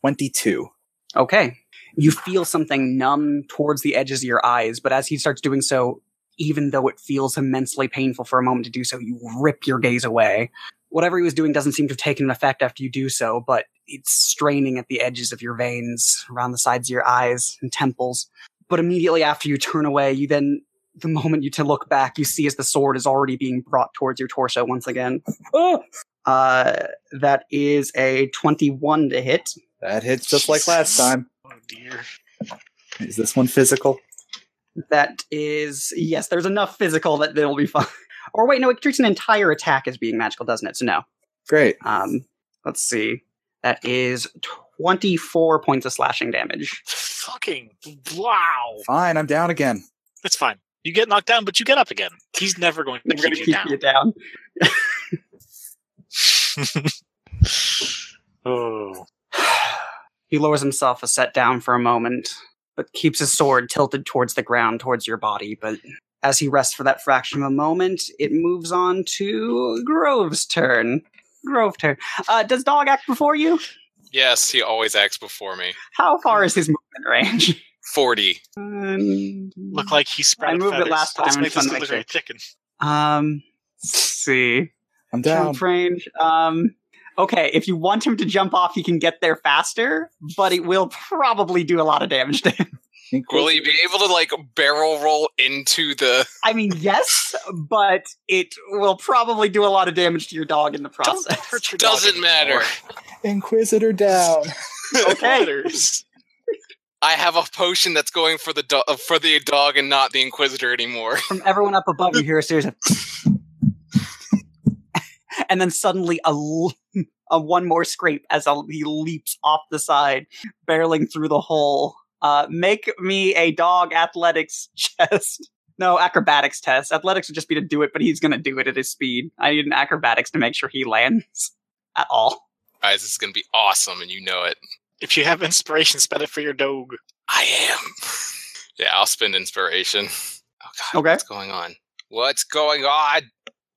S4: twenty-two.
S2: Okay. You feel something numb towards the edges of your eyes, but as he starts doing so, even though it feels immensely painful for a moment to do so, you rip your gaze away. Whatever he was doing doesn't seem to have taken an effect after you do so, but it's straining at the edges of your veins, around the sides of your eyes and temples. But immediately after you turn away, you then, the moment you to look back, you see as the sword is already being brought towards your torso once again. Ah! Uh, that is a 21 to hit.
S4: That hits just like last time.
S7: Oh dear.
S4: Is this one physical?
S2: That is yes, there's enough physical that it'll be fine. Or wait, no, it treats an entire attack as being magical, doesn't it? So no.
S4: Great.
S2: Um, let's see. That is twenty-four points of slashing damage.
S7: Fucking wow.
S4: Fine, I'm down again.
S7: It's fine. You get knocked down, but you get up again. He's never going to
S2: They're
S7: keep
S2: gonna
S7: you
S2: keep
S7: down.
S2: you down.
S7: oh.
S2: he lowers himself a set down for a moment, but keeps his sword tilted towards the ground, towards your body. But as he rests for that fraction of a moment, it moves on to Grove's turn. Grove turn. Uh, does dog act before you?
S6: Yes, he always acts before me.
S2: How far is his movement range?
S6: 40.
S2: Um,
S7: Look like he spread
S2: I moved it
S7: feathers.
S2: last time,
S7: Let's
S2: I
S7: make
S2: just
S7: this
S2: wanna make
S7: look very
S2: sure.
S7: chicken.
S2: um, let's see,
S4: I'm down.
S2: jump range. Um, okay, if you want him to jump off, he can get there faster, but it will probably do a lot of damage to him.
S6: Will he be able to like barrel roll into the
S2: I mean, yes, but it will probably do a lot of damage to your dog in the
S7: Don't
S2: process.
S7: hurt your dog
S6: doesn't matter.
S7: anymore.
S4: Inquisitor down.
S2: Okay.
S7: Matters.
S6: I have a potion that's going for the do- for the dog and not the inquisitor anymore.
S2: From everyone up above, you hear a series of, and then suddenly a. L- a one more scrape as a, he leaps off the side, barreling through the hole. Uh, make me a dog athletics chest. No, acrobatics test. Athletics would just be to do it, but he's going to do it at his speed. I need an acrobatics to make sure he lands at all.
S6: Guys, this is going to be awesome and you know it.
S7: If you have inspiration, spend it for your dog.
S6: I am. yeah, I'll spend inspiration. Oh god.
S2: Okay.
S6: What's going on? What's going on?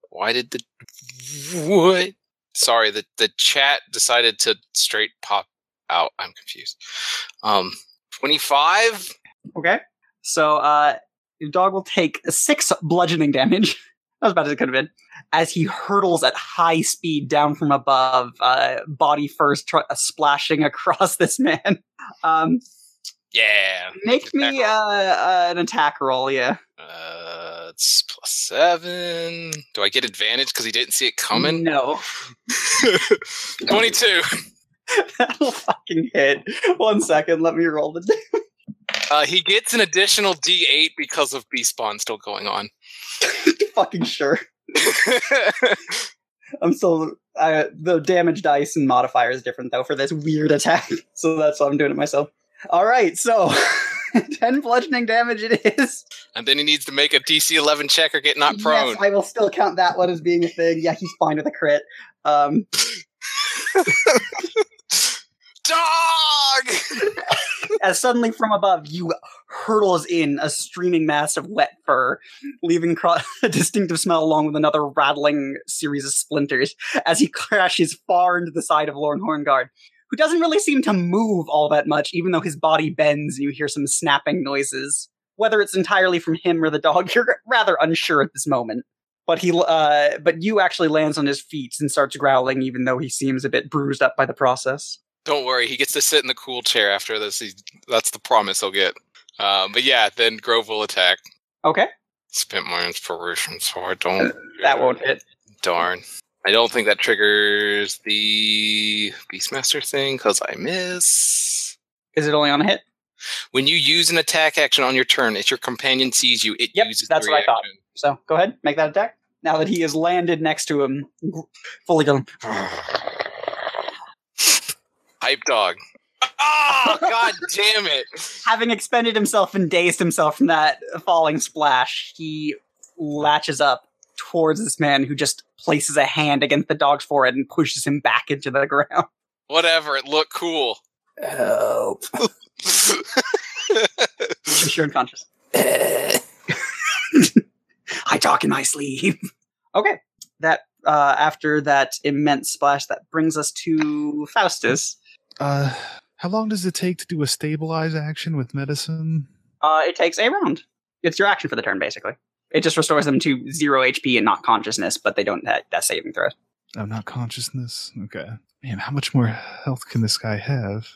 S6: Why did the what? Sorry, the the chat decided to straight pop out. I'm confused. Um 25?
S2: Okay. So uh, your dog will take six bludgeoning damage. That was about as it could have been. As he hurtles at high speed down from above, uh, body first tr- uh, splashing across this man. Um,
S6: Yeah.
S2: Make me uh, uh, an attack roll, yeah.
S6: Uh, it's plus seven. Do I get advantage because he didn't see it coming?
S2: No.
S6: 22.
S2: That'll fucking hit. One second, let me roll the d
S6: Uh, he gets an additional D8 because of B spawn still going on.
S2: fucking sure. I'm still. I, the damage dice and modifier is different, though, for this weird attack. So that's why I'm doing it myself. All right, so 10 bludgeoning damage it is.
S6: and then he needs to make a DC 11 check or get knocked prone.
S2: Yes, I will still count that one as being a thing. Yeah, he's fine with a crit. Um,
S6: Dog!
S2: as suddenly from above you hurtles in a streaming mass of wet fur, leaving cro- a distinctive smell along with another rattling series of splinters as he crashes far into the side of Lorne Horngard, who doesn't really seem to move all that much, even though his body bends and you hear some snapping noises. Whether it's entirely from him or the dog, you're rather unsure at this moment. But he, uh, but you actually lands on his feet and starts growling, even though he seems a bit bruised up by the process.
S6: Don't worry, he gets to sit in the cool chair after this. He, that's the promise he'll get. Um, but yeah, then Grove will attack.
S2: Okay,
S6: Spent my inspiration, so I don't.
S2: that won't hit.
S6: Darn. I don't think that triggers the Beastmaster thing because I miss.
S2: Is it only on a hit?
S6: When you use an attack action on your turn, if your companion sees you, it
S2: Yep,
S6: uses
S2: that's
S6: the
S2: what I thought.
S6: reaction.
S2: So go ahead, make that attack. Now that he is landed next to him, fully going.
S6: Hype dog. Ah, god damn it.
S2: Having expended himself and dazed himself from that falling splash, he latches up towards this man who just places a hand against the dog's forehead and pushes him back into the ground.
S6: Whatever, it looked cool.
S4: Help.
S2: You're unconscious. I talk in my sleep. Okay. That uh, after that immense splash, that brings us to Faustus.
S5: Uh, how long does it take to do a stabilize action with medicine?
S2: Uh, it takes a round. It's your action for the turn, basically. It just restores them to zero HP and not consciousness, but they don't have that saving throw.
S5: I'm Oh, not consciousness. Okay. Man, how much more health can this guy have?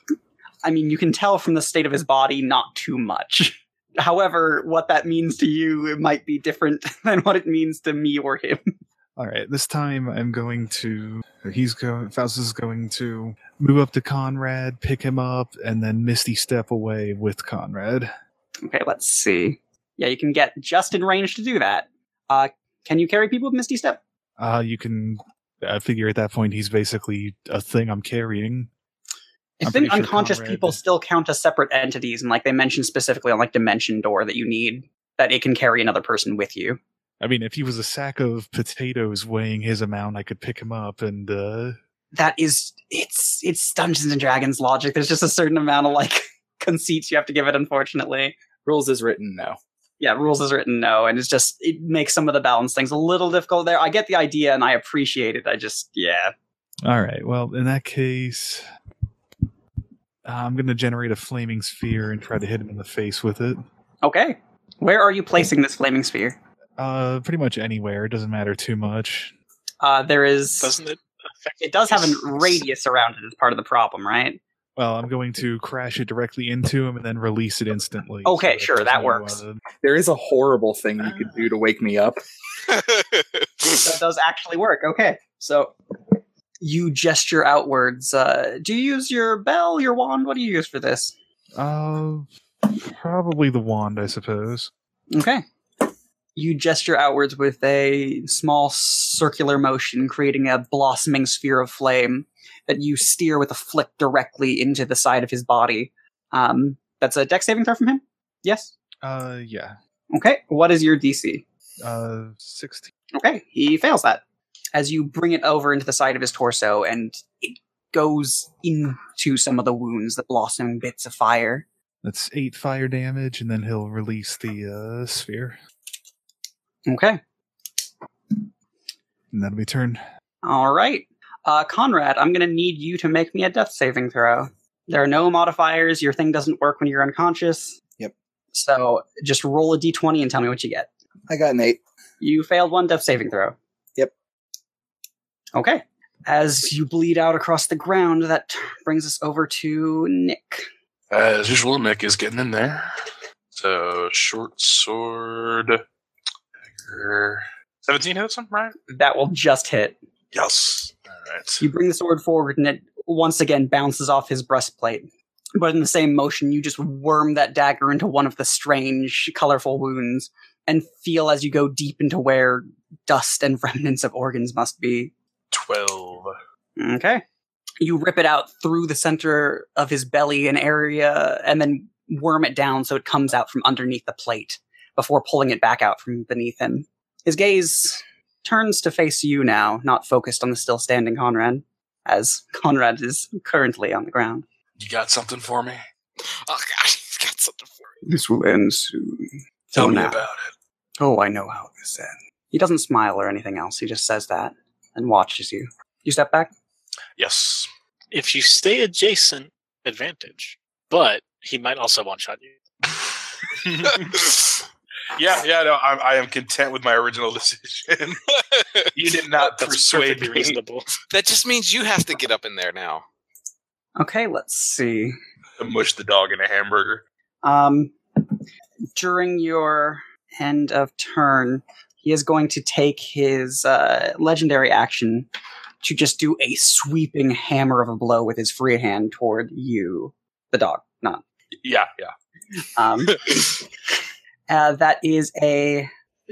S2: I mean, you can tell from the state of his body, not too much. However, what that means to you it might be different than what it means to me or him.
S5: All right, this time I'm going to. Or he's going. Faustus is going to move up to Conrad, pick him up, and then Misty step away with Conrad.
S2: Okay, let's see. Yeah, you can get just in range to do that. Uh, can you carry people with Misty Step?
S5: Uh, you can. I figure at that point he's basically a thing I'm carrying.
S2: I
S5: I'm
S2: think
S5: pretty sure
S2: unconscious
S5: Conrad-
S2: people still count as separate entities, and like they mentioned specifically on like Dimension Door that you need that it can carry another person with you.
S5: I mean, if he was a sack of potatoes weighing his amount, I could pick him up and uh,
S2: That is, it's it's Dungeons and Dragons logic. There's just a certain amount of like conceits you have to give it. Unfortunately,
S4: Rules is written now.
S2: yeah, rules is written no, and it's just it makes some of the balance things a little difficult there. I get the idea and I appreciate it. I just yeah,
S5: All right. Well, in that case, I'm going to generate a flaming sphere and try to hit him in the face with it.
S2: okay. Where are you placing this flaming sphere?
S5: Uh, pretty much anywhere. It doesn't matter too much.
S2: Uh, there is-
S7: Doesn't it affect
S2: it does have a radius around it. Is part of the problem, right?
S5: Well, I'm going to crash it directly into him and then release it instantly.
S2: Okay,
S5: that
S2: sure,
S5: there's
S2: that
S5: no,
S2: works.
S5: uh,
S4: There is a horrible thing you could do to wake me up.
S2: that does actually work. Okay, so you gesture outwards. Uh, do you use your bell, your wand? What do you use for this?
S5: uh, probably the wand, I suppose.
S2: Okay, you gesture outwards with a small circular motion, creating a blossoming sphere of flame that you steer with a flick directly into the side of his body. Um, that's a deck saving throw from him. Yes.
S5: Uh, yeah.
S2: Okay. What is your DC?
S5: Uh, sixteen.
S2: Okay, he fails that. As you bring it over into the side of his torso, and it goes into some of the wounds, the blossoming bits of fire.
S5: That's eight fire damage, and then he'll release the uh, sphere,
S2: Okay.
S5: and that'll be turn.
S2: All right. Uh, Conrad, I'm going to need you to make me a death saving throw. There are no modifiers. Your thing doesn't work when you're unconscious.
S4: Yep.
S2: So just roll a d20 and tell me what you get.
S4: I got an eight.
S2: You failed one death saving throw.
S4: Yep.
S2: Okay. As you bleed out across the ground, that brings us over to Nick.
S3: As usual, Nick is getting in there. So short sword. dagger. Seventeen hits him, right?
S2: That will just hit.
S3: Yes. All right.
S2: You bring the sword forward, and it once again bounces off his breastplate. But in the same motion, you just worm that dagger into one of the strange, colorful wounds, and feel as you go deep into where dust and remnants of organs must be.
S3: Twelve.
S2: Okay. You rip it out through the center of his belly and area, and then worm it down so it comes out from underneath the plate before pulling it back out from beneath him. His gaze turns to face you now, not focused on the still standing Conrad, as Conrad is currently on the ground.
S3: You got something for me?
S6: Oh god, he's got something for me.
S2: This will end soon.
S3: Tell
S2: Oh,
S3: me
S2: no.
S3: about it.
S2: Oh, I know how this ends. He doesn't smile or anything else. He just says that and watches you. You step back?
S3: Yes.
S7: If you stay adjacent, advantage. But he might also one shot you.
S3: yeah, yeah. No, I'm, I am content with my original decision. you did not persuade
S7: perfectly
S3: me.
S7: reasonable.
S6: That just means you have to get up in there now.
S2: Okay, let's see.
S3: to mush the dog in a hamburger.
S2: Um, during your end of turn, he is going to take his uh, legendary action to just do a sweeping hammer of a blow with his free hand toward you, the dog, not
S3: Yeah, yeah.
S2: Um, uh, that is a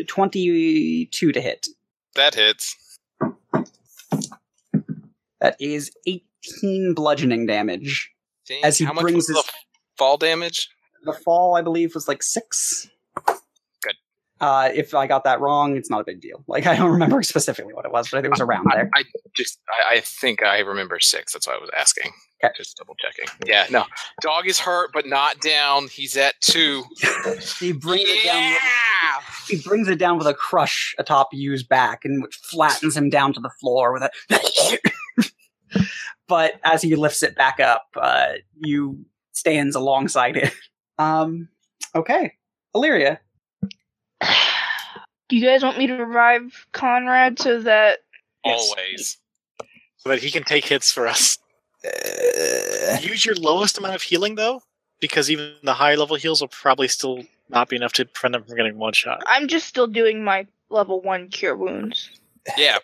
S2: 22 to hit.
S6: That hits.
S2: That is 18 bludgeoning damage.
S6: Dang,
S2: As he
S6: how much
S2: brings
S6: was
S2: his-
S6: the fall damage?
S2: The fall, I believe, was like six.
S6: Good.
S2: Uh, if I got that wrong, it's not a big deal. Like I don't remember specifically what it was, but it was around
S6: I-
S2: there.
S6: I, just, I, I think I remember six. That's why I was asking.
S2: Okay.
S6: Just double checking. Yeah, no. Dog is hurt, but not down. He's at two.
S2: He brings it down.
S6: yeah!
S2: With, he brings it down with a crush atop Yu's back, and which flattens him down to the floor with a. but as he lifts it back up, uh, Yu stands alongside it. Um, okay, Illyria.
S8: Do you guys want me to revive Conrad so that
S7: Yes.
S6: Always.
S7: so that he can take hits for us.
S4: Uh,
S7: Use your lowest amount of healing though, because even the high level heals will probably still not be enough to prevent them from getting one shot.
S8: I'm just still doing my level one cure wounds?
S6: Yeah,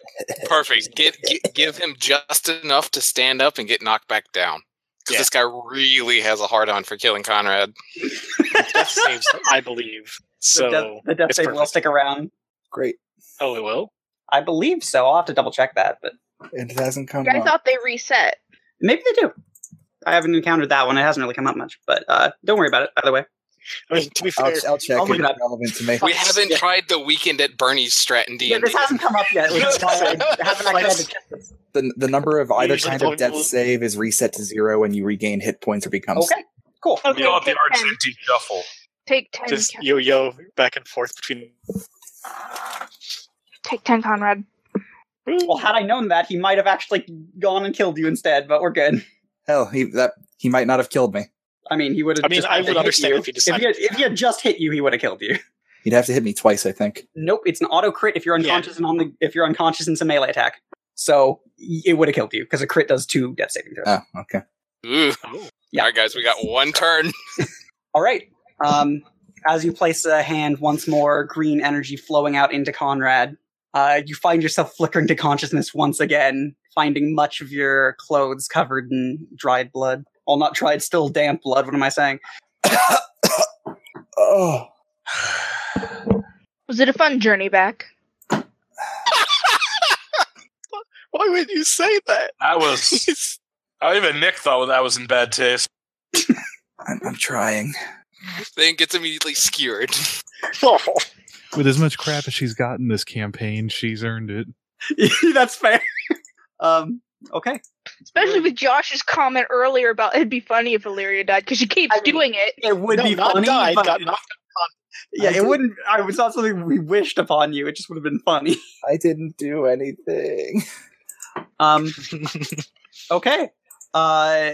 S6: perfect. Get, gi- give him just enough to stand up and get knocked back down. Because
S7: Yeah.
S6: this guy really has a hard on for killing Conrad.
S7: Death saves, I believe. So
S2: the death, the death
S7: it's
S2: save will
S7: perfect.
S2: stick around.
S4: Great.
S7: oh, it will.
S2: I believe so. I'll have to double check that, but
S4: It hasn't come
S8: I
S4: up.
S8: thought they reset.
S2: maybe they do. I haven't encountered that one. It hasn't really come up much, but uh, don't worry about it. By the way,
S7: I mean, to be fair,
S4: I'll, I'll check.
S2: Oh my
S4: if
S2: God.
S4: it's relevant to me.
S6: We haven't tried the weekend at Bernie's strat in D&D.
S2: yeah, this hasn't come up yet. Which is why I haven't actually had to check this.
S4: The, the number of either
S7: Usually
S4: kind of death
S7: people-
S4: save is reset to zero, and you regain hit points or become.
S2: Okay, cool.
S3: We
S8: Okay,
S3: don't have the
S8: take
S3: arts
S8: ten.
S3: antique shuffle.
S8: Take ten.
S7: just
S8: Ca-
S7: yo yo back and forth between.
S8: Take ten, Conrad.
S2: Well, had I known that, he might have actually gone and killed you instead. But we're good.
S4: Hell, he that he might not have killed me.
S2: I mean, he would have.
S7: I mean,
S2: just
S7: I
S2: had to
S7: would
S2: hit
S7: understand
S2: you.
S7: if he
S2: If
S7: decided
S2: he, had,
S7: to do
S2: if he had just hit you, he would have killed you.
S4: He'd have to hit me twice, I think.
S2: Nope, it's an auto crit if you're
S7: Yeah.
S2: unconscious and on the if you're unconscious and it's a melee attack. So y- it would have killed you because a crit does two death saving throws.
S4: Oh, okay.
S6: Ooh.
S2: Yeah.
S6: All right, guys, we got one turn.
S2: All right. Um, as you place a hand once more, green energy flowing out into Conrad, uh, you find yourself flickering to consciousness once again, finding much of your clothes covered in dried blood. Well, not dried, still damp blood. What am I saying?
S4: Oh,
S8: Was it a fun journey back?
S7: Why would you say that?
S3: I was. I even Nick thought that was in bad taste.
S4: I'm, I'm trying.
S6: Thing gets immediately skewered.
S5: With as much crap as she's gotten this campaign, she's earned it.
S2: That's fair. Um, okay.
S8: Especially with Josh's comment earlier about it'd be funny if Illyria died because she keeps
S2: I mean-
S8: doing it.
S2: It would
S7: no,
S2: be
S7: not
S2: funny.
S7: died,
S2: but-
S7: got knocked
S2: yeah,
S4: I
S2: it
S4: did-
S2: wouldn't. I, it's not something we wished upon you. It just would have been funny.
S4: I didn't do anything.
S2: Um, okay. Uh,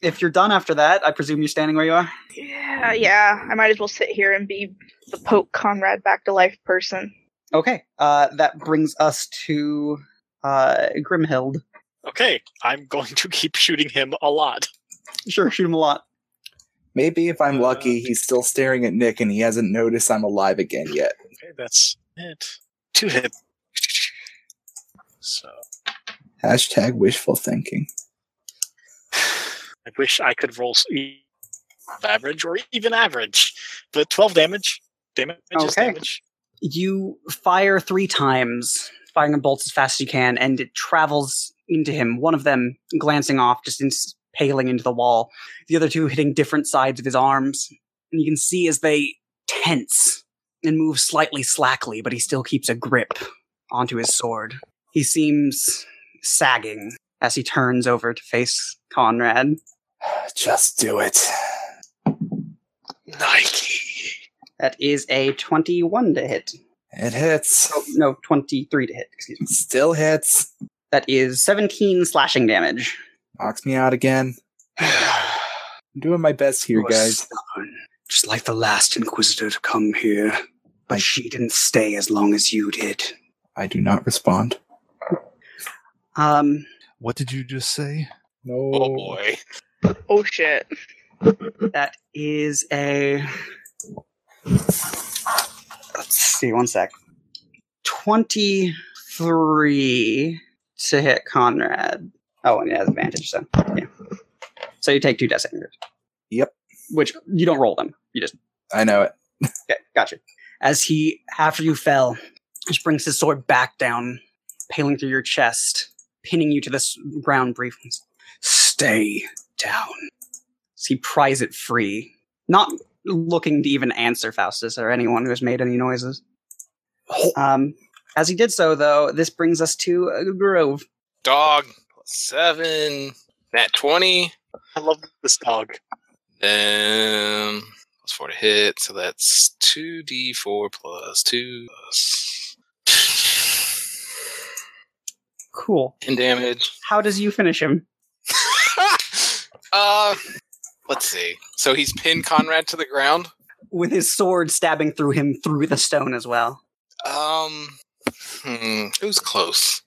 S2: if you're done after that, I presume you're standing where you are.
S8: Yeah, yeah. I might as well sit here and be the poke Conrad back to life person.
S2: Okay. Uh, that brings us to uh, Grimhild.
S7: Okay, I'm going to keep shooting him a lot.
S2: Sure, shoot him a lot.
S4: Maybe if I'm
S7: Uh,
S4: lucky, he's still staring at Nick and he hasn't noticed I'm alive again yet.
S7: Okay, that's it. Two hit. So
S4: Hashtag wishful thinking.
S7: I wish I could roll s- e- average or even average, but twelve damage. Damage is
S2: Okay.
S7: damage.
S2: You fire three times, firing a bolt as fast as you can, and it travels into him. One of them glancing off, just in- paling into the wall. The other two hitting different sides of his arms, and you can see as they tense and move slightly slackly, but he still keeps a grip onto his sword. He seems sagging as he turns over to face Conrad.
S4: Just do it.
S6: Nike.
S2: That is a 21 to hit.
S4: It hits.
S2: Oh, no, 23 to hit, excuse me.
S4: Still hits.
S2: That is 17 slashing damage.
S4: Knocks me out again. I'm doing my best here,
S2: You are
S4: guys.
S2: stubborn, Just like the last Inquisitor to come here.
S4: I-
S2: But she didn't stay as long as you did.
S4: I do not respond.
S2: Um,
S5: What did you just say?
S4: No.
S6: Oh boy.
S8: Oh shit.
S2: that is a. Let's see, one sec. 23 to hit Conrad. Oh, and it has advantage, so. Yeah. So you take two death saving throws.
S4: Yep.
S2: which you don't roll them. You just
S4: I know it.
S2: Okay, gotcha. As he, after you fell, just brings his sword back down, paling through your chest, pinning you to the s- ground briefly. Stay down. So he pries it free, not looking to even answer Faustus or anyone who has made any noises. Um, as he did so, though, this brings us to uh, Grove.
S6: Dog plus seven. Nat twenty.
S7: I love this dog.
S6: Um plus four to hit, so that's two D four plus two plus
S2: Cool.
S6: ten damage.
S2: How does you finish him?
S6: uh let's see. So he's pinned Conrad to the ground.
S2: With his sword stabbing through him through the stone as well.
S6: Um, hmm, it was close.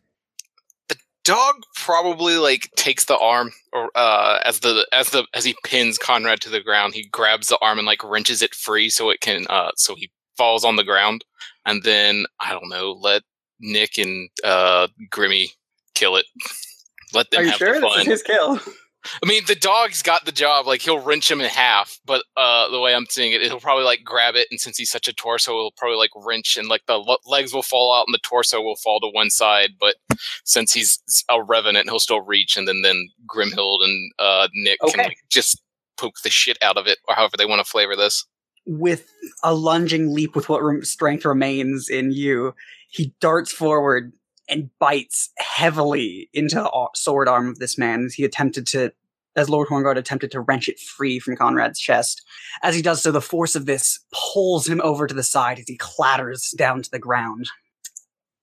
S6: The dog probably like takes the arm, or uh, as the as the as he pins Conrad to the ground, he grabs the arm and like wrenches it free so it can uh so he falls on the ground, and then I don't know, let Nick and uh Grimmy kill it. Let them
S2: Are you
S6: have
S2: sure
S6: the
S2: this is
S6: fun.
S2: his kill?
S6: I mean, the dog's got the job. Like he'll wrench him in half, but uh, the way I'm seeing it, he'll probably like grab it, and since he's such a torso, he'll probably like wrench, and like the lo- legs will fall out, and the torso will fall to one side. But since he's a revenant, he'll still reach, and then then Grimhild and uh, Nick
S2: Okay.
S6: can like just poke the shit out of it, or however they want to flavor this.
S2: with a lunging leap with what rem strength remains in you, he darts forward and bites heavily into the ar- sword arm of this man as he attempted to, as Lord Horngard attempted to wrench it free from Conrad's chest. As he does so, the force of this pulls him over to the side as he clatters down to the ground.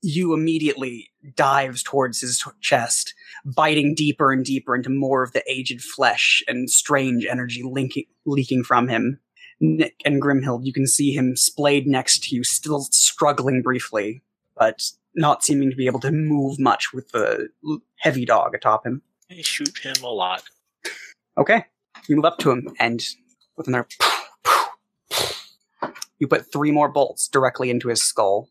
S2: You immediately dives towards his t- chest, biting deeper and deeper into more of the aged flesh and strange energy linking, leaking from him. Nick and Grimhild, you can see him splayed next to you, still struggling briefly, but not seeming to be able to move much with the l- heavy dog atop him.
S7: I shoot him a lot.
S2: Okay, you move up to him, and with another, you put three more bolts directly into his skull.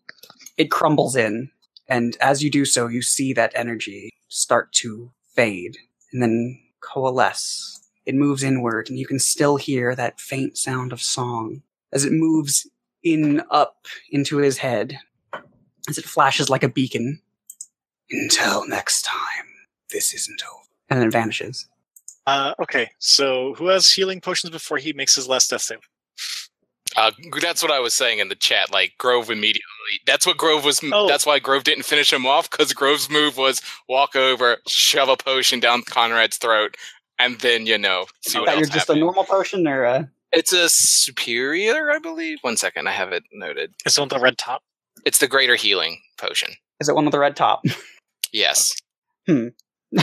S2: It crumbles in, and as you do so, you see that energy start to fade and then coalesce. It moves inward, and you can still hear that faint sound of song as it moves in up into his head, as it flashes like a beacon. Until next time, this isn't over. And then it vanishes.
S7: Uh, okay, so who has healing potions before he makes his last death save?
S6: Uh, that's what I was saying in the chat. Like Grove immediately. That's what Grove was.
S7: Oh.
S6: That's why Grove didn't finish him off because Grove's move was walk over, shove a potion down Conrad's throat, and then you know see
S2: Is
S6: what
S2: that
S6: else
S2: you're just a
S6: happened.
S2: normal potion or uh, a
S6: it's a superior, I believe. One second, I have it noted.
S7: It's on the red top.
S6: It's the greater healing potion.
S2: is it one with a red top?
S6: Yes.
S2: Hmm.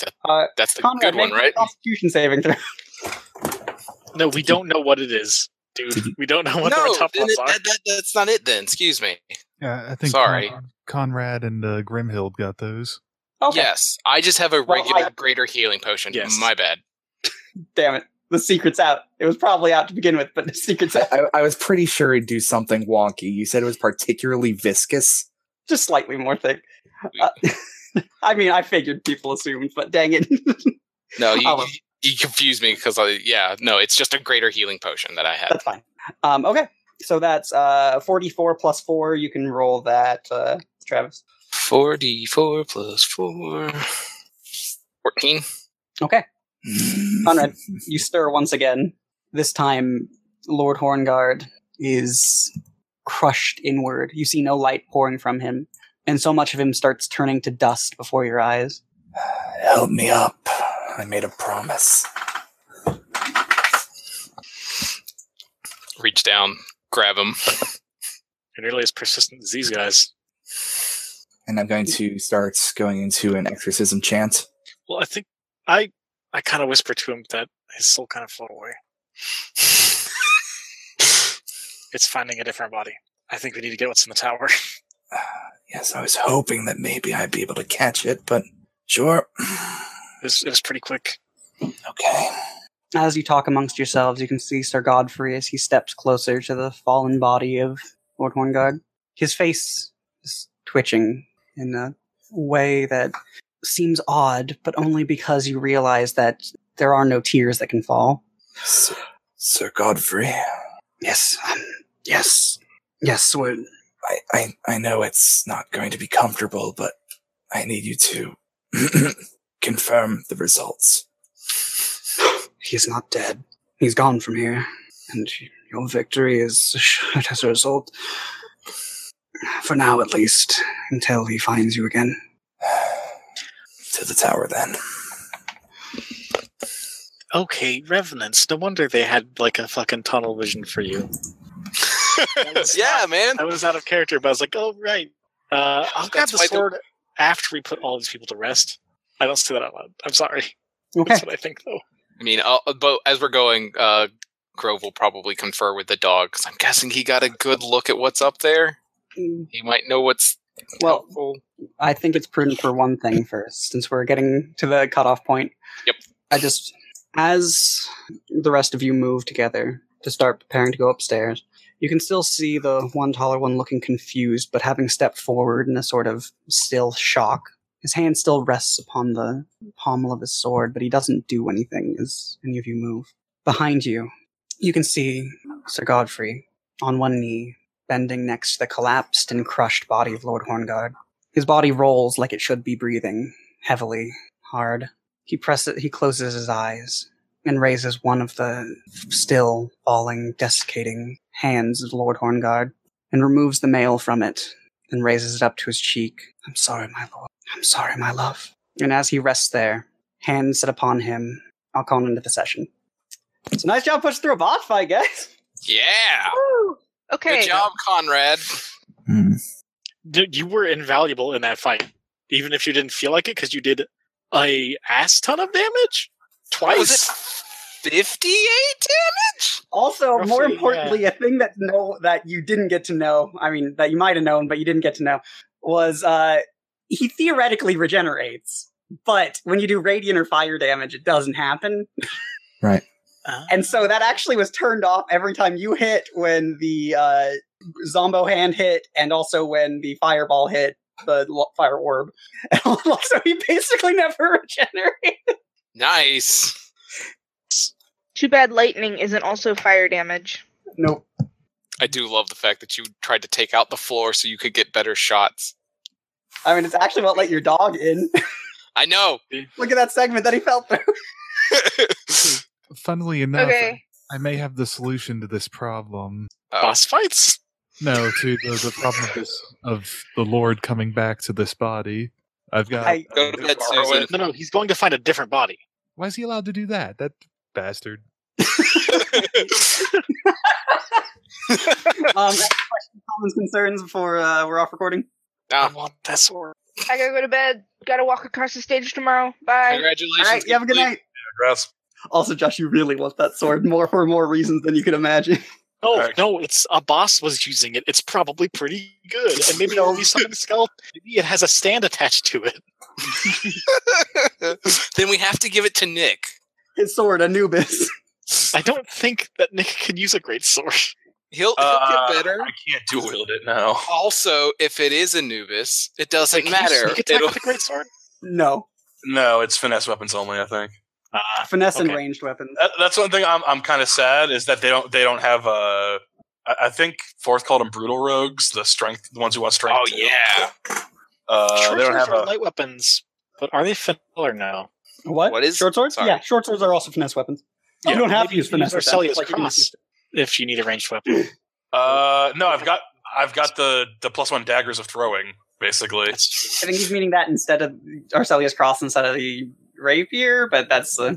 S6: That-
S2: Uh,
S6: that's the
S2: Conrad,
S6: good one,
S2: make a
S6: right?
S2: Constitution saving throw.
S7: No, we don't know what it is, dude. We don't know what the
S6: no,
S7: red top
S6: then
S7: ones
S6: it-
S7: are.
S6: that- that- that's not it. Then, excuse me.
S5: Yeah, Uh, I think
S6: Sorry.
S5: Con- Conrad and uh, Grimhild got those.
S2: Okay.
S6: Yes, I just have a
S2: Well,
S6: regular
S2: I-
S6: greater healing potion.
S7: Yes.
S6: My bad.
S2: Damn it. The secret's out. It was probably out to begin with, but the secret's out.
S4: I, I was pretty sure it'd do something wonky. You said it was particularly viscous.
S2: Just slightly more thick. Uh, I mean, I figured people assumed, but dang it.
S6: No, you,
S2: I'll-
S6: you, you confuse me because I yeah no, it's just a greater healing potion that I have.
S2: that's fine. Um, okay. So that's uh, 44 plus 4. You can roll that, uh, Travis.
S6: Four D four plus four. Fourteen.
S2: Okay. Conrad, you stir once again. This time, Lord Horngard is crushed inward. You see no light pouring from him, and so much of him starts turning to dust before your eyes.
S4: Help me up. I made a promise.
S6: Reach down, grab him.
S7: They're nearly as persistent as these guys.
S4: And I'm going to start going into an exorcism chant.
S7: Well, I think I I kind of whisper to him that his soul kind of floated away. It's finding a different body. I think we need to get what's in the tower.
S4: Yes, I was hoping that maybe I'd be able to catch it, but sure.
S7: It was, it was pretty quick.
S4: Okay.
S2: As you talk amongst yourselves, you can see Sir Godfrey as he steps closer to the fallen body of Lord Horngard. His face is twitching in a way that seems odd, but only because you realize that there are no tears that can fall.
S4: Sir, Sir Godfrey,
S2: Yes, um, yes, yes. We're,
S4: I, I, I know it's not going to be comfortable, but I need you to confirm the results.
S2: he's not dead. He's gone from here, and your victory is assured as a result. For now, at least, until he finds you again.
S4: to the tower then.
S7: Okay, revenants. No wonder they had like a fucking tunnel vision for you.
S6: yeah, man.
S7: I was out of character, but I was like, oh right. Uh, I'll grab
S6: That's
S7: the
S6: why the-
S7: sword after we put all these people to rest. I don't say that out loud. I'm sorry. That's what I think though.
S6: I mean, I'll, but as we're going, uh, Grove will probably confer with the dog because I'm guessing he got a good look at what's up there. He might know what's
S2: Well,
S6: helpful.
S2: I think it's prudent for one thing first, since we're getting to the cutoff point.
S6: Yep.
S2: I just, as the rest of you move together to start preparing to go upstairs, you can still see the one taller one looking confused, but having stepped forward in a sort of still shock. His hand still rests upon the pommel of his sword, but he doesn't do anything as any of you move. Behind you, you can see Sir Godfrey on one knee, bending next to the collapsed and crushed body of Lord Horngard. His body rolls like it should be breathing, heavily, hard. He presses, he closes his eyes and raises one of the still falling, desiccating hands of Lord Horngard and removes the mail from it and raises it up to his cheek. I'm sorry, my lord. I'm sorry, my love. And as he rests there, hands set upon him, I'll call into the session. It's a nice job pushing through a boss fight, guys.
S6: Yeah.
S8: Woo! Okay.
S6: Good job, Conrad.
S4: Hmm.
S7: Dude, you were invaluable in that fight, even if you didn't feel like it, because you did a ass ton of damage twice.
S6: Was it 58 damage?
S2: Also, more
S7: Roughly,
S2: importantly, a thing that no that you didn't get to know, I mean that you might have known, but you didn't get to know, was uh he theoretically regenerates, but when you do radiant or fire damage, it doesn't happen.
S4: Right.
S7: Ah.
S2: And so that actually was turned off every time you hit when the uh zombo hand hit and also when the fireball hit the lo- fire orb. so he basically never regenerates.
S6: Nice.
S8: Too bad lightning isn't also fire damage.
S2: Nope.
S6: I do love the fact that you tried to take out the floor so you could get better shots.
S2: I mean it's actually what let your dog in.
S6: I know.
S2: Look at that segment that he fell through.
S5: Funnily enough,
S8: okay.
S5: I may have the solution to this problem.
S6: Oh,
S7: boss fights?
S5: No, to the, the problem of this of the Lord coming back to this body. I've got.
S2: I-
S6: go to bed, Susan.
S7: No, no, he's going to find a different body.
S5: Why is he allowed to do that? That bastard.
S3: Ah.
S2: um, any questions, comments, concerns before uh, we're off recording?
S7: I
S6: Ah,
S7: want that sword.
S8: I gotta go to bed. Gotta walk across the stage tomorrow. Bye.
S2: All
S6: congratulations.
S2: right, you have a good night.
S3: Congrats.
S2: Also, Josh, you really want that sword more for more reasons than you can imagine.
S7: No,
S3: Alright.
S7: no, it's a boss was using it. It's probably pretty good, and maybe it'll be something skull. Maybe it has a stand attached to it.
S6: then we have to give it to Nick.
S2: His sword, Anubis.
S7: I don't think that Nick can use a great sword.
S6: He'll, he'll
S3: Uh,
S6: get better.
S3: I can't dual wield it now.
S6: Also, if it is Anubis, it doesn't
S7: Like, can you
S6: matter.
S7: sneak attack
S6: It'll,
S7: with a great sword.
S2: No,
S3: No, it's finesse weapons only. I think Uh,
S7: Ah,
S2: finesse and
S7: Okay.
S2: ranged weapons.
S3: that, that's one thing I'm I'm kind of sad is that they don't they don't have uh I, I think fourth called them brutal rogues the strength the ones who want strength.
S6: oh
S3: too.
S6: yeah.
S3: uh,
S7: short
S3: they don't
S7: swords
S3: have
S7: are
S3: a
S7: light weapons, but are they filler now?
S2: What?
S6: What is-
S2: short swords?
S6: sorry.
S2: Yeah, short swords are also finesse weapons.
S7: Yeah,
S2: you don't have
S7: maybe
S2: to use
S7: you can use
S2: finesse. with them,
S7: Orselia's
S2: like you can
S7: cross.
S2: use-
S7: If you need a ranged weapon,
S3: uh no I've got I've got the the plus one daggers of throwing basically.
S7: that's
S2: I
S7: true.
S2: think he's meaning that instead of Arcelia's cross instead of the rapier, but that's the.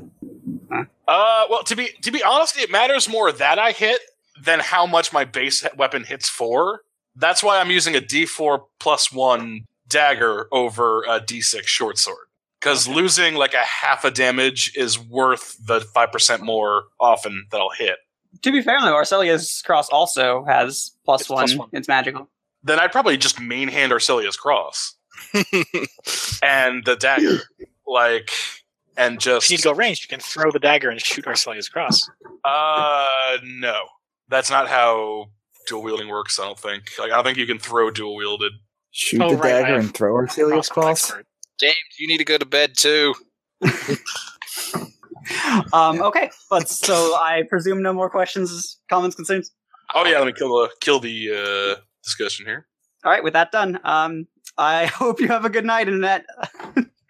S3: Uh, well, to be to be honest, it matters more that I hit than how much my base he- weapon hits for. That's why I'm using a D4 plus one dagger over a D6 short sword because losing like a half a damage is worth the five percent more often that I'll hit.
S2: to be fair, though, Arcelia's cross also has plus
S7: It's
S2: one.
S7: plus one.
S2: It's magical.
S3: Then I'd probably just main hand Arcelia's cross and the dagger, like, and
S7: If
S3: just
S7: you need to go ranged, you can throw the dagger and shoot Arcelia's cross.
S3: Uh, no, that's not how dual wielding works. I don't think. Like, I don't think you can throw dual wielded.
S4: Shoot
S7: Oh,
S4: the
S7: right, I
S4: dagger
S7: have
S4: and throw Arcelius
S7: Crossbow
S4: cross.
S7: expert.
S6: James, you need to go to bed too.
S2: Um, okay, but so I presume no more questions, comments, concerns.
S3: Oh yeah, let me kill the kill the uh, discussion here.
S2: All right, with that done, um, I hope you have a good night, Internet.